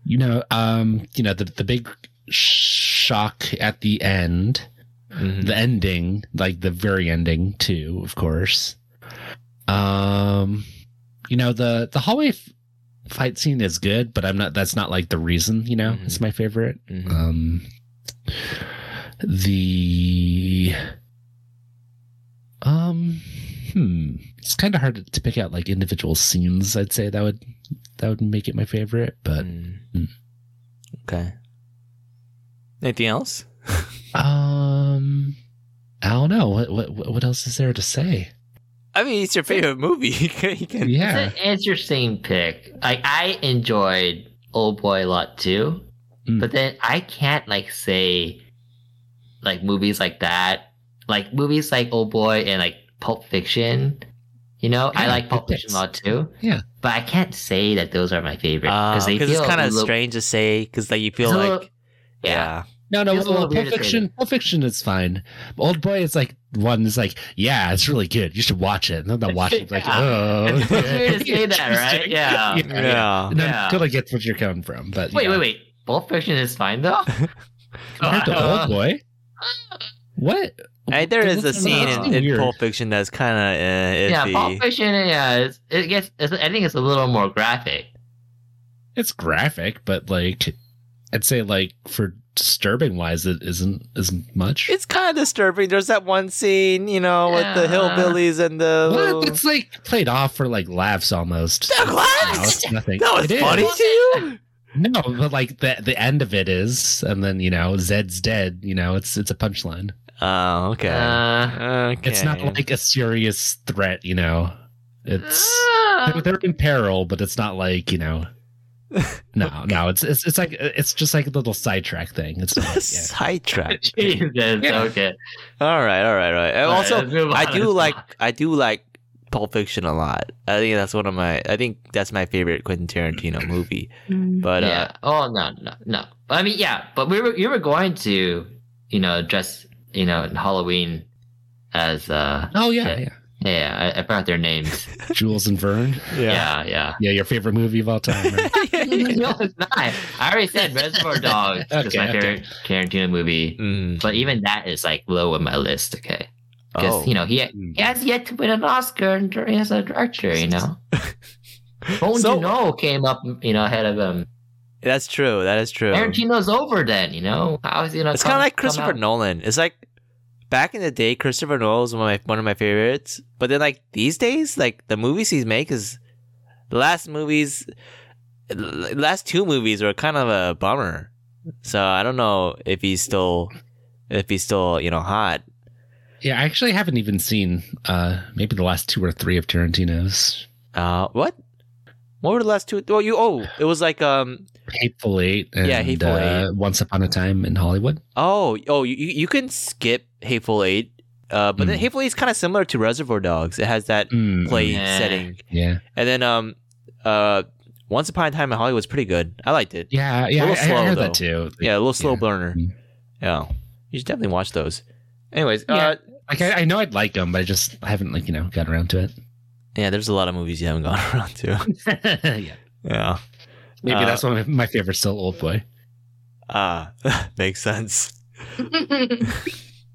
Speaker 7: you know, um, you know the the big shock at the end,
Speaker 2: Mhm.
Speaker 7: the ending, like the very ending too, of course. Um, you know the the hallway f- fight scene is good, but I'm not. That's not like the reason. You know,
Speaker 2: Mhm.
Speaker 7: it's my favorite.
Speaker 2: Mhm.
Speaker 7: Um, the um, hmm, it's kind of hard to- to pick out like individual scenes. I'd say that would that would make it my favorite, but
Speaker 2: Mm.
Speaker 7: Mm.
Speaker 2: Okay. Anything else?
Speaker 7: um, I don't know what what what else is there to say.
Speaker 2: I mean, it's your favorite movie. you can, you can-
Speaker 7: Yeah,
Speaker 4: It's an interesting pick. Like I enjoyed Old Boy a lot too.
Speaker 2: Hmm.
Speaker 7: Mm.
Speaker 4: But then I can't like say like movies like that, like movies like Old Boy and like Pulp Fiction. You know, I
Speaker 7: Yeah,
Speaker 4: like Pulp
Speaker 7: it
Speaker 4: Fiction a
Speaker 7: fits.
Speaker 4: lot too.
Speaker 7: Yeah.
Speaker 4: but I can't say that those are my favorite
Speaker 2: Because
Speaker 4: they
Speaker 2: Uh, Ah, it's
Speaker 4: feel
Speaker 2: kind
Speaker 4: a
Speaker 2: of
Speaker 4: little-
Speaker 2: strange to say because like you feel
Speaker 4: It's a
Speaker 2: like
Speaker 4: little-
Speaker 2: yeah.
Speaker 7: No, no,
Speaker 4: Feels a
Speaker 7: well,
Speaker 4: little weird
Speaker 7: Pulp
Speaker 4: to say
Speaker 7: Fiction. Pulp Fiction is fine. Old Boy is like one is like, yeah, it's really good. You should watch it. And then they'll watch it like,
Speaker 4: Yeah.
Speaker 7: oh,
Speaker 4: It's weird to say that,
Speaker 7: Interesting.
Speaker 4: right? Yeah.
Speaker 7: yeah. yeah. And I
Speaker 4: Yeah.
Speaker 7: totally get what you're coming from, but
Speaker 4: Wait,
Speaker 7: yeah.
Speaker 4: wait, wait. Pulp Fiction is fine though.
Speaker 7: Compared to
Speaker 4: Uh,
Speaker 7: Old Boy, what?
Speaker 2: And there is a
Speaker 7: That's
Speaker 2: scene in, in
Speaker 7: weird.
Speaker 2: Pulp Fiction that's kind of uh, iffy.
Speaker 4: yeah, Pulp Fiction. Yeah, it's, it gets. It's, I think it's a little more graphic.
Speaker 7: It's graphic, but like, I'd say like for disturbing wise, it isn't as much.
Speaker 2: It's kind of disturbing. There's that one scene, you know, with the
Speaker 4: Yeah.
Speaker 2: hillbillies and the. little-
Speaker 7: what? It's like played off for like laughs almost.
Speaker 2: The
Speaker 7: No,
Speaker 2: glass?
Speaker 7: it's nothing.
Speaker 2: That was
Speaker 7: It is.
Speaker 2: funny to you?
Speaker 7: No, but like the the end of it is, and then you know Zed's dead. You know, it's it's a punchline.
Speaker 2: Oh, okay.
Speaker 4: Uh,
Speaker 2: okay.
Speaker 7: It's not like a serious threat. You know,
Speaker 4: Uh,
Speaker 7: it's
Speaker 2: Um,
Speaker 7: they're, they're in peril, but it's not like you know. No, no, it's it's it's like it's just like a little sidetrack thing. It's not, like- yeah.
Speaker 2: sidetrack.
Speaker 4: Jesus. Okay.
Speaker 2: All right, all right, all right. And
Speaker 4: All right,
Speaker 2: also,
Speaker 4: let's move
Speaker 2: I
Speaker 4: on.
Speaker 2: do like I do like Pulp Fiction a lot. I think that's one of my. I think that's my favorite Quentin Tarantino movie. But uh,
Speaker 4: yeah. Oh no, no, no. I mean, yeah. But we were you were going to, you know, dress, you know, in Halloween as uh,
Speaker 7: Oh yeah, yeah.
Speaker 4: yeah. I, I forgot their names.
Speaker 7: Jules and Vern.
Speaker 4: yeah, yeah.
Speaker 7: Yeah, your favorite movie of all time. right?
Speaker 2: uh,
Speaker 4: no, it's not. I already said Reservoir Dogs is
Speaker 7: Okay,
Speaker 4: my
Speaker 7: okay.
Speaker 4: favorite Tarantino movie.
Speaker 2: mm,
Speaker 4: But even that is like low on my list, okay?
Speaker 2: oh,
Speaker 4: Because you know he, he has yet to win an Oscar and dur- as a director, you know. Bong
Speaker 2: So-
Speaker 4: Joon Ho came up, you know, ahead of him.
Speaker 2: that's true. That is true.
Speaker 4: Tarantino's over then, you know. How is he gonna?
Speaker 2: It's
Speaker 4: come-
Speaker 2: kind of like
Speaker 4: come
Speaker 2: Christopher
Speaker 4: out?
Speaker 2: Nolan. It's like back in the day, Christopher Nolan was one of my one of my favorites. But then, like these days, like the movies he's make is the last movies, the last two movies were kind of a bummer. So I don't know if he's still, if he's still you know hot.
Speaker 7: yeah, I actually haven't even seen uh maybe the last two or three of Tarantino's.
Speaker 2: Uh, what? What were the last two? Well, you oh, it was like um
Speaker 7: Hateful Eight and
Speaker 2: Yeah, Hateful
Speaker 7: uh, Once Upon a Time in Hollywood.
Speaker 2: oh oh you you you can skip Hateful Eight. Uh, but then
Speaker 7: Mm.
Speaker 2: Hateful Eight is kind of similar to Reservoir Dogs. It has that
Speaker 7: Mm,
Speaker 2: play
Speaker 4: Yeah.
Speaker 2: setting.
Speaker 7: Yeah.
Speaker 2: And then um uh Once Upon a Time in Hollywood was pretty good. I liked it.
Speaker 7: Yeah, yeah.
Speaker 2: A
Speaker 7: I,
Speaker 2: little
Speaker 7: I
Speaker 2: slow,
Speaker 7: heard
Speaker 2: though.
Speaker 7: that too.
Speaker 2: Yeah, a little slow
Speaker 7: Yeah.
Speaker 2: burner.
Speaker 7: Mm.
Speaker 2: Yeah. You should definitely watch those. Anyways, yeah.
Speaker 7: Yeah.
Speaker 2: uh
Speaker 7: Like I, I know I'd like them, but I just haven't like, you know, gotten around to it.
Speaker 2: yeah, there's a lot of movies you haven't gone around to.
Speaker 7: yeah.
Speaker 2: Yeah.
Speaker 7: Maybe
Speaker 2: Uh,
Speaker 7: that's one of my favorites still old boy.
Speaker 2: Ah, makes sense.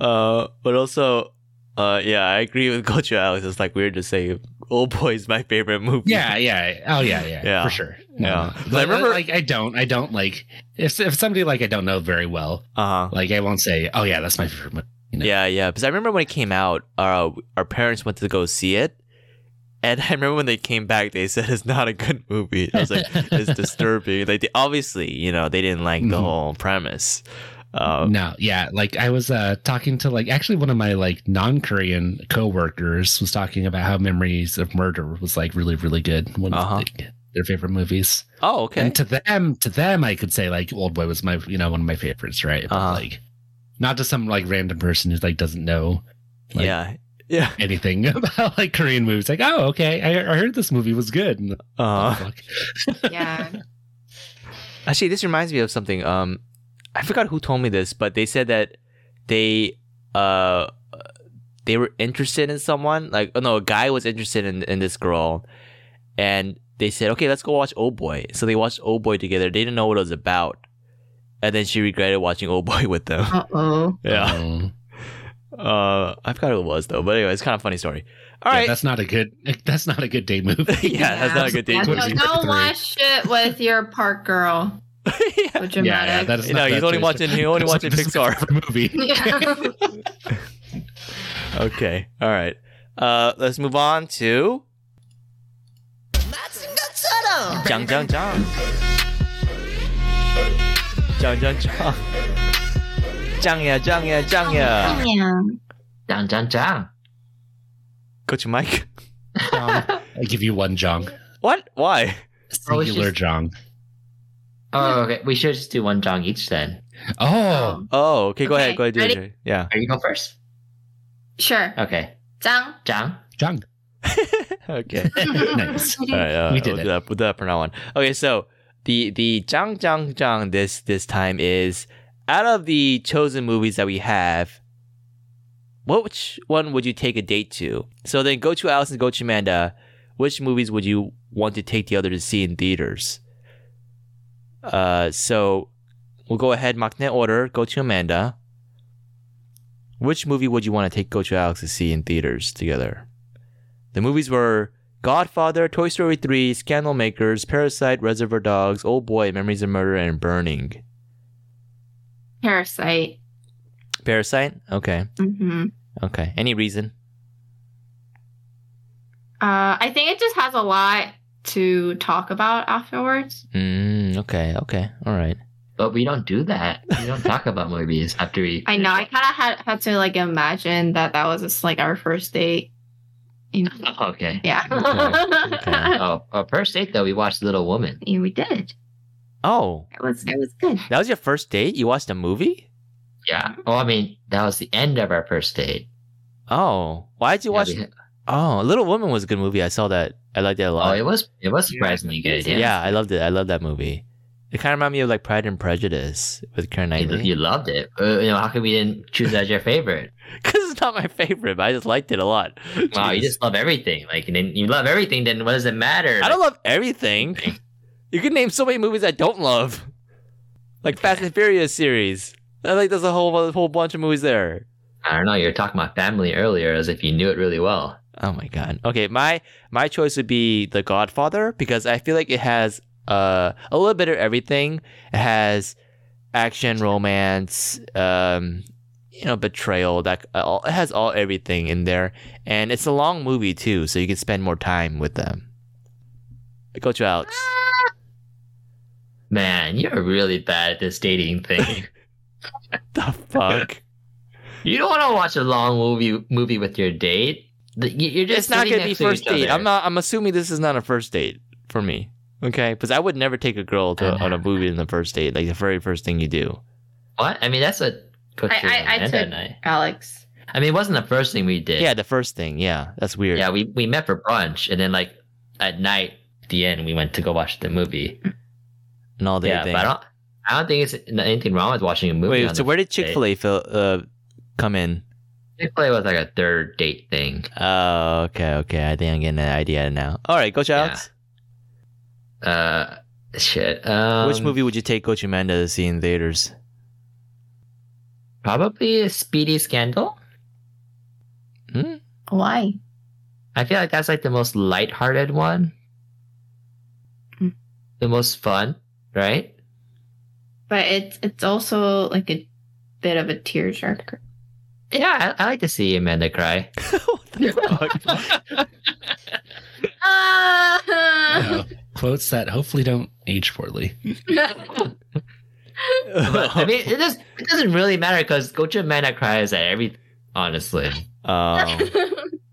Speaker 2: Uh but also uh yeah, I agree with Coach Alex. It's like weird to say Old Boy is my favorite movie.
Speaker 7: Yeah, yeah. Oh yeah, yeah.
Speaker 2: Yeah.
Speaker 7: For sure.
Speaker 2: Yeah.
Speaker 7: No, no.
Speaker 2: But I
Speaker 7: Like,
Speaker 2: remember-
Speaker 7: like I don't I don't like if if somebody like I don't know very well,
Speaker 2: Uh-huh.
Speaker 7: like I won't say, Oh yeah, that's my favorite movie. No.
Speaker 2: Yeah, yeah. Because I remember when it came out, uh, our parents went to go see it. And I remember when they came back, they said it's not a good movie. I was like, it's disturbing. Like, they, obviously, you know, they didn't like the
Speaker 7: Mhm.
Speaker 2: whole premise. Um,
Speaker 7: no, yeah, like I was uh, talking to like actually one of my like non-Korean coworkers was talking about how Memories of Murder was like really really good, one
Speaker 2: Uh-huh.
Speaker 7: of like, their favorite movies.
Speaker 2: oh, okay.
Speaker 7: And to them, to them, I could say like Old Boy was my you know one of my favorites, right? But,
Speaker 2: Uh-huh.
Speaker 7: Like, not to some like random person who like doesn't know like-
Speaker 2: yeah. Yeah.
Speaker 7: anything about like Korean movies. Like, oh okay, I, I heard this movie was good. And, oh,
Speaker 2: Uh,
Speaker 7: fuck.
Speaker 5: yeah.
Speaker 2: actually, this reminds me of something. Um, I forgot who told me this, but they said that they uh they were interested in someone. Like, oh no, a guy was interested in in this girl, and they said, okay, let's go watch Old Boy. So they watched Old Boy together. They didn't know what it was about, and then she regretted watching Old Boy with them.
Speaker 5: Uh oh.
Speaker 2: Yeah.
Speaker 7: Um,
Speaker 2: Uh, I forgot who it was though. But anyway, it's kind of a funny story. All
Speaker 7: yeah,
Speaker 2: right.
Speaker 7: that's not a good. That's not a good day movie.
Speaker 2: yeah, that's not a good date.
Speaker 5: That's
Speaker 7: What is
Speaker 5: why-
Speaker 7: he,
Speaker 5: Don't
Speaker 7: 53?
Speaker 5: watch shit with your park girl.
Speaker 2: yeah.
Speaker 5: So dramatic.
Speaker 7: Yeah, yeah, that is
Speaker 2: No,
Speaker 7: not
Speaker 2: he's
Speaker 7: that
Speaker 2: only
Speaker 7: serious.
Speaker 2: watching- he only
Speaker 7: This is-
Speaker 2: watching
Speaker 7: this is my
Speaker 2: Pixar.
Speaker 7: favorite movie.
Speaker 5: Yeah.
Speaker 2: Okay. All right. Uh, let's move on to. Jang Jang Jang. Jang Jang Jang. Jang ya, Jang ya, Jang ya.
Speaker 1: Yeah.
Speaker 4: Dun, dun, dun.
Speaker 2: Coach Mike.
Speaker 7: I give you one jong.
Speaker 2: What? Why?
Speaker 4: Oh, it's
Speaker 7: Singular
Speaker 4: just-
Speaker 7: jong.
Speaker 4: Oh, okay. We should just do one jong each then.
Speaker 7: Oh,
Speaker 5: Um,
Speaker 2: Oh, okay. Go
Speaker 5: Okay,
Speaker 2: ahead. Go ahead. Do
Speaker 5: ready?
Speaker 2: it. Yeah.
Speaker 4: Are you go first?
Speaker 5: sure.
Speaker 4: Okay.
Speaker 5: Zhang.
Speaker 4: Zhang.
Speaker 7: Jung.
Speaker 2: Okay.
Speaker 7: nice.
Speaker 2: All right, uh,
Speaker 7: We did
Speaker 2: we'll
Speaker 7: it.
Speaker 2: Do that, we'll do that for now on. Okay, so the the Zhang Zhang Zhang this this time is out of the chosen movies that we have. Which one would you take a date to? So then, go to Alice and go to Amanda. Which movies would you want to take the other to see in theaters? Uh, so we'll go ahead, Makne order. Go to Amanda. Which movie would you want to take Go to Alex to see in theaters together? The movies were Godfather, Toy Story 3, Scandal Makers, Parasite, Reservoir Dogs, Old Boy, Memories of Murder, and Burning.
Speaker 5: Parasite.
Speaker 2: Parasite? Okay.
Speaker 5: hmm
Speaker 2: Okay. Any reason?
Speaker 5: Uh, I think it just has a lot to talk about afterwards.
Speaker 2: Mm, okay. Okay. All right.
Speaker 4: But we don't do that. We don't talk about movies after we.
Speaker 5: I know. I kind of had had to like imagine that that was just like our first date. You know?
Speaker 4: Oh, okay.
Speaker 5: Yeah.
Speaker 2: Okay, okay.
Speaker 4: Oh, oh, first date though, we watched Little Woman.
Speaker 5: yeah, we did.
Speaker 2: Oh,
Speaker 5: It was it was good.
Speaker 2: that was your first date? You watched a movie?
Speaker 4: Yeah. Well, I mean, that was the end of our first date.
Speaker 2: Oh. Why'd you
Speaker 4: Yeah,
Speaker 2: watch
Speaker 4: we had-
Speaker 2: Oh, Little Woman was a good movie. I saw that. I liked it a
Speaker 4: oh,
Speaker 2: lot.
Speaker 4: it was it was surprisingly good.
Speaker 2: yeah.
Speaker 4: Yeah.
Speaker 2: I loved it. I loved that movie. It kind of reminded me of like Pride and Prejudice with Karen
Speaker 4: You,
Speaker 2: Knightley.
Speaker 4: you loved it. Uh, you know, how come you didn't choose that as your favorite?
Speaker 2: Because it's not my favorite, but I just liked it a lot.
Speaker 4: Wow, you
Speaker 2: Jeez.
Speaker 4: just love everything. Like, and then you love everything. Then what does it matter?
Speaker 2: I don't love everything. You can name so many movies I don't love, like Fast and Furious series. I like there's a whole a whole bunch of movies there.
Speaker 4: I don't know. You were talking about family earlier, as if you knew it really well.
Speaker 2: Oh my god. Okay, my my choice would be The Godfather because I feel like it has uh, a little bit of everything. It has action, romance, um, you know, betrayal. That uh, all, it has all everything in there, and it's a long movie too, so you can spend more time with them. Go to Alex.
Speaker 4: Man, you're really bad at this dating thing.
Speaker 2: the fuck.
Speaker 4: you don't want to watch a long movie movie with your date. The- you- You're just
Speaker 2: it's not
Speaker 4: sitting
Speaker 2: gonna be
Speaker 4: next to
Speaker 2: first
Speaker 4: each
Speaker 2: date.
Speaker 4: other.
Speaker 2: I'm not. I'm assuming this is not a first date for me. Okay, because I would never take a girl to on
Speaker 4: Uh-huh.
Speaker 2: a movie in the first date, like the very first thing you do.
Speaker 4: What? I mean, that's a picture
Speaker 5: I- I
Speaker 4: I, I,
Speaker 5: took-
Speaker 4: I.
Speaker 5: Alex.
Speaker 4: I mean, it wasn't the first thing we did.
Speaker 2: Yeah, the first thing. Yeah, that's weird.
Speaker 4: yeah. We we met for brunch, and then like at night, at the end, we went to go watch the movie.
Speaker 2: and all that
Speaker 4: yeah,
Speaker 2: thing.
Speaker 4: but I don't. I don't think it's anything wrong with watching a movie.
Speaker 2: Wait, so where did Chick Fil A fil- uh, come in?
Speaker 4: Chick Fil A was like a third date thing.
Speaker 2: Oh, okay, okay. I think I'm getting an idea now. All right, Coach Alex.
Speaker 4: Uh, shit. Um,
Speaker 2: Which movie would you take Coach Amanda to see in theaters?
Speaker 4: Probably a Speedy Scandal.
Speaker 5: Why?
Speaker 4: I feel like that's like the most lighthearted one.
Speaker 5: Hmm.
Speaker 4: The most fun, right?
Speaker 5: But it's it's also like a bit of a tearjerker.
Speaker 4: Yeah, I, I like to see Amanda cry.
Speaker 5: Uh,
Speaker 7: Uh, quotes that hopefully don't age poorly.
Speaker 4: But, I mean, it, does, it doesn't really matter because Gocha Amanda cries at every. Honestly,
Speaker 2: Oh,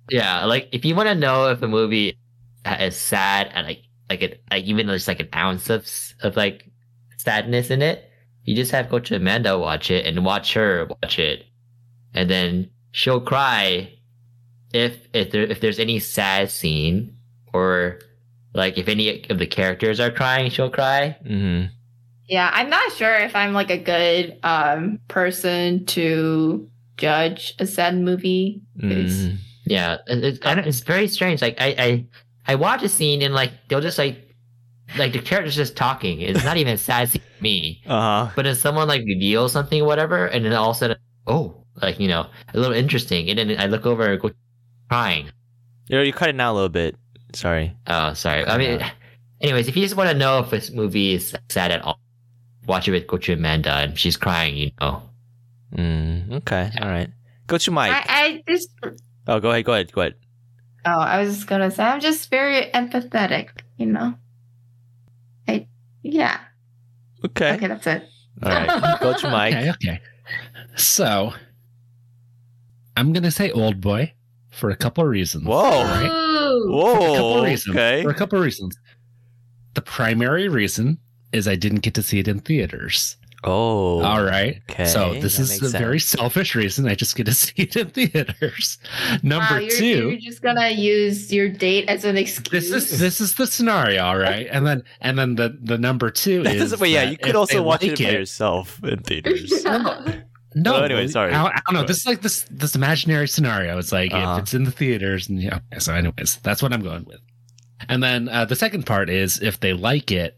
Speaker 4: yeah. Like if you want to know if a movie ha- is sad and like like it like even though there's like an ounce of s- of like sadness in it, you just have Gocha Amanda watch it and watch her watch it, and then she'll cry if if there if there's any sad scene or like if any of the characters are crying, she'll cry.
Speaker 2: hmm
Speaker 5: yeah, I'm not sure if I'm like a good um person to judge a sad movie. 'Cause-
Speaker 2: mm-hmm.
Speaker 4: Yeah, it, it, I don't, it's very strange. Like I, I, I watch a scene and like they'll just like, like the character's just talking. It's not even a sad scene to me.
Speaker 2: Uh huh.
Speaker 4: But if someone like reveals something or whatever, and then all of a sudden, oh, like you know, a little interesting, and then I look over and go crying.
Speaker 2: You're, you're cutting out a little bit. Sorry.
Speaker 4: Oh, sorry. I mean,
Speaker 2: Yeah.
Speaker 4: anyways, if you just want to know if this movie is sad at all, watch it with Gochu Amanda, and she's crying. You know.
Speaker 2: Mm, okay. All right. Go to Mike.
Speaker 5: I, I just
Speaker 2: oh, go ahead. Go ahead. Go ahead.
Speaker 5: Oh, I was just gonna say I'm just very empathetic, you know. I yeah.
Speaker 2: Okay.
Speaker 5: Okay, that's it.
Speaker 2: All right. Go to Mike.
Speaker 7: Okay, okay. So I'm gonna say old boy for a couple of reasons.
Speaker 2: Whoa.
Speaker 7: Alright.
Speaker 5: Ooh.
Speaker 7: For a couple
Speaker 2: Whoa.
Speaker 7: of reasons.
Speaker 2: Oh, Okay.
Speaker 7: For a couple of reasons. The primary reason is I didn't get to see it in theaters.
Speaker 2: Oh.
Speaker 7: All right.
Speaker 2: Okay.
Speaker 7: so this
Speaker 2: that
Speaker 7: is
Speaker 2: makes
Speaker 7: a very
Speaker 2: sense.
Speaker 7: selfish reason I just get to see it in theaters. Number
Speaker 5: Wow, you're,
Speaker 7: 2
Speaker 5: you're just gonna use your date as an excuse.
Speaker 7: this is this is the scenario, all right? And then and then the the number two
Speaker 2: That
Speaker 7: is
Speaker 2: doesn't- but yeah,
Speaker 7: that
Speaker 2: you could
Speaker 7: if
Speaker 2: also
Speaker 7: they
Speaker 2: watch
Speaker 7: like
Speaker 2: it by yourself in theaters.
Speaker 7: No,
Speaker 2: Oh, anyway, sorry.
Speaker 7: I, I don't know.
Speaker 2: Go
Speaker 7: This is like this this imaginary scenario. It's like
Speaker 2: Uh-huh.
Speaker 7: if it's in the theaters, and yeah. okay, So, anyways, that's what I'm going with. And then uh, the second part is if they like it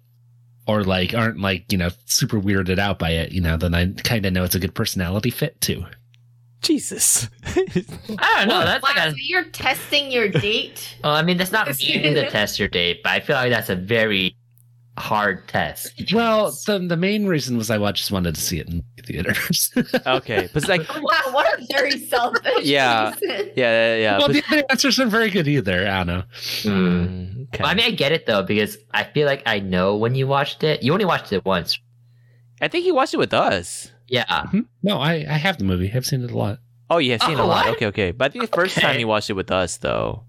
Speaker 7: or like aren't like you know super weirded out by it, you know, then I kind of know it's a good personality fit too.
Speaker 2: Jesus.
Speaker 4: I don't know. That's
Speaker 5: wow,
Speaker 4: like a
Speaker 5: so you're testing your date.
Speaker 4: Well, I mean, that's not mean to test your date, but I feel like that's a very hard test.
Speaker 7: Well, the the main reason was I wa- just wanted to see it in theaters.
Speaker 2: okay, but it's like,
Speaker 5: wow, what a very selfish.
Speaker 2: Yeah.
Speaker 5: reason.
Speaker 2: yeah, yeah, yeah.
Speaker 7: well,
Speaker 2: but-
Speaker 7: the other answers aren't very good either. I don't know.
Speaker 4: Hmm.
Speaker 2: Mm, okay.
Speaker 4: Well, I mean, I get it though because I feel like I know when you watched it. You only watched it once.
Speaker 2: I think he watched it with us.
Speaker 4: Yeah.
Speaker 7: Hmm? No, I I have the movie. I've seen it a lot.
Speaker 2: Oh, yeah, seen
Speaker 4: Oh,
Speaker 2: a lot.
Speaker 4: what?
Speaker 2: Okay, okay. But I think the first time
Speaker 4: Okay.
Speaker 2: he watched it with us, though,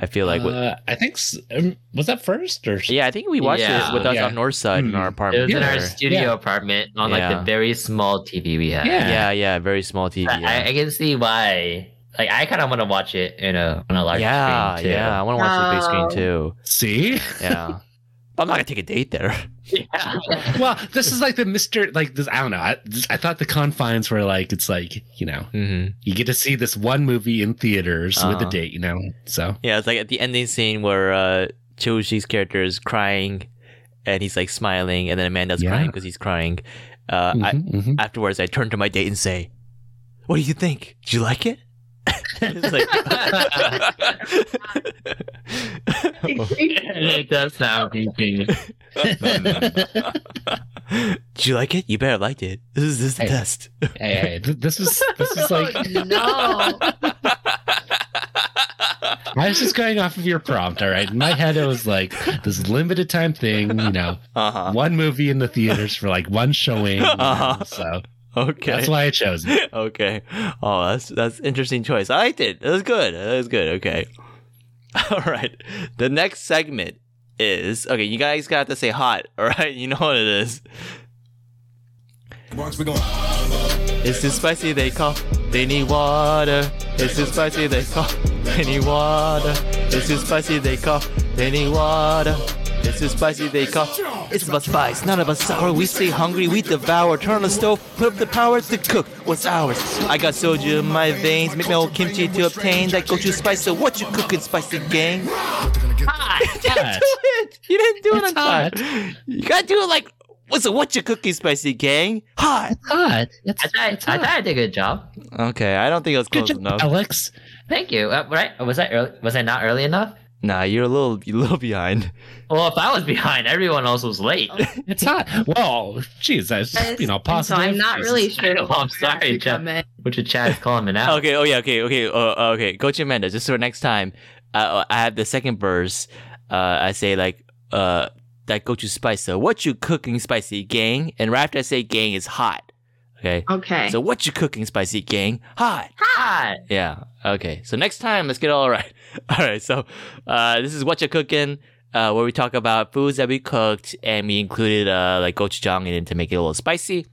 Speaker 2: I feel like. with-
Speaker 7: uh, I think s- um, was that first or
Speaker 2: yeah, I think we watched
Speaker 4: yeah.
Speaker 2: it with us
Speaker 7: Yeah.
Speaker 2: on North Side in
Speaker 7: Hmm.
Speaker 2: our
Speaker 4: It
Speaker 2: apartment.
Speaker 4: was in our
Speaker 2: there.
Speaker 4: studio apartment on like
Speaker 2: Yeah.
Speaker 4: the very small TV we had.
Speaker 7: Yeah.
Speaker 2: yeah, yeah, very small TV.
Speaker 4: I- I,
Speaker 2: Yeah,
Speaker 4: I can see why. Like, I kind of want to watch it in a on a large
Speaker 2: yeah,
Speaker 4: screen too.
Speaker 2: yeah. I want to watch the big screen
Speaker 5: Oh.
Speaker 2: too.
Speaker 7: See,
Speaker 2: Yeah. But I'm not gonna take a date there.
Speaker 7: well, this is like the Mister. Like this, I don't know. I, this- I thought the confines were like it's like you know
Speaker 2: Mm-hmm.
Speaker 7: you get to see this one movie in theaters with
Speaker 2: Uh-huh.
Speaker 7: a date, you know. So
Speaker 2: Yeah, it's like at the ending scene where uh Choshi's character is crying, and he's like smiling, and then Amanda's
Speaker 7: Yeah.
Speaker 2: crying because he's crying. Uh, I,
Speaker 7: Mhm, mhm.
Speaker 2: afterwards, I turn to my date and say, "What do you think? Did you like it?" It's like-
Speaker 4: it does sound creepy.
Speaker 7: mm-hmm.
Speaker 2: Did you like it? You better liked it. This is this is the
Speaker 7: Hey.
Speaker 2: test.
Speaker 7: hey, hey, th- this is this is like
Speaker 5: Oh, no.
Speaker 7: I was just going off of your prompt. All right, in my head it was like this limited time thing, you know,
Speaker 2: Uh-huh.
Speaker 7: one movie in the theaters for like one showing. you know,
Speaker 2: Uh-huh.
Speaker 7: so
Speaker 2: Okay.
Speaker 7: that's why I chose it.
Speaker 2: okay. Oh, that's that's interesting choice. I liked it. That was good. That was good. Okay. All right. The next segment is okay. You guys got to say hot. All right. You know what it is. It's too spicy. They cough. They need water. It's too spicy. They cough. They need water. It's too spicy. They cough. They need water. It's too spicy. They cough. It's about spice. None of us sour. We stay hungry. We devour. Turn on the stove. Put up the power to cook what's ours. I got soju in my veins. Make my old kimchi to obtain that gochu spice. So what you cooking, spicy gang?
Speaker 7: But-
Speaker 2: it. You didn't do it
Speaker 7: It's
Speaker 2: on time. You gotta do it like what's a what you cooking, spicy gang? Hot.
Speaker 7: God,
Speaker 4: I
Speaker 7: that's,
Speaker 4: thought I,
Speaker 7: that's
Speaker 4: I
Speaker 7: hot.
Speaker 4: thought I did a good job.
Speaker 2: Okay, I don't think it was
Speaker 7: Good
Speaker 2: close
Speaker 7: job,
Speaker 2: enough.
Speaker 7: Alex.
Speaker 4: Thank you. Uh, right? Was I early? Was I not early enough?
Speaker 2: Nah, you're a little, you're a little behind.
Speaker 4: Well, if I was behind, everyone else was late.
Speaker 2: Oh.
Speaker 7: It's hot. Well, geez, that's you know
Speaker 5: so
Speaker 7: positive.
Speaker 5: I'm not really
Speaker 4: I
Speaker 5: sure.
Speaker 4: know, I'm
Speaker 5: where
Speaker 4: sorry,
Speaker 5: to
Speaker 4: Jeff.
Speaker 5: comment.
Speaker 4: Which is Chad's calling me out.
Speaker 2: Okay, oh yeah, okay, okay, uh, okay. Go to Amanda. Just for next time, uh, I have the second verse. Uh, I say like, uh, that go to spice. So what you cooking, spicy gang? And right after I say gang is hot. Okay.
Speaker 5: Okay.
Speaker 2: So what you cooking, spicy gang? Hot.
Speaker 4: Hi.
Speaker 2: Yeah. Okay. So next time, let's get it all right. All right. So uh, this is what you're cooking, uh, where we talk about foods that we cooked, and we included uh, like gochujang in it to make it a little spicy.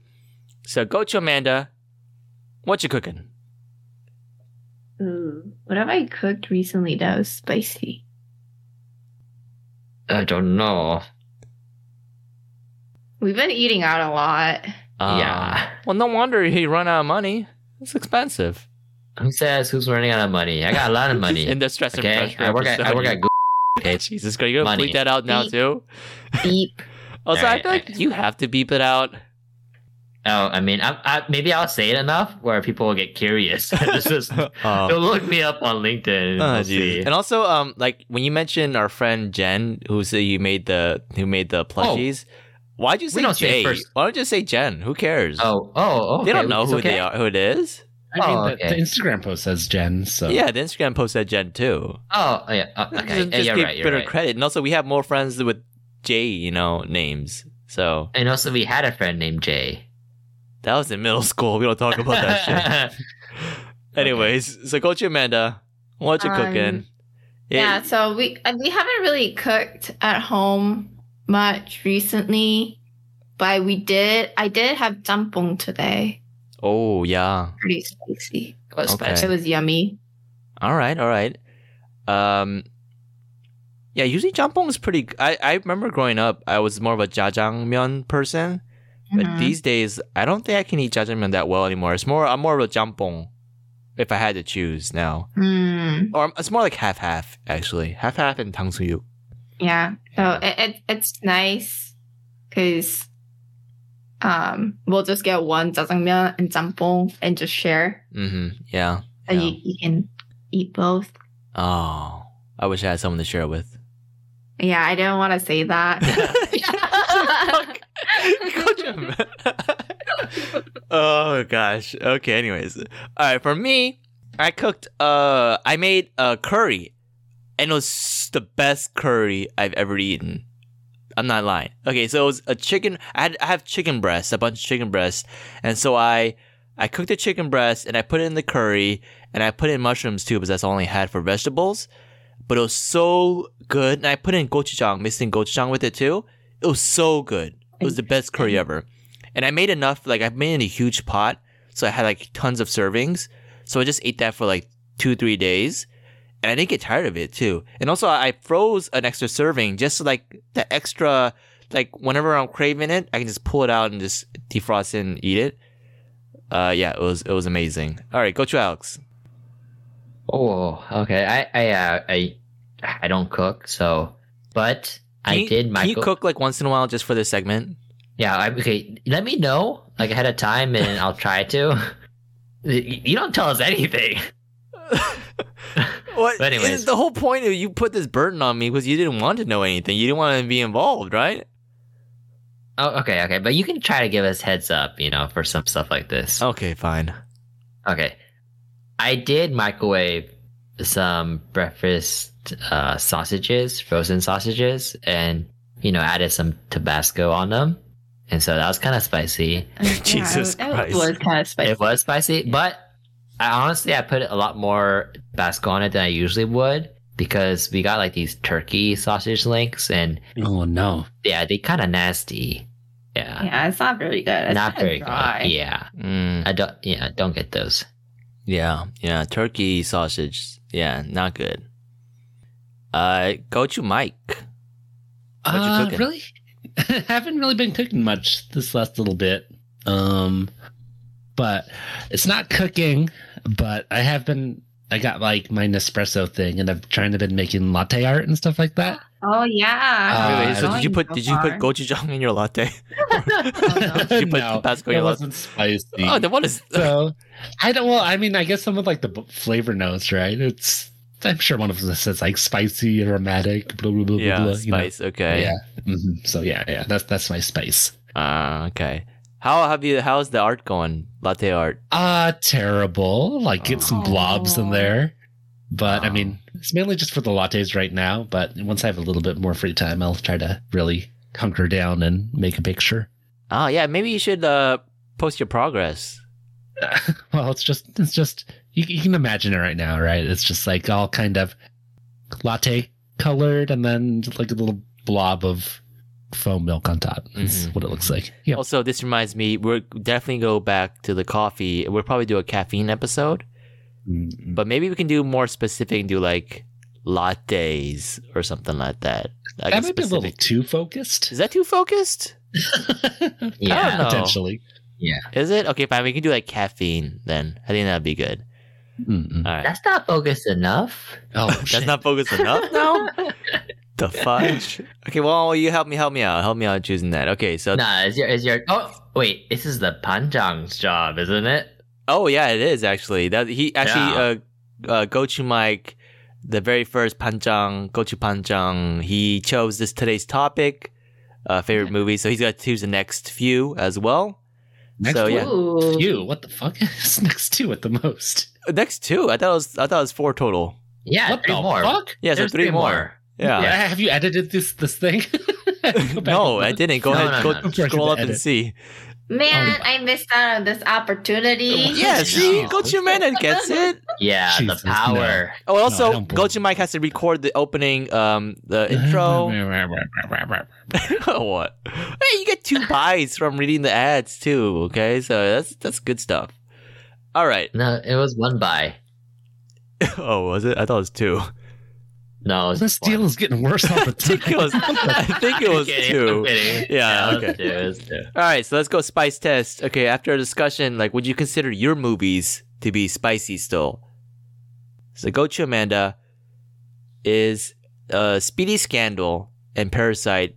Speaker 2: So go to Amanda. What you cooking?
Speaker 5: Ooh, what have I cooked recently that was spicy?
Speaker 4: I don't know.
Speaker 5: We've been eating out a lot.
Speaker 2: Uh,
Speaker 4: yeah.
Speaker 2: Well, no wonder he run out of money. It's expensive.
Speaker 4: Who says who's running out of money? I got a lot of money.
Speaker 2: And the stress and
Speaker 4: okay.
Speaker 2: pressure.
Speaker 4: I
Speaker 2: of
Speaker 4: work at I work at
Speaker 2: starting-
Speaker 4: Google.
Speaker 2: Okay, Jesus Christ, you're gonna
Speaker 4: Money.
Speaker 2: bleep that out now
Speaker 5: Beep.
Speaker 2: too.
Speaker 5: Beep.
Speaker 2: Also, I
Speaker 4: Alright,
Speaker 2: feel like you have to beep it out.
Speaker 4: Oh, I mean, I, I, maybe I'll say it enough where people will get curious. this is they'll look me up on LinkedIn. And
Speaker 2: Oh,
Speaker 4: they'll
Speaker 2: Jesus.
Speaker 4: see.
Speaker 2: And also, um, like when you mentioned our friend Jen, who said you made the who made the plushies, why'd you say
Speaker 4: Oh. don't say
Speaker 2: Jay?
Speaker 4: first-
Speaker 2: Why don't you say Jen? Who cares?
Speaker 4: Oh, oh, okay.
Speaker 2: they don't know
Speaker 4: it's
Speaker 2: who
Speaker 4: okay.
Speaker 2: they are. Who it is?
Speaker 7: I mean,
Speaker 4: Oh,
Speaker 7: the,
Speaker 4: okay.
Speaker 7: the Instagram post says Jen. So
Speaker 2: Yeah, the Instagram post said Jen too.
Speaker 4: Oh, yeah. oh, okay.
Speaker 2: Just,
Speaker 4: yeah,
Speaker 2: just
Speaker 4: you're
Speaker 2: give
Speaker 4: right. You're
Speaker 2: better
Speaker 4: right.
Speaker 2: credit. And also, we have more friends with J, you know, names. So
Speaker 4: and also, we had a friend named Jay.
Speaker 2: that was in middle school. We don't talk about that shit. Anyways, so go to Amanda. What you
Speaker 5: Um,
Speaker 2: cooking?
Speaker 5: Yeah, so we uh, we haven't really cooked at home much recently. But we did. I did have jampong today.
Speaker 2: Oh yeah.
Speaker 5: Pretty spicy.
Speaker 4: It was
Speaker 2: Okay.
Speaker 5: It was yummy.
Speaker 2: All right, all right. Um, yeah, usually jampong is pretty. I I remember growing up, I was more of a jjajangmyeon person, but
Speaker 5: Mhm.
Speaker 2: these days I don't think I can eat jjajangmyeon that well anymore. It's more I'm more of a jampong, if I had to choose now,
Speaker 5: Mm,
Speaker 2: or it's more like half half actually, half half and tangsuyuk.
Speaker 5: yeah. So it, it it's nice because um we'll just get one jjajangmyeon and jampong and just share.
Speaker 2: Mm-hmm. Yeah.
Speaker 5: And
Speaker 2: Yeah.
Speaker 5: you, you can eat both.
Speaker 2: Oh, I wish I had someone to share with.
Speaker 5: Yeah, I didn't want to say that.
Speaker 2: Good job. oh gosh. Okay. Anyways, all right. For me, I cooked. Uh, I made a curry, and it was the best curry I've ever eaten. I'm not lying. Okay, so it was a chicken. I had I have chicken breasts, a bunch of chicken breasts, and so I I cooked the chicken breast and I put it in the curry and I put in mushrooms too because that's all I had for vegetables. But it was so good, and I put in gochujang, mixed in gochujang with it too. It was so good. It was the best curry ever. And I made enough, like I made it in a huge pot, so I had like tons of servings. So I just ate that for like two, three days. And I didn't get tired of it too. And also I froze an extra serving just so like the extra like whenever I'm craving it, I can just pull it out and just defrost it and eat it. Uh yeah, it was it was amazing. All right, go to Alex.
Speaker 4: Oh, okay. I I uh, I I don't cook, so but
Speaker 2: Can
Speaker 4: I
Speaker 2: you-
Speaker 4: did my
Speaker 2: Can you
Speaker 4: go-
Speaker 2: cook like once in a while just for this segment?
Speaker 4: Yeah, I, okay. Let me know like ahead of time, and I'll try to. You you don't tell us anything.
Speaker 2: What
Speaker 4: But anyways.
Speaker 2: is the whole point of you put this burden on me was you didn't want to know anything. You didn't want to be involved, right?
Speaker 4: Oh, okay, okay. But you can try to give us heads up, you know, for some stuff like this.
Speaker 5: Oh.
Speaker 2: Okay, fine.
Speaker 4: Okay. I did microwave some breakfast uh, sausages, frozen sausages, and, you know, added some Tabasco on them. And so that was kind of spicy.
Speaker 2: Jesus
Speaker 5: yeah,
Speaker 2: Christ.
Speaker 5: it- It was kind of spicy.
Speaker 4: It was spicy, but I honestly, I put a lot more Tabasco on it than I usually would because we got like these turkey sausage links and,
Speaker 7: Oh no.
Speaker 4: yeah, they kind of nasty. Yeah.
Speaker 5: Yeah, it's not very good. It's
Speaker 4: Not
Speaker 5: kinda
Speaker 4: very
Speaker 5: dry.
Speaker 4: good. Yeah.
Speaker 2: Mm,
Speaker 4: I don't, yeah, don't get those.
Speaker 2: yeah, yeah. Turkey sausage. Yeah, not good. Uh, go to Mike. What you
Speaker 7: Uh,
Speaker 2: cooking?
Speaker 7: really? haven't really been cooking much this last little bit. Um, but it's not cooking. But I have been. I got like my Nespresso thing, and I've trying to been making latte art and stuff like that.
Speaker 5: Oh yeah.
Speaker 7: Uh,
Speaker 2: Wait, wait, so did you put
Speaker 5: Going
Speaker 2: did you put
Speaker 5: so
Speaker 2: gochujang in your latte?
Speaker 5: no.
Speaker 2: Oh, Did you put
Speaker 7: Oh, no,
Speaker 2: Tabasco in
Speaker 7: it
Speaker 2: your latte?
Speaker 7: wasn't spicy.
Speaker 2: Oh, then what is?
Speaker 7: so I don't. Well, I mean, I guess some of like the b- flavor notes, right? It's. I'm sure one of them says like spicy, aromatic, blah blah blah blah.
Speaker 2: yeah,
Speaker 7: blah, you know.
Speaker 2: spice. Okay.
Speaker 7: Yeah. Mhm. So yeah, yeah. That's that's my spice.
Speaker 2: Uh, okay. How have you? How's the art going? Latte art.
Speaker 7: Uh terrible. Like get some blobs in
Speaker 1: Aw.
Speaker 7: there. But I
Speaker 2: Aw.
Speaker 7: mean, it's mainly just for the lattes right now, but once I have a little bit more free time, I'll try to really hunker down and make a picture.
Speaker 2: Oh yeah, maybe you should uh post your progress.
Speaker 7: well, it's just it's just you, you can imagine it right now, right? It's just like all kind of latte colored and then just like a little blob of foam milk on top. That's
Speaker 2: Mhm.
Speaker 7: what it looks like. Yeah.
Speaker 2: Also, this reminds me, we're definitely go back to the coffee. We'll probably do a caffeine episode.
Speaker 7: Mm-hmm.
Speaker 2: But maybe we can do more specific and do like lattes or something like that. Like
Speaker 7: that might be a little
Speaker 2: specific-
Speaker 7: too focused.
Speaker 2: Is that too focused?
Speaker 4: Yeah.
Speaker 2: know.
Speaker 7: Potentially.
Speaker 2: Is it? Okay, fine. We can do like caffeine then. I think that'd be good.
Speaker 7: Mm-mm.
Speaker 2: All right.
Speaker 4: That's not focused enough.
Speaker 7: Oh, shit.
Speaker 2: That's not focused enough now? the fudge. Okay, well, you help me, help me out. Help me out choosing that. Okay, so.
Speaker 4: Nah, is your is your oh wait, this is the Panjang's job, isn't it?
Speaker 2: Oh, yeah, it is actually. That He actually, uh, uh, Gochu Mike, the very first Panjang, Gochu Panjang, he chose this today's topic, uh, favorite movie. So he's got to choose the next few as well.
Speaker 7: Next
Speaker 2: so,
Speaker 7: one.
Speaker 2: yeah.
Speaker 5: Ooh.
Speaker 7: Oh, You, what the fuck is next two at the most?
Speaker 2: Uh, Next two. I thought it was I thought it was four total.
Speaker 4: Yeah,
Speaker 7: what
Speaker 4: three
Speaker 7: the
Speaker 4: more.
Speaker 7: fuck?
Speaker 2: Yeah, so
Speaker 4: There's
Speaker 2: three, more. Yeah.
Speaker 7: Yeah, have you edited this this thing?
Speaker 2: No, I didn't. Go
Speaker 4: No,
Speaker 2: ahead,
Speaker 4: no,
Speaker 2: go
Speaker 4: no, no.
Speaker 2: scroll up
Speaker 7: Edit.
Speaker 2: and see.
Speaker 5: Man, I missed out on this opportunity.
Speaker 2: Oh, Yeah, see,
Speaker 7: no.
Speaker 2: Gochu Man gets it.
Speaker 4: Yeah,
Speaker 7: Jesus,
Speaker 4: the
Speaker 7: no.
Speaker 4: power.
Speaker 2: Oh, and also,
Speaker 7: I don't believe
Speaker 2: Goju Mike has to record the opening, um, the intro. what? Hey, you get two buys from reading the ads too. Okay, so that's that's good stuff. All right.
Speaker 4: No. it was one by.
Speaker 2: Oh, was it? I thought it was two.
Speaker 4: No, it was
Speaker 7: This
Speaker 4: one.
Speaker 7: deal is getting worse all the
Speaker 2: I think it
Speaker 7: time.
Speaker 2: was. I think it was
Speaker 4: I'm kidding, I'm
Speaker 2: two.
Speaker 4: kidding.
Speaker 2: Yeah,
Speaker 4: it was
Speaker 2: okay.
Speaker 4: two, it was two.
Speaker 2: All right, so let's go spice test. Okay, after a discussion, like, would you consider your movies to be spicy still? So go to Amanda. Is uh, Speedy Scandal and Parasite?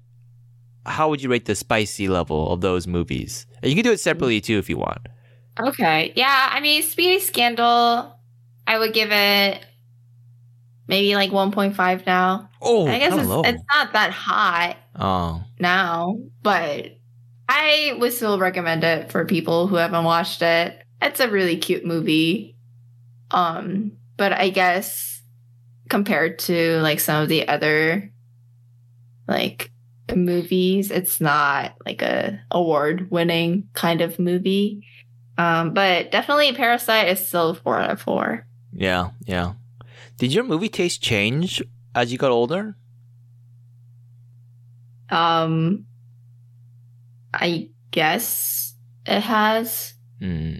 Speaker 2: How would you rate the spicy level of those movies? And you can do it separately too if you want.
Speaker 5: Okay. Yeah, I mean, Speedy Scandal, I would give it maybe like 1.5 now.
Speaker 2: Oh,
Speaker 5: I guess it's, it's not that hot
Speaker 2: oh,
Speaker 5: now, but I would still recommend it for people who haven't watched it. It's a really cute movie. Um, but I guess compared to like some of the other like movies, it's not like a award winning kind of movie. Um, but definitely Parasite is still four out of four.
Speaker 2: yeah, yeah. Did your movie taste change as you got older?
Speaker 5: Um I guess it has
Speaker 2: Hmm.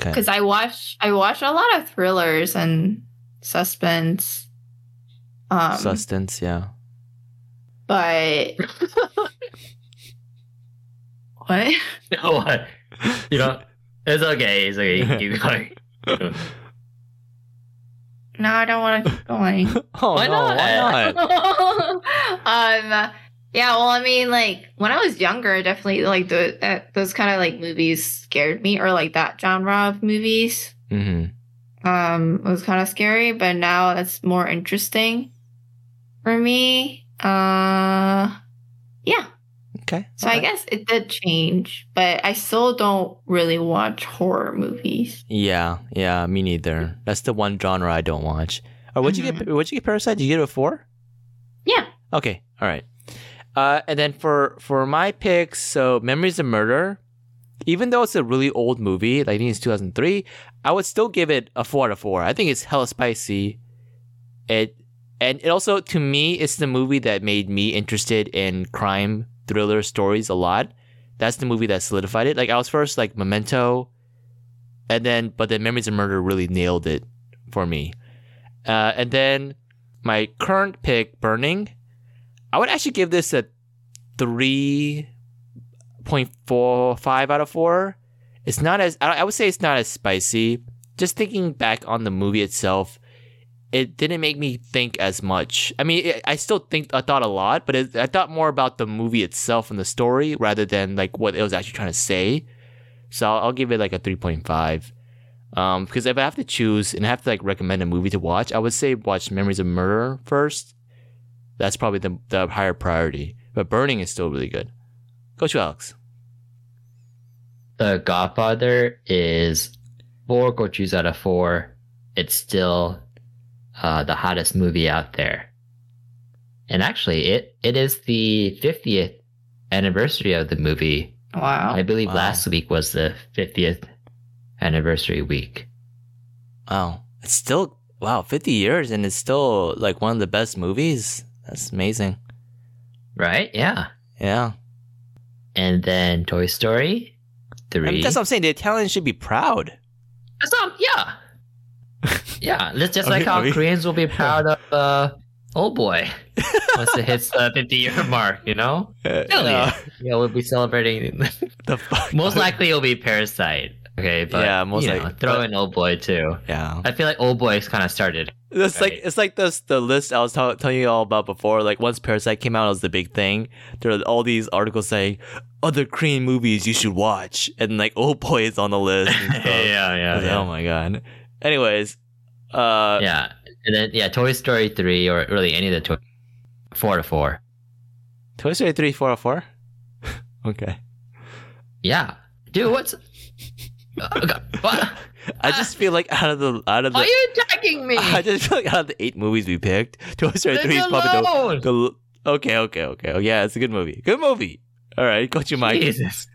Speaker 2: Okay.
Speaker 5: because I watch I watch a lot of thrillers and suspense. Um,
Speaker 2: Substance, yeah.
Speaker 5: but what?
Speaker 4: No, I- you know, it's okay. It's okay. Keep going.
Speaker 5: No, I don't want to keep going.
Speaker 2: Oh
Speaker 4: Why
Speaker 2: no, why
Speaker 4: not?
Speaker 2: not?
Speaker 5: um, yeah. Well, I mean, like when I was younger, definitely like the, uh, those kind of like movies scared me, or like that genre of movies.
Speaker 2: mm-hmm.
Speaker 5: um it was kind of scary but now that's more interesting for me uh yeah
Speaker 2: Okay.
Speaker 5: so i guess it did change but i still don't really watch horror movies
Speaker 2: Yeah, yeah, me neither. That's the one genre I don't watch. Oh, what'd you get? What'd you get? Parasite? Did you get it a four?
Speaker 5: Yeah.
Speaker 2: Okay. All right. Uh, and then for for my picks, so Memories of Murder, even though it's a really old movie, like I think it's two thousand three, I would still give it a four out of four. I think it's hella spicy. It and it also to me it's the movie that made me interested in crime thriller stories a lot. That's the movie that solidified it. Like I was first like Memento, and then but then Memories of Murder really nailed it for me. Uh, and then my current pick, Burning, I would actually give this a three point four five out of four. It's not as I I would say it's not as spicy. Just thinking back on the movie itself, it didn't make me think as much. I mean, it, I still think I thought a lot, but it, I thought more about the movie itself and the story rather than like what it was actually trying to say. So I'll, I'll give it like a 3.5. Um, because if I have to choose and I have to like recommend a movie to watch, I would say watch Memories of Murder first. That's probably the, the higher priority. But Burning is still really good. Go to Alex.
Speaker 4: The Godfather is four gochus out of four. It's still uh, the hottest movie out there. And actually, it, it is the 50th anniversary of the movie.
Speaker 5: Oh, wow
Speaker 4: I believe
Speaker 2: wow.
Speaker 4: last week was the 50th anniversary week.
Speaker 2: Wow. It's still, wow, 50 years and it's still like one of the best movies. That's amazing.
Speaker 4: Right? Yeah.
Speaker 2: Yeah.
Speaker 4: And then Toy Story 3.
Speaker 2: I mean, that's what I'm saying. The Italians should be proud.
Speaker 4: That's not- yeah. yeah. That's just
Speaker 2: Are
Speaker 4: like
Speaker 2: we-
Speaker 4: how
Speaker 2: are we-
Speaker 4: Koreans will be proud of uh, Old Boy once it hits the 50 year mark, you know? Hell yeah. Yeah, we'll be celebrating.
Speaker 2: Uh, the fuck?
Speaker 4: most likely it'll be Parasite. Okay, but
Speaker 2: Yeah,
Speaker 4: yeah,
Speaker 2: most
Speaker 4: most uh, you know,
Speaker 2: likely.
Speaker 4: throw
Speaker 2: But-
Speaker 4: in Old Boy too.
Speaker 2: Yeah.
Speaker 4: I feel like Old Boy's kind of started.
Speaker 2: It's like
Speaker 4: Right.
Speaker 2: it's like this the list I was tell telling you all about before. Like once Parasite came out, it was the big thing. There were all these articles saying other Korean movies you should watch, and like oh boy, it's on the list. and stuff. I
Speaker 4: yeah,
Speaker 2: was like, Oh my god. Anyways, uh,
Speaker 4: yeah. And then yeah, Toy Story three or really any of the toy four to four.
Speaker 2: Toy Story three four oh four. Okay,
Speaker 4: Yeah, dude, what's Uh, God, what?
Speaker 2: I just feel like out of the out of
Speaker 4: Why are
Speaker 2: the
Speaker 4: you attacking me?
Speaker 2: I just feel like out of the eight movies we picked, Toy Story
Speaker 4: Leave
Speaker 2: three
Speaker 4: me
Speaker 2: is probably the,
Speaker 4: alone.
Speaker 2: the l- okay okay okay. Oh, yeah, it's a good movie. Good movie. All right, got you, Mike.
Speaker 4: Jesus.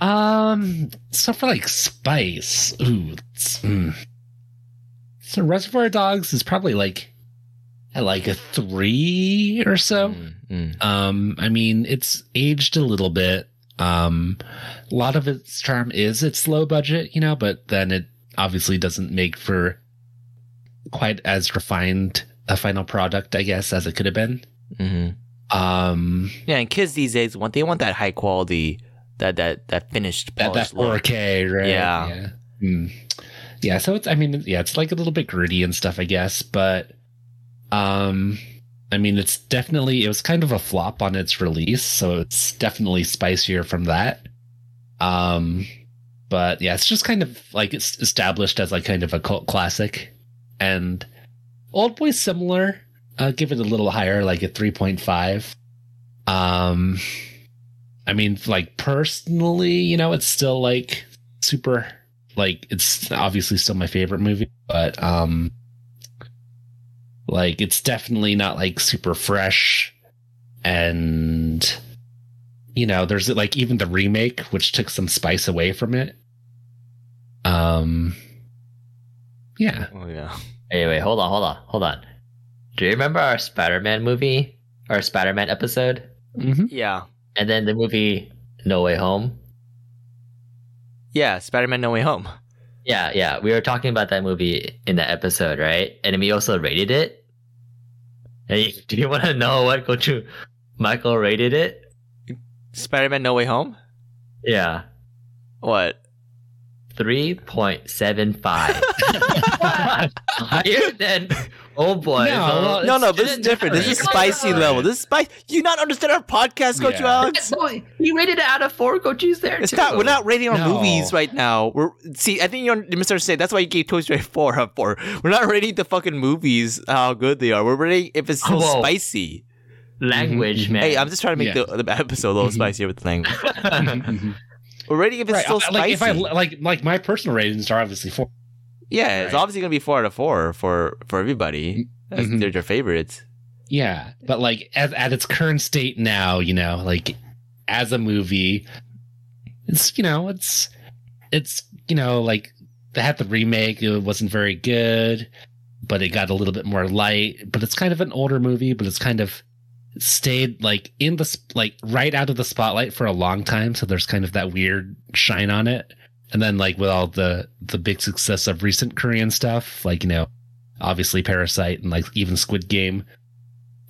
Speaker 7: Um, stuff like spice. Ooh, it's- mm. hmm. So Reservoir Dogs is probably like at like a three or so.
Speaker 2: mm.
Speaker 7: Um, I mean, it's aged a little bit. Um, a lot of its charm is its low budget, you know, but then it obviously doesn't make for quite as refined a final product, I guess, as it could have been.
Speaker 4: Mm-hmm.
Speaker 2: hmm
Speaker 7: Um,
Speaker 2: Yeah, and kids these days want they want that high quality, that that that finished
Speaker 7: that, that
Speaker 2: polished look.
Speaker 7: 4K, right?
Speaker 2: Yeah.
Speaker 7: Yeah. Hmm. Yeah, So it's, I mean, yeah, it's like a little bit gritty and stuff, I guess, but, um, I mean, it's definitely, it was kind of a flop on its release, so it's definitely spicier from that. Um, but yeah, it's just kind of like it's established as like kind of a cult classic, and Old Boy's similar. Uh, give it a little higher, like a three point five. Um, I mean, like personally, you know, it's still like super, like it's obviously still my favorite movie, but um, like it's definitely not like super fresh, and you know, there's like even the remake, which took some spice away from it. Um, yeah,
Speaker 2: Oh yeah.
Speaker 4: Anyway, hold on, hold on, hold on. Do you remember our Spider-Man movie, our Spider-Man episode,
Speaker 7: mm-hmm.
Speaker 2: Yeah.
Speaker 4: and then the movie No Way Home?
Speaker 2: Yeah, Spider Man No Way Home.
Speaker 4: Yeah, yeah. We were talking about that movie in that episode, right? And we also rated it. Hey, do you want to know what Gochu Michael rated it?
Speaker 2: Spider Man No Way Home?
Speaker 4: Yeah,
Speaker 2: What?
Speaker 4: three point seven five. Higher than oh boy.
Speaker 7: No, well,
Speaker 2: No, no, this is different. This is
Speaker 5: It's
Speaker 2: spicy
Speaker 5: different.
Speaker 2: level. This is spicy. You not understand our podcast, Coach
Speaker 7: Yeah.
Speaker 2: Alex?
Speaker 4: Boy, he rated it out of four. Gochu's there
Speaker 2: It's
Speaker 4: too.
Speaker 2: not. We're not rating on
Speaker 7: No.
Speaker 2: movies right now. We're see. I think you're misunderstanding. That's why you gave Toy Story four out of four. We're not rating the fucking movies how good they are. We're rating if it's so
Speaker 4: Whoa.
Speaker 2: spicy.
Speaker 4: language, man.
Speaker 2: Hey, I'm just trying to make
Speaker 7: Yeah.
Speaker 2: the, the episode a little spicier with the language. We're rating if it's
Speaker 7: right.
Speaker 2: still
Speaker 7: I-
Speaker 2: spicy.
Speaker 7: like if I like like my personal ratings are obviously four.
Speaker 2: Yeah, it's
Speaker 7: Right.
Speaker 2: obviously gonna be four out of four for for everybody. That's-
Speaker 7: Mhm.
Speaker 2: They're their favorites.
Speaker 7: Yeah, but like at, at its current state now, you know, like as a movie, it's you know, it's it's you know, like they had the remake. It wasn't very good, but it got a little bit more light. But it's kind of an older movie, but it's kind of stayed like in the sp- like right out of the spotlight for a long time. So there's kind of that weird shine on it. And then like with all the the big success of recent Korean stuff, like you know, obviously Parasite and like even Squid Game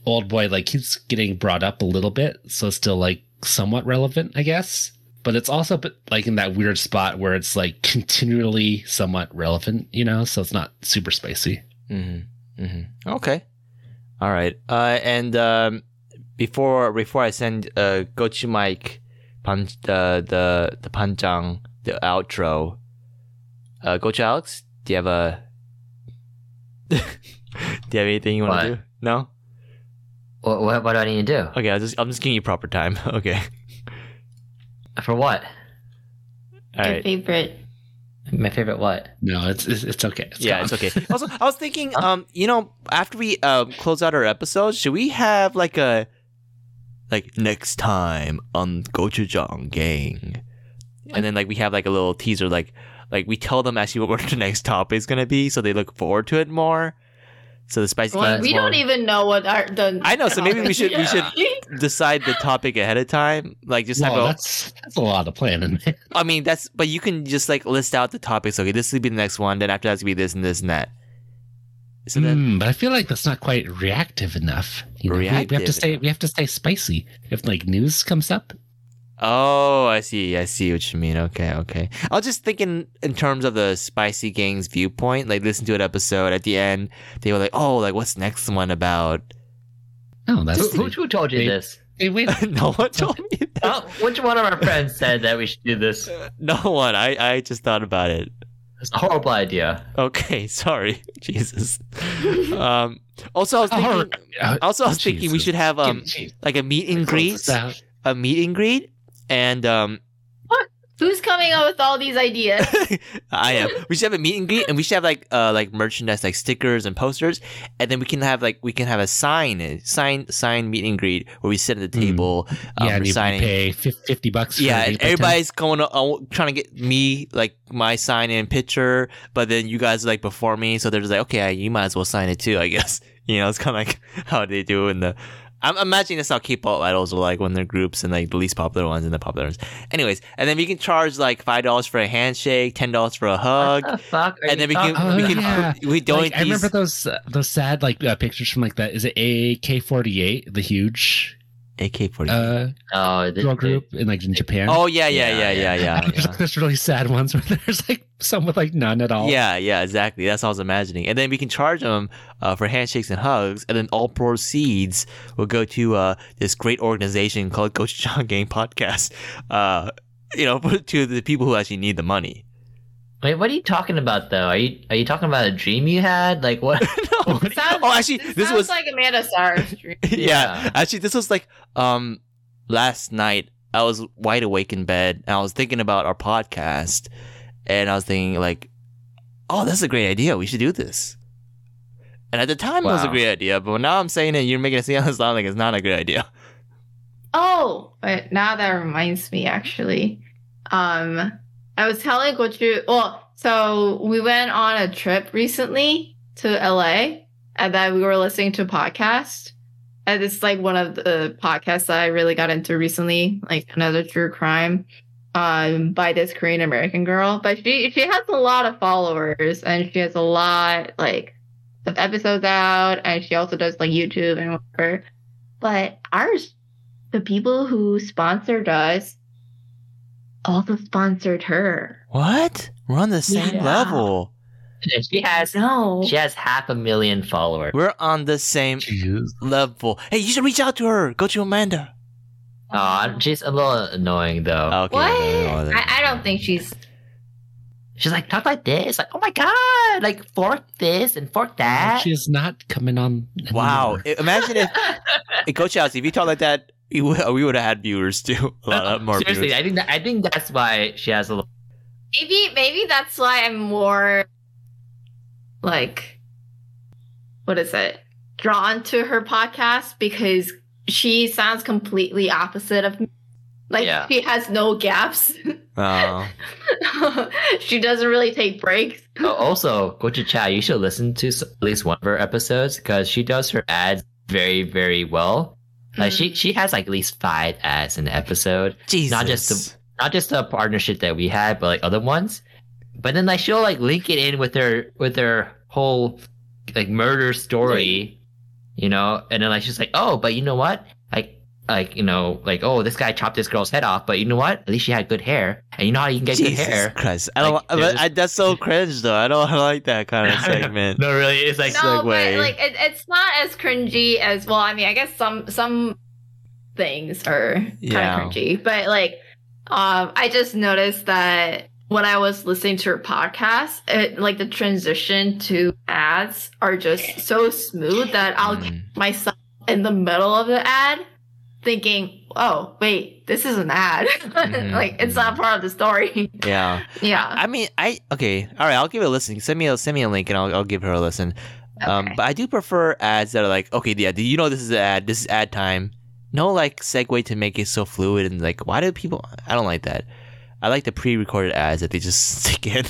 Speaker 7: old boy like he's getting brought up a little bit so it's still like somewhat relevant i guess but it's also but like in that weird spot where it's like continually somewhat relevant you know so it's not super spicy
Speaker 2: Mm-hmm. Mm-hmm. Okay. All right. Uh, and um, before before I send uh, go to Mike pan, the the the panjang the outro. Uh, go to Alex. Do you have a? do you have anything you want
Speaker 4: What?
Speaker 2: to do? No.
Speaker 4: What, what, what do I need to do?
Speaker 2: Okay. I'll just I'm just giving you proper time. Okay.
Speaker 4: For what?
Speaker 2: All
Speaker 1: Your
Speaker 2: right.
Speaker 1: favorite.
Speaker 4: My favorite what?
Speaker 7: no it's it's, it's okay
Speaker 2: yeah,
Speaker 7: gone.
Speaker 2: it's okay. Also, I was thinking, um, you know, after we um close out our episode, should we have like a like next time on Gochujang Gang, and then like we have like a little teaser, like like we tell them actually what the next topic is gonna be, so they look forward to it more. So the spicy
Speaker 5: Well,
Speaker 4: That's
Speaker 5: we
Speaker 4: more-
Speaker 5: don't even know what our the.
Speaker 2: I know, so maybe we should- we should-
Speaker 5: Yeah.
Speaker 2: decide the topic ahead of time, like just
Speaker 7: well,
Speaker 2: have a.
Speaker 7: that's that's a lot of planning
Speaker 2: I mean, that's but you can just like list out the topics. Okay, this will be the next one. Then after that's gonna be this and this and that. So then,
Speaker 7: Hmm, but i feel like that's not quite reactive enough you know? We- we, have
Speaker 2: Reactive
Speaker 7: to stay we have to stay spicy if like news comes up
Speaker 2: Oh, I see. I see what you mean. Okay, okay. I was just thinking in terms of the Spicy Gang's viewpoint. Like, listen to an episode at the end, they were like, "Oh, like what's the next one about?"
Speaker 7: oh that's
Speaker 4: Who, who, who told you
Speaker 7: Hey.
Speaker 4: this?
Speaker 7: Hey, wait
Speaker 2: no one told me. That.
Speaker 4: Oh, which one of our friends said that we should do this?
Speaker 2: No one. I I just thought about it.
Speaker 4: It's a horrible idea.
Speaker 2: Okay, sorry, Jesus. Um. Also, I was thinking.
Speaker 7: Oh,
Speaker 2: Also, I was thinking we
Speaker 7: Jesus.
Speaker 2: should have um
Speaker 7: Jeez.
Speaker 2: like a meet and
Speaker 7: Close
Speaker 2: greet,
Speaker 7: this out.
Speaker 2: a meet and greet, and um.
Speaker 5: What? Who's coming up with all these ideas?
Speaker 2: I am. We should have a meet and greet, and we should have like uh like merchandise, like stickers and posters, and then we can have like we can have a sign, sign, sign meet and greet where we sit at the
Speaker 7: Mm.
Speaker 2: table, um,
Speaker 7: yeah,
Speaker 2: we're
Speaker 7: and you
Speaker 2: signing.
Speaker 7: pay fif- fifty bucks. For
Speaker 2: yeah,
Speaker 7: the
Speaker 2: and
Speaker 7: paper
Speaker 2: everybody's going to, uh, trying to get me like my sign in picture, but then you guys are like before me, so they're just like, okay, you might as well sign it too, I guess. You know, it's kind of like how they do in the. I'm imagining that's how K-pop idols are like when they're groups and like the least popular ones and the popular ones. Anyways, and then we can charge like five dollars for a handshake, ten dollars for a hug,
Speaker 4: What the fuck? Are
Speaker 2: Uh, and
Speaker 4: you
Speaker 2: then we
Speaker 4: talking
Speaker 2: can
Speaker 7: Oh,
Speaker 2: we can
Speaker 7: yeah.
Speaker 2: we
Speaker 7: Like,
Speaker 2: donate
Speaker 7: I
Speaker 2: these.
Speaker 7: remember those uh, those sad like uh, pictures from like that. Is it AK forty eight, the huge
Speaker 2: AK forty.
Speaker 7: uh,
Speaker 4: Oh,
Speaker 7: girl
Speaker 4: the,
Speaker 7: group in like in Japan?
Speaker 2: oh yeah, yeah, yeah, yeah, yeah.
Speaker 7: There's,
Speaker 2: yeah.
Speaker 7: there's really sad ones where there's like some with like none at all.
Speaker 2: Yeah, yeah, exactly. That's what I was imagining. And then we can charge them uh, for handshakes and hugs, and then all proceeds will go to uh, this great organization called Coach John Game Podcast. Uh, you know, to the people who actually need the money.
Speaker 4: Wait, what are you talking about though? Are you are you talking about a dream you had? Like what?
Speaker 2: no,
Speaker 4: What?
Speaker 5: Sounds-
Speaker 2: oh, actually,
Speaker 5: this,
Speaker 2: this
Speaker 5: sounds
Speaker 2: was
Speaker 5: like Amanda Sarr's dream.
Speaker 2: yeah.
Speaker 4: Yeah.
Speaker 2: Actually, this was like um last night. I was wide awake in bed, and I was thinking about our podcast, and I was thinking like, "Oh, that's a great idea. We should do this." And at the time, it was a
Speaker 4: Wow.
Speaker 2: great idea, but now I'm saying it, you're making it sound sound like it's not a great idea.
Speaker 5: Oh, but now that reminds me actually. Um I was telling Gochu well, so we went on a trip recently to LA and then we were listening to a podcast. And it's like one of the podcasts that I really got into recently, like another true crime um by this Korean American girl. But she she has a lot of followers and she has a lot like of episodes out and she also does like YouTube and whatever. But ours the people who sponsored us also sponsored her.
Speaker 2: What? We're on the same
Speaker 5: Yeah.
Speaker 2: level.
Speaker 4: she has
Speaker 5: No.
Speaker 4: she has half a million followers.
Speaker 2: We're on the same
Speaker 7: Jeez.
Speaker 2: level. Hey, you should reach out to her. Go to Amanda.
Speaker 4: Aw, she's a little annoying though.
Speaker 2: Okay.
Speaker 5: What?
Speaker 2: no, no, no.
Speaker 5: I, I don't think she's.
Speaker 4: She's like, talk like this. Like, oh my god, like fork this and fork that.
Speaker 7: She is not coming on. anymore.
Speaker 2: Wow. I- Imagine if Hey, Coach House, if you talk like that, we would have had viewers too. A lot of more
Speaker 4: Seriously,
Speaker 2: viewers.
Speaker 4: I think that, I think that's why she has a lot.
Speaker 5: Maybe maybe that's why I'm more like what is it? Drawn to her podcast because she sounds completely opposite of me. Like
Speaker 4: Yeah.
Speaker 5: she has no gaps.
Speaker 2: Oh.
Speaker 5: she doesn't really take breaks.
Speaker 4: Oh, also, Gochu Cha, you should listen to s- at least one of her episodes because she does her ads very, very well. Like she she has like at least five ads in the episode.
Speaker 2: Jesus.
Speaker 4: Not just the not just the partnership that we had, but like other ones. But then like she'll like link it in with her with her whole like murder story, you know. And then like she's like, oh, but you know what? Like like you know like oh this guy chopped this girl's head off, but you know what? At least she had good hair, and you know how you can get
Speaker 2: Jesus
Speaker 4: good hair.
Speaker 2: Christ. I don't.
Speaker 4: Like,
Speaker 2: but
Speaker 4: there's-
Speaker 2: I, that's so cringe though. I don't like that kind of segment.
Speaker 4: No, really, it's like
Speaker 5: no,
Speaker 2: segue.
Speaker 5: but like it, it's not as cringy as well. I mean, I guess some some things are kind
Speaker 2: Yeah.
Speaker 5: of cringy, but like um, I just noticed that when I was listening to her podcast, it, like the transition to ads are just so smooth that I'll catch
Speaker 2: Mm.
Speaker 5: myself in the middle of the ad thinking, "Oh, wait, this is an ad.
Speaker 2: Mhm,
Speaker 5: like it's not part of the story."
Speaker 2: Yeah.
Speaker 5: yeah.
Speaker 2: I mean, I okay. All right, I'll give it a listen. Send me a send me a link and I'll I'll give her a listen. Um,
Speaker 5: Okay.
Speaker 2: but I do prefer ads that are like, okay, yeah, do you know this is an ad? This is ad time. No like segue to make it so fluid and like, why do people? I don't like that. I like the pre-recorded ads that they just stick in.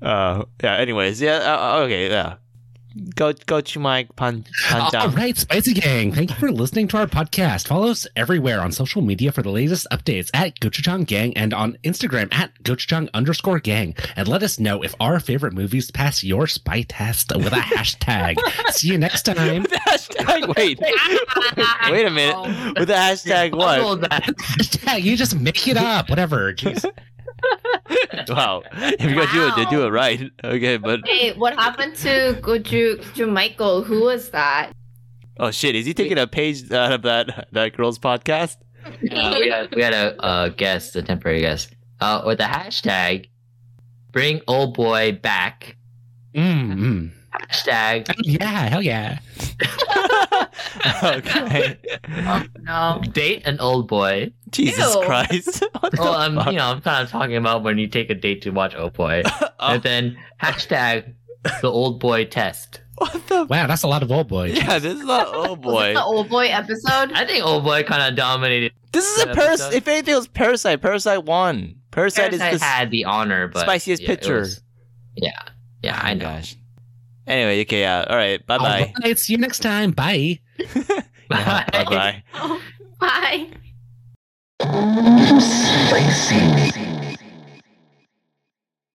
Speaker 2: uh, yeah. Anyways, yeah. Uh, okay. Yeah. Go go to my pan pan
Speaker 7: All right, Spicy Gang, thank you for listening to our podcast. Follow us everywhere on social media for the latest updates at Gochujang Gang and on Instagram at Gochujang underscore gang. And let us know if our favorite movies pass your spy test with a hashtag. See you next time.
Speaker 2: hashtag. Wait. Wait a
Speaker 5: Oh.
Speaker 2: minute. With the hashtag what?
Speaker 4: Bubble that.
Speaker 7: Hashtag, you just make it up. Whatever. Jeez.
Speaker 2: Wow. If you're gonna do it, then do it right. Okay, but
Speaker 5: Hey, what happened to Goju to Michael? Who was that?
Speaker 2: Oh shit! Is he taking a page out of that that girl's podcast?
Speaker 4: Uh, we had we had a uh, guest, a temporary guest, uh, with the hashtag "Bring Old Boy Back."
Speaker 7: Mm, mm.
Speaker 4: Hashtag
Speaker 7: Yeah, hell yeah.
Speaker 2: okay.
Speaker 5: Oh, no.
Speaker 4: date an old boy.
Speaker 2: Jesus
Speaker 5: Ew.
Speaker 2: Christ. What the
Speaker 4: Well, I'm,
Speaker 2: fuck?
Speaker 4: you know, I'm kind of talking about when you take a date to watch Oh Boy,
Speaker 2: Oh.
Speaker 4: and then hashtag the old boy test.
Speaker 2: What the?
Speaker 7: Wow, that's a lot of old boy.
Speaker 2: Yeah, this is not. Oh
Speaker 5: Was it
Speaker 2: boy,
Speaker 5: the old boy episode?
Speaker 4: I think old boy kind of dominated.
Speaker 2: this is a
Speaker 4: that
Speaker 2: parasite. If
Speaker 4: episode?
Speaker 2: anything, it was Parasite. Parasite won. Parasite,
Speaker 4: Parasite
Speaker 2: is the
Speaker 4: had the honor, but
Speaker 2: spiciest
Speaker 4: yeah, it
Speaker 2: picture.
Speaker 4: was- yeah, yeah,
Speaker 2: Oh
Speaker 4: I
Speaker 2: my
Speaker 4: know.
Speaker 2: Gosh. Anyway, okay, yeah. All right, bye bye.
Speaker 7: All right, see you next time. Bye.
Speaker 4: Bye.
Speaker 2: Bye bye.
Speaker 5: Oh, bye.
Speaker 9: Spicy.